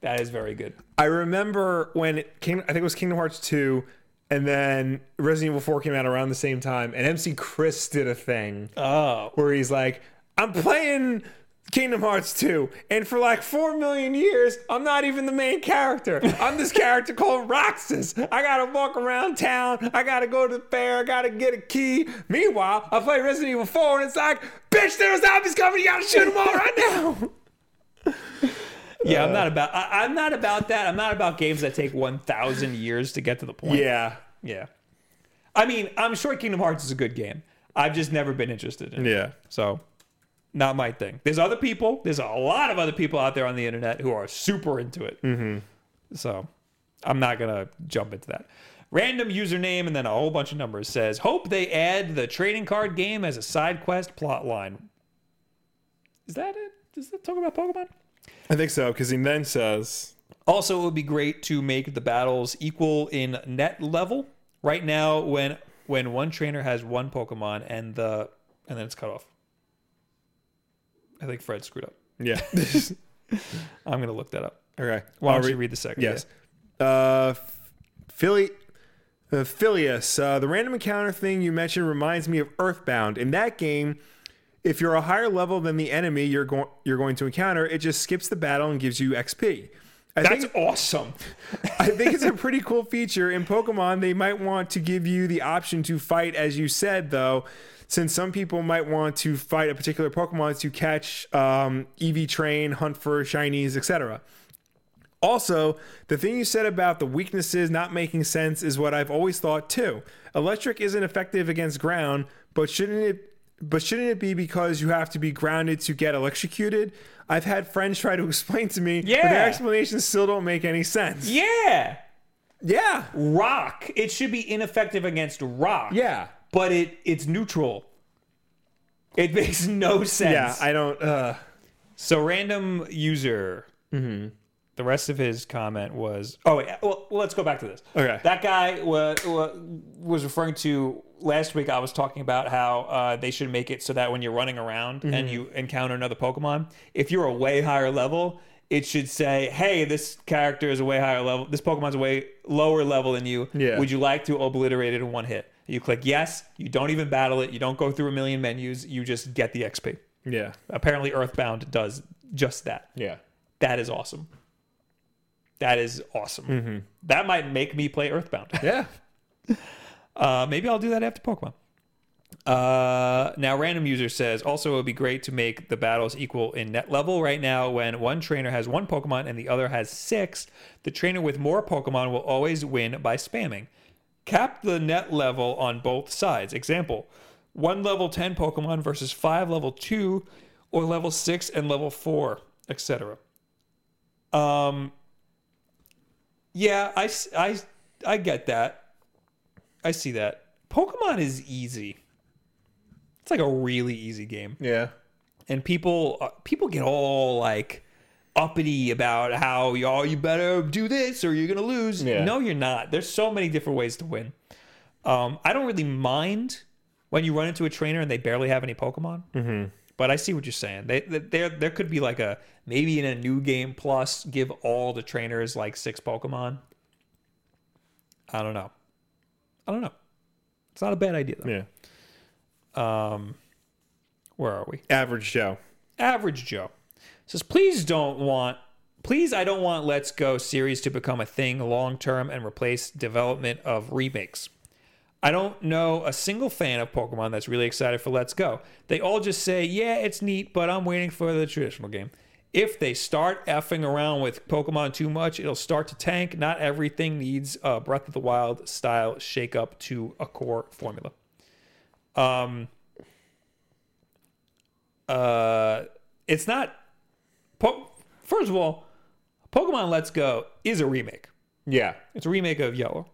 Speaker 1: That is very good.
Speaker 2: I remember when it came, I think it was Kingdom Hearts 2, and then Resident Evil 4 came out around the same time, and MC Chris did a thing
Speaker 1: Oh,
Speaker 2: where he's like, I'm playing Kingdom Hearts 2, and for like 4 million years, I'm not even the main character. I'm this character called Roxas. I gotta walk around town, I gotta go to the fair, I gotta get a key. Meanwhile, I play Resident Evil 4, and it's like, bitch, there are zombies coming, you gotta shoot them all right now.
Speaker 1: yeah. I'm not about. I, I'm not about that. I'm not about games that take 1,000 years to get to the point.
Speaker 2: Yeah.
Speaker 1: Yeah. I mean, I'm sure Kingdom Hearts is a good game. I've just never been interested in it.
Speaker 2: Yeah.
Speaker 1: So, not my thing. There's other people. There's a lot of other people out there on the internet who are super into it. So, I'm not going to jump into that. Random username and then a whole bunch of numbers says, Hope they add the trading card game as a side quest plot line. Is that it? Does that talk about Pokemon?
Speaker 2: I think so, because he then says,
Speaker 1: Also, it would be great to make the battles equal in net level. Right now, when when one trainer has one Pokemon and the and then it's cut off. I think Fred screwed up.
Speaker 2: Yeah.
Speaker 1: I'm gonna look that up.
Speaker 2: okay.
Speaker 1: Why
Speaker 2: I'll
Speaker 1: don't
Speaker 2: re-
Speaker 1: you read the second?
Speaker 2: Yes. Uh, Philly. Uh, Phileas, uh, the random encounter thing you mentioned reminds me of Earthbound. In that game, if you're a higher level than the enemy you're, go- you're going to encounter, it just skips the battle and gives you XP. I
Speaker 1: Yeah.
Speaker 2: think,
Speaker 1: That's awesome.
Speaker 2: I think it's a pretty cool feature. In Pokemon, they might want to give you the option to fight, as you said, though, since some people might want to fight a particular Pokemon to catch um, EV train, hunt for shinies, etc. Also, the thing you said about the weaknesses not making sense is what I've always thought too. Electric isn't effective against ground, but shouldn't it but shouldn't it be because you have to be grounded to get electrocuted? I've had friends try to explain to me, but
Speaker 1: Yeah.
Speaker 2: their explanations still don't make any sense.
Speaker 1: Yeah.
Speaker 2: Yeah.
Speaker 1: Rock. It should be ineffective against rock.
Speaker 2: Yeah.
Speaker 1: But it it's neutral. It makes no
Speaker 2: Yeah,
Speaker 1: sense.
Speaker 2: I don't uh
Speaker 1: so random user.
Speaker 2: Mm-hmm.
Speaker 1: The rest of his comment was, oh wait, well let's go back to this.
Speaker 2: Okay.
Speaker 1: that guy was was referring to last week. I was talking about how uh, they should make it so that when you're running around
Speaker 2: Mm-hmm.
Speaker 1: and you encounter another Pokemon, if you're a way higher level, it should say, "Hey, this character is a way higher level. This Pokemon's a way lower level than you.
Speaker 2: Yeah.
Speaker 1: Would you like to obliterate it in one hit?" You click yes. You don't even battle it. You don't go through a million menus. You just get the XP.
Speaker 2: Yeah.
Speaker 1: Apparently, Earthbound does just that.
Speaker 2: Yeah.
Speaker 1: That is awesome. That is awesome. That might make me play Earthbound.
Speaker 2: Yeah.
Speaker 1: Uh, maybe I'll do that after Pokemon. Uh, now, random user says also it would be great to make the battles equal in net level. Right now, when one trainer has one Pokemon and the other has six, the trainer with more Pokemon will always win by spamming. Cap the net level on both sides. Example: one level ten Pokemon versus five level two, or level six and level four, etc. Um. Yeah, I s- I I get that. I see that. Pokemon is easy. It's like a really easy game,
Speaker 2: Yeah.
Speaker 1: and people uh, people get all like uppity about how y'all you better do this or you're gonna lose.
Speaker 2: Yeah.
Speaker 1: No, you're not. There's so many different ways to win. Um, I don't really mind when you run into a trainer and they barely have any Pokemon. Mm-hmm. But I see what you're saying. They, they, there, there could be like a maybe in a new game plus give all the trainers like six Pokemon. I don't know. I don't know. It's not a bad idea though.
Speaker 2: Yeah.
Speaker 1: Um, where are we?
Speaker 2: Average Joe.
Speaker 1: Average Joe says, please don't want, please, I don't want Let's Go series to become a thing long term and replace development of remakes. I don't know a single fan of Pokemon that's really excited for Let's Go. They all just say, yeah, it's neat, but I'm waiting for the traditional game. If they start effing around with Pokemon too much, it'll start to tank. Not everything needs a Breath of the Wild style shakeup to a core formula. Um, uh, it's not. Po- First of all, Pokemon Let's Go is a remake.
Speaker 2: Yeah.
Speaker 1: It's a remake of Yellow.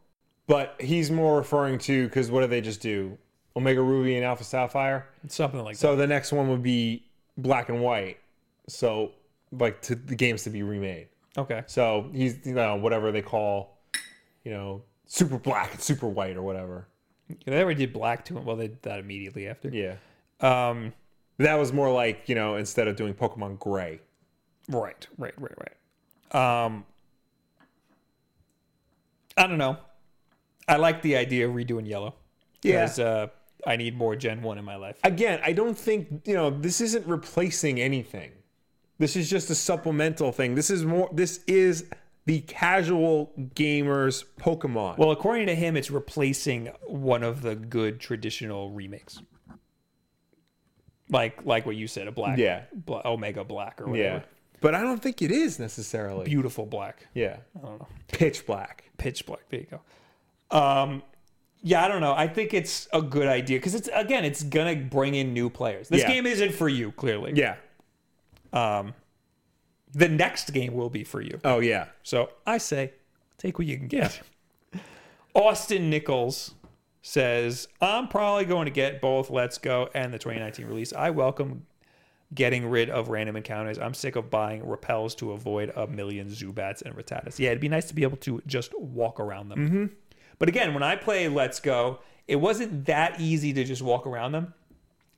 Speaker 2: But he's more referring to because what do they just do? Omega Ruby and Alpha Sapphire.
Speaker 1: It's something like that.
Speaker 2: So the next one would be Black and White. So like to the games to be remade.
Speaker 1: Okay.
Speaker 2: So he's you know whatever they call, you know, Super Black and Super White or whatever.
Speaker 1: They already did Black to it. Well, they did that immediately after.
Speaker 2: Yeah.
Speaker 1: Um,
Speaker 2: That was more like you know instead of doing Pokemon Gray.
Speaker 1: right, right, right, right. Um, I don't know. I like the idea of redoing Yellow. Because uh, I need more Gen 1 in my life.
Speaker 2: Again, I don't think you know this isn't replacing anything. This is just a supplemental thing. This is more. This is the casual gamers Pokemon.
Speaker 1: Well, according to him, it's replacing one of the good traditional remakes, like like what you said, a black,
Speaker 2: Yeah.
Speaker 1: bla- Omega Black or whatever,
Speaker 2: But I don't think it is necessarily.
Speaker 1: beautiful black,
Speaker 2: yeah.
Speaker 1: I don't know,
Speaker 2: Pitch black.
Speaker 1: pitch black. There you go. Um, yeah, I don't know. I think it's a good idea because it's again, it's gonna bring in new players. This
Speaker 2: Yeah.
Speaker 1: game isn't for you, clearly.
Speaker 2: Yeah.
Speaker 1: Um, the next game will be for you.
Speaker 2: Oh yeah.
Speaker 1: So I say, take what you can get. Austin Nichols says, I'm probably going to get both Let's Go and the 2019 release. I welcome getting rid of random encounters. I'm sick of buying repels to avoid a million Zubats and Rattatas. Yeah, it'd be nice to be able to just walk around them. But again, when I play Let's Go, it wasn't that easy to just walk around them.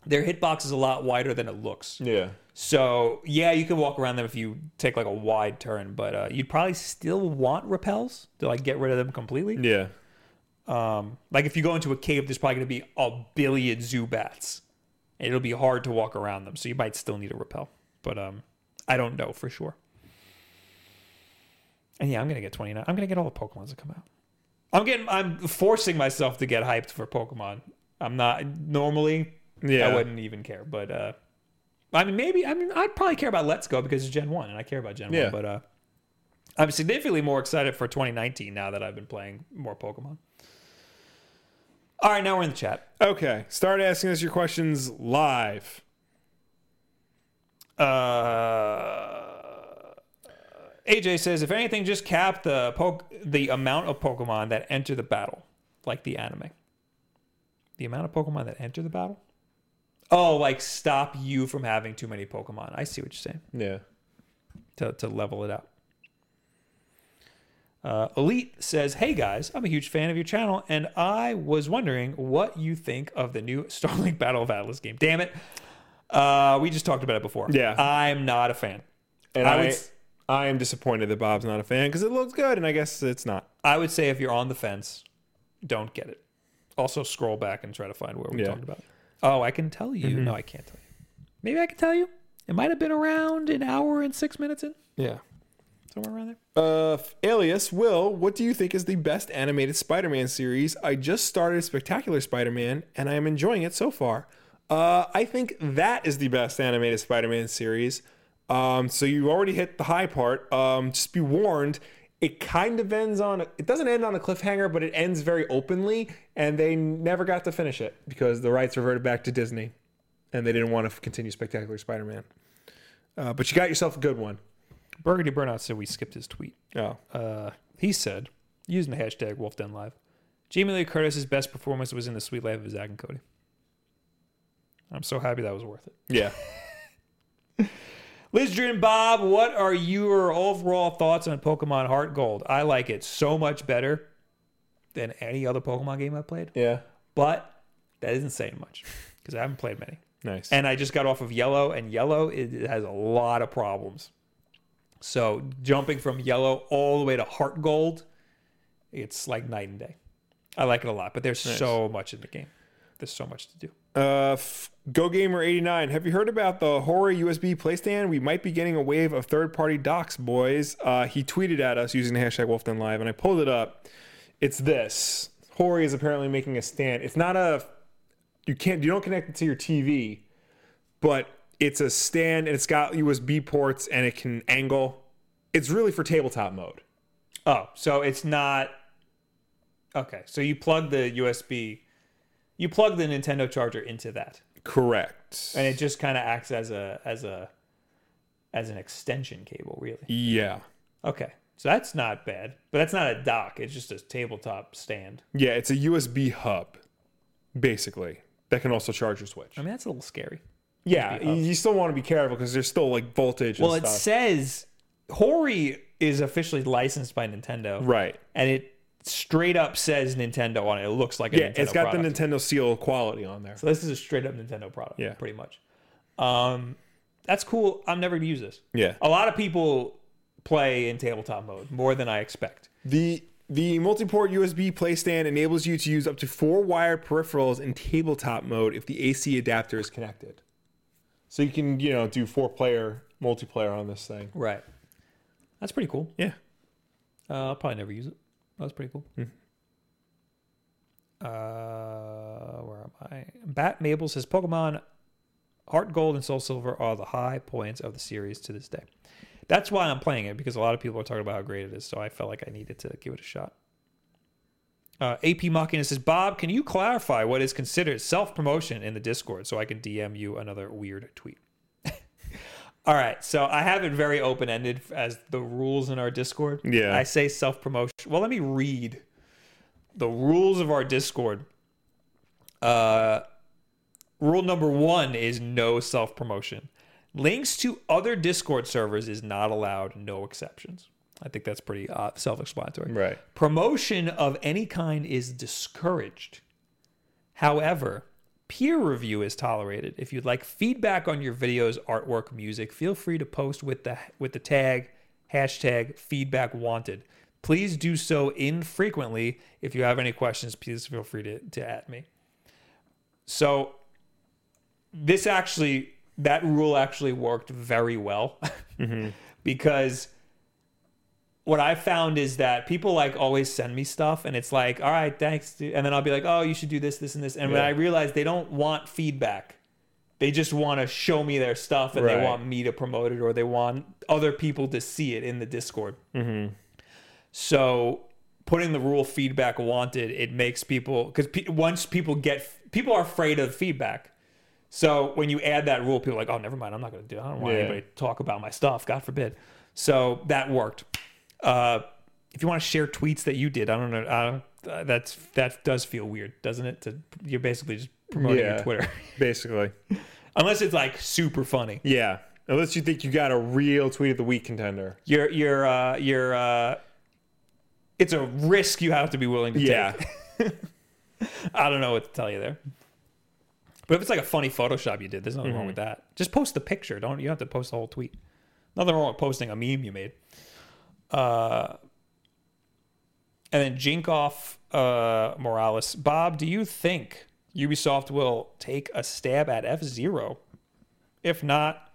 Speaker 1: Their hitbox is a lot wider than it looks.
Speaker 2: Yeah.
Speaker 1: So yeah, you can walk around them if you take like a wide turn, but uh, you'd probably still want repels to like get rid of them completely.
Speaker 2: Yeah.
Speaker 1: Um, like if you go into a cave, there's probably gonna be a billion Zubats. And it'll be hard to walk around them, so you might still need a repel. But um, I don't know for sure. And yeah, I'm gonna get 29. I'm gonna get all the Pokemons that come out. I'm getting. I'm forcing myself to get hyped for Pokemon. I'm not normally
Speaker 2: Yeah.
Speaker 1: I wouldn't even care. But uh, I mean, maybe I mean I'd probably care about Let's Go because it's Gen One, and I care about Gen
Speaker 2: Yeah.
Speaker 1: One. But uh, I'm significantly more excited for 2019 now that I've been playing more Pokemon. All right, now we're in the chat.
Speaker 2: Okay. Start asking us your questions live.
Speaker 1: Uh, AJ says, if anything, just cap the po- the amount of Pokemon that enter the battle, like the anime. The amount of Pokemon that enter the battle. Oh, like stop you from having too many Pokemon. I see what you're saying.
Speaker 2: Yeah.
Speaker 1: to, to level it out. Uh, Elite says, Hey guys, I'm a huge fan of your channel, and I was wondering what you think of the new Starlink Battle of Atlas game. Damn it. Uh, we just talked about it before.
Speaker 2: Yeah.
Speaker 1: I'm not a fan.
Speaker 2: And
Speaker 1: I
Speaker 2: I,
Speaker 1: would
Speaker 2: I,
Speaker 1: s-
Speaker 2: am disappointed that Bob's not a fan because it looks good, and I guess it's not.
Speaker 1: I would say if you're on the fence, don't get it. Also, scroll back and try to find where we
Speaker 2: Yeah. Mm-hmm.
Speaker 1: talked about. it. Oh, I can tell you. No, I can't tell you. Maybe I can tell you. It might have been around an hour and six minutes in,
Speaker 2: Yeah.
Speaker 1: somewhere around there.
Speaker 2: Uh, alias Will, what do you think is the best animated Spider-Man series? I just started Spectacular Spider-Man, and I am enjoying it so far. Uh, I think that is the best animated Spider-Man series. Um, so you already hit the high part. Um, just be warned, it kind of ends on. It doesn't end on a cliffhanger, but it ends very openly, and they never got to finish it because the rights reverted back to Disney, and they didn't want to continue Spectacular Spider-Man. Uh, but you got yourself a good one.
Speaker 1: Burgundy Burnout said we skipped his tweet.
Speaker 2: Oh,
Speaker 1: uh, he said, using the hashtag WolfDenLive, Jamie Lee Curtis's best performance was in The Sweet Life of Zack and Cody. I'm so happy that was worth it.
Speaker 2: yeah.
Speaker 1: Liz Drew and Bob, what are your overall thoughts on Pokemon Heart Gold? I like it so much better than any other Pokemon game I've played,
Speaker 2: Yeah.
Speaker 1: but that isn't saying much because I haven't played many.
Speaker 2: Nice.
Speaker 1: And I just got off of yellow, and yellow it, it has a lot of problems. So jumping from yellow all the way to heart gold, it's like night and day. I like it a lot, but there's so much in the game. There's so much to do.
Speaker 2: Uh, f- GoGamer89, have you heard about the horror USB playstand? We might be getting a wave of third-party docs, boys. Uh, he tweeted at us using the hashtag WolfdenLive, and I pulled it up. It's this. Hori is apparently making a stand. It's not a you can't you don't connect it to your TV, but it's a stand and it's got USB ports and it can angle. It's really for tabletop mode.
Speaker 1: Oh, so it's not okay. So you plug the USB, you plug the Nintendo charger into that,
Speaker 2: Correct.
Speaker 1: and it just kind of acts as a as a as an extension cable, really.
Speaker 2: yeah.
Speaker 1: Okay, so that's not bad, but that's not a dock. It's just a tabletop stand.
Speaker 2: Yeah, it's a USB hub, basically. That can also charge your Switch.
Speaker 1: I mean, that's a little scary.
Speaker 2: Yeah, y- you still want to be careful because there's still like voltage.
Speaker 1: Well,
Speaker 2: and
Speaker 1: it
Speaker 2: stuff.
Speaker 1: says Hori is officially licensed by Nintendo,
Speaker 2: right.
Speaker 1: And it straight up says Nintendo on it. It looks like a
Speaker 2: Yeah,
Speaker 1: Nintendo
Speaker 2: it's got
Speaker 1: product.
Speaker 2: the Nintendo seal quality on there.
Speaker 1: so this is a straight up Nintendo product,
Speaker 2: Yeah.
Speaker 1: pretty much. Um, that's cool. I'm never gonna use this.
Speaker 2: Yeah,
Speaker 1: A lot of people play in tabletop mode more than I expect.
Speaker 2: the the multi-port USB playstand enables you to use up to four wired peripherals in tabletop mode if the AC adapter is connected. So you can you know do four player multiplayer on this thing.
Speaker 1: Right. That's pretty cool.
Speaker 2: Yeah,
Speaker 1: Uh, I'll probably never use it. That's pretty cool. Uh, where am I? Bat Mabel says Pokemon Heart Gold and Soul Silver are the high points of the series to this day. That's why I'm playing it because a lot of people are talking about how great it is. So I felt like I needed to give it a shot. Uh, AP Machina says, Bob, can you clarify what is considered self promotion in the Discord so I can DM you another weird tweet? All right. So I have it very open ended as the rules in our Discord.
Speaker 2: Yeah.
Speaker 1: I say self promotion. Well, let me read the rules of our Discord. Uh, rule number one is no self promotion. Links to other Discord servers is not allowed, no exceptions. I think that's pretty uh, self explanatory.
Speaker 2: right.
Speaker 1: Promotion of any kind is discouraged. However, peer review is tolerated. If you'd like feedback on your videos, artwork, music, feel free to post with the with the tag hashtag feedback wanted. Please do so infrequently. If you have any questions, please feel free to, to at me. So this actually that rule actually worked very well because what I found is that people like always send me stuff, and it's like, all right, thanks, dude. and then I'll be like, oh, you should do this, this, and this, and when
Speaker 2: Yeah.
Speaker 1: I realize they don't want feedback. They just want to show me their stuff and they
Speaker 2: Right.
Speaker 1: want me to promote it or they want other people to see it in the Discord.
Speaker 2: Mm-hmm.
Speaker 1: So putting the rule feedback wanted, it makes people because pe- once people get people are afraid of feedback. So when you add that rule, people are like, oh, never mind, I'm not going to do. it. I don't want
Speaker 2: Yeah.
Speaker 1: anybody to talk about my stuff. God forbid. So that worked. Uh, if you want to share tweets that you did, I don't know. I don't, that's that does feel weird, doesn't it? To, you're basically just promoting
Speaker 2: Yeah.
Speaker 1: your Twitter,
Speaker 2: basically.
Speaker 1: unless it's like super funny.
Speaker 2: Yeah. Unless you think you got a real tweet of the week contender.
Speaker 1: You're you're uh, you're. Uh, it's a risk you have to be willing to take.
Speaker 2: Yeah.
Speaker 1: I don't know what to tell you there. But if it's like a funny Photoshop you did, there's nothing wrong with that. Just post the picture. Don't you don't have to post the whole tweet? Nothing wrong with posting a meme you made. Uh, and then Jinkoff uh, Morales, Bob, do you think Ubisoft will take a stab at F Zero? If not,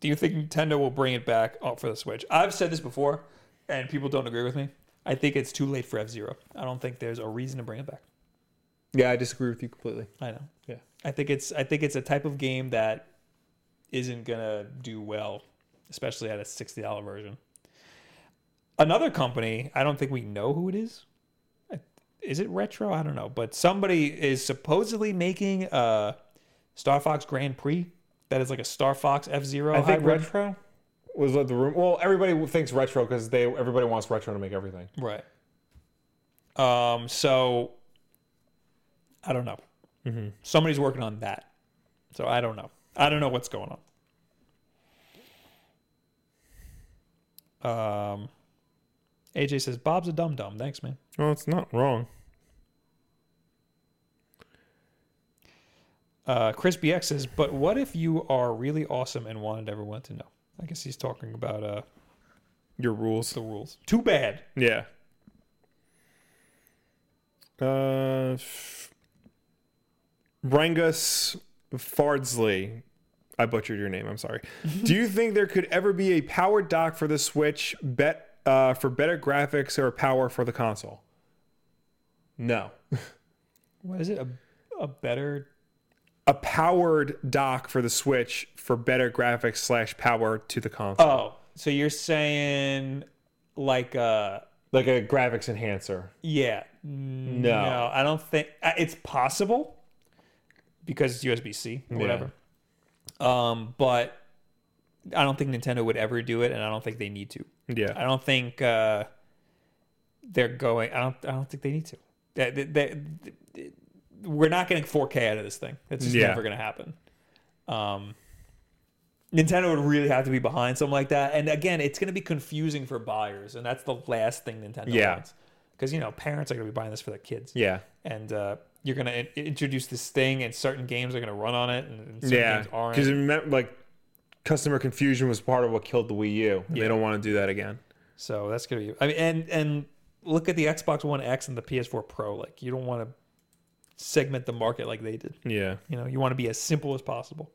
Speaker 1: do you think Nintendo will bring it back up for the Switch? I've said this before, and people don't agree with me. I think it's too late for F Zero. I don't think there's a reason to bring it back.
Speaker 2: yeah, I disagree with you completely.
Speaker 1: I know.
Speaker 2: Yeah.
Speaker 1: I think it's I think it's a type of game that isn't gonna do well, especially at a sixty dollar version. Another company, I don't think we know who it is. I- Is it retro? I don't know, but somebody is supposedly making a Star Fox Grand Prix that is like a Star Fox F Zero.
Speaker 2: I think retro was what the room. Well, everybody thinks retro because they everybody wants retro to make everything.
Speaker 1: Right. Um, so I don't know. Mm-hmm. Somebody's working on that. So I don't know. I don't know what's going on. Um, AJ says Bob's a dum dum. Thanks, man.
Speaker 2: Well, it's not wrong.
Speaker 1: Uh, Chris BX says, but what if you are really awesome and wanted everyone to know? I guess he's talking about uh,
Speaker 2: Your rules.
Speaker 1: the rules. Too bad.
Speaker 2: Yeah. Uh, f- Brangus Fardsley. I butchered your name. I'm sorry. Do you think there could ever be a power dock for the Switch bet uh, for better graphics or power for the console? No.
Speaker 1: What is it? A, a better.
Speaker 2: A powered dock for the Switch for better graphics slash power to the console.
Speaker 1: Oh, so you're saying like uh
Speaker 2: like a graphics enhancer.
Speaker 1: Yeah. No. I don't think I- it's possible because it's USB C or whatever. Um, but I don't think Nintendo would ever do it, and I don't think they need to. I
Speaker 2: Yeah.
Speaker 1: don't think uh, they're going. I don't. I don't think they need to. They- they- they- they- we're not getting 4K out of this thing. That's just
Speaker 2: Yeah.
Speaker 1: never going to happen. Um, Nintendo would really have to be behind something like that. And again, it's going to be confusing for buyers, and that's the last thing Nintendo
Speaker 2: Yeah.
Speaker 1: wants. Because you know, parents are going to be buying this for their kids,
Speaker 2: Yeah.
Speaker 1: and uh, you're going to in- introduce this thing, and certain games are going to run on it, and, and certain
Speaker 2: Yeah,
Speaker 1: games aren't.
Speaker 2: because it meant like customer confusion was part of what killed the Wii U. and They don't want to do that again.
Speaker 1: So that's gonna be. I mean, and and look at the Xbox One X and the PS4 Pro. Like you don't want to segment the market like they did.
Speaker 2: Yeah,
Speaker 1: You know, you want to be as simple as possible.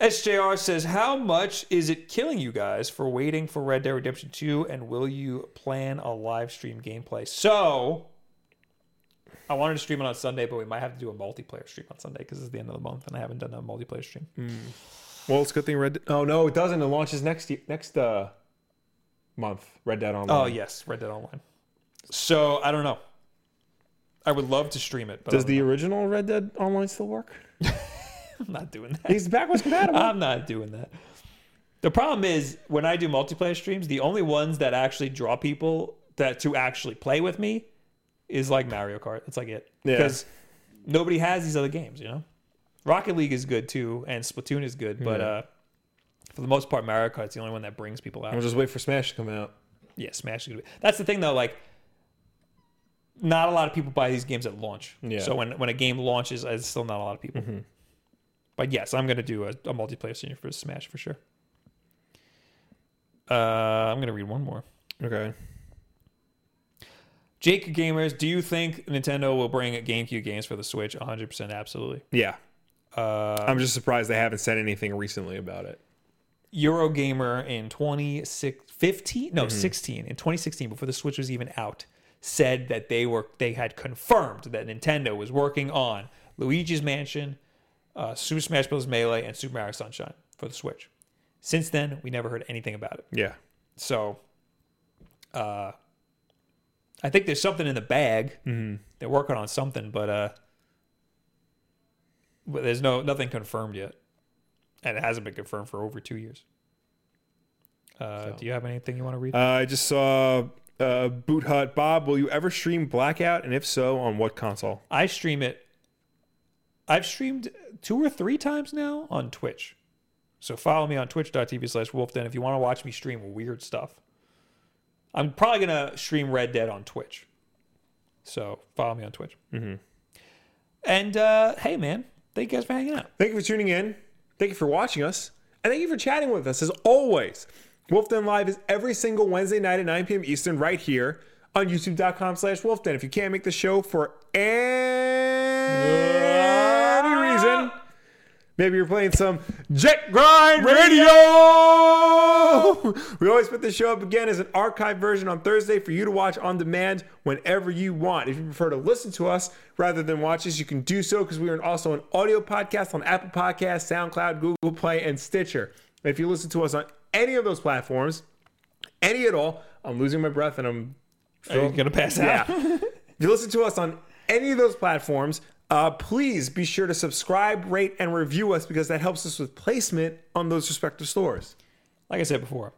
Speaker 1: SJR says, "How much is it killing you guys for waiting for Red Dead Redemption 2 and will you plan a live stream gameplay?" So, I wanted to stream it on Sunday, but we might have to do a multiplayer stream on Sunday because it's the end of the month and I haven't done a multiplayer stream.
Speaker 2: well, it's a good thing Red. Oh no, it doesn't. It launches next ye- next uh, month. Red Dead Online.
Speaker 1: Oh yes, Red Dead Online. So I don't know. I would love to stream it, but
Speaker 2: Does
Speaker 1: I'm,
Speaker 2: the original Red Dead Online still work?
Speaker 1: I'm not doing that.
Speaker 2: It's backwards compatible.
Speaker 1: I'm not doing that. The problem is when I do multiplayer streams, the only ones that actually draw people that to actually play with me is like Mario Kart. That's like it
Speaker 2: Yeah.
Speaker 1: because nobody has these other games. You know, Rocket League is good too, and Splatoon is good, but
Speaker 2: Yeah.
Speaker 1: uh, for the most part, Mario Kart's the only one that brings people out.
Speaker 2: We'll just wait for Smash to come out.
Speaker 1: Yeah, Smash is gonna be. That's the thing though, like not a lot of people buy these games at launch.
Speaker 2: Yeah.
Speaker 1: So when when a game launches, uh, it's still not a lot of people. But yes, I'm gonna do a, a multiplayer senior for Smash for sure. Uh, I'm gonna read one more.
Speaker 2: Okay.
Speaker 1: Jake Gamers, do you think Nintendo will bring GameCube games for the Switch? 100%, absolutely.
Speaker 2: Yeah,
Speaker 1: Uh,
Speaker 2: I'm just surprised they haven't said anything recently about it.
Speaker 1: Eurogamer in 2015, no, 16, in 2016, before the Switch was even out, said that they were they had confirmed that Nintendo was working on Luigi's Mansion, uh, Super Smash Bros. Melee, and Super Mario Sunshine for the Switch. Since then, we never heard anything about it.
Speaker 2: Yeah.
Speaker 1: So, uh, I think there's something in the bag. They're working on something, but uh, but there's no nothing confirmed yet, and it hasn't been confirmed for over two years. Uh, Do you have anything you want to read?
Speaker 2: Uh, I just saw uh, Boot Hut Bob. Will you ever stream Blackout, and if so, on what console?
Speaker 1: I stream it. I've streamed two or three times now on Twitch. So follow me on twitch.tv slash wolfden if you want to watch me stream weird stuff. I'm probably going to stream Red Dead on Twitch. So follow me on Twitch. Mm-hmm. And uh, hey, man, thank you guys for hanging out.
Speaker 2: Thank you for tuning in. Thank you for watching us. And thank you for chatting with us as always. Wolf Den Live is every single Wednesday night at 9 p.m. Eastern right here on youtube.com slash wolfden. If you can't make the show for any reason, maybe you're playing some Jet Grind Radio. We always put the show up again as an archived version on Thursday for you to watch on demand whenever you want. If you prefer to listen to us rather than watch us, you can do so because we are also an audio podcast on Apple Podcasts, SoundCloud, Google Play, and Stitcher. If you listen to us on any of those platforms, any at all, I'm losing my breath and I'm
Speaker 1: Are you going to pass
Speaker 2: yeah.
Speaker 1: out?
Speaker 2: if you listen to us on any of those platforms, uh, please be sure to subscribe, rate, and review us because that helps us with placement on those respective stores.
Speaker 1: like I said before,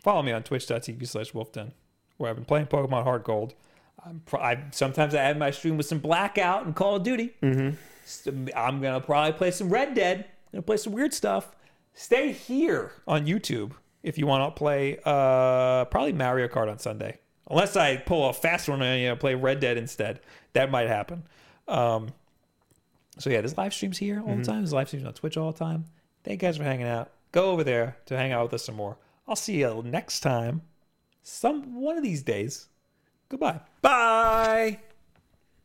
Speaker 1: follow me on twitch.tv slash wolfden, where I've been playing Pokemon Hard Gold. I'm pro- I, sometimes I add my stream with some Blackout and Call of Duty. Mm-hmm. I'm going to probably play some Red Dead. going to play some weird stuff. Stay here on YouTube if you want to play uh, probably Mario Kart on Sunday. Unless I pull a fast one and you know, play Red Dead instead. That might happen. Um, so yeah, there's live streams here all the time. There's live streams on Twitch all the time. Thank you guys for hanging out. Go over there to hang out with us some more. I'll see you next time. Some one of these days. Goodbye.
Speaker 2: Bye.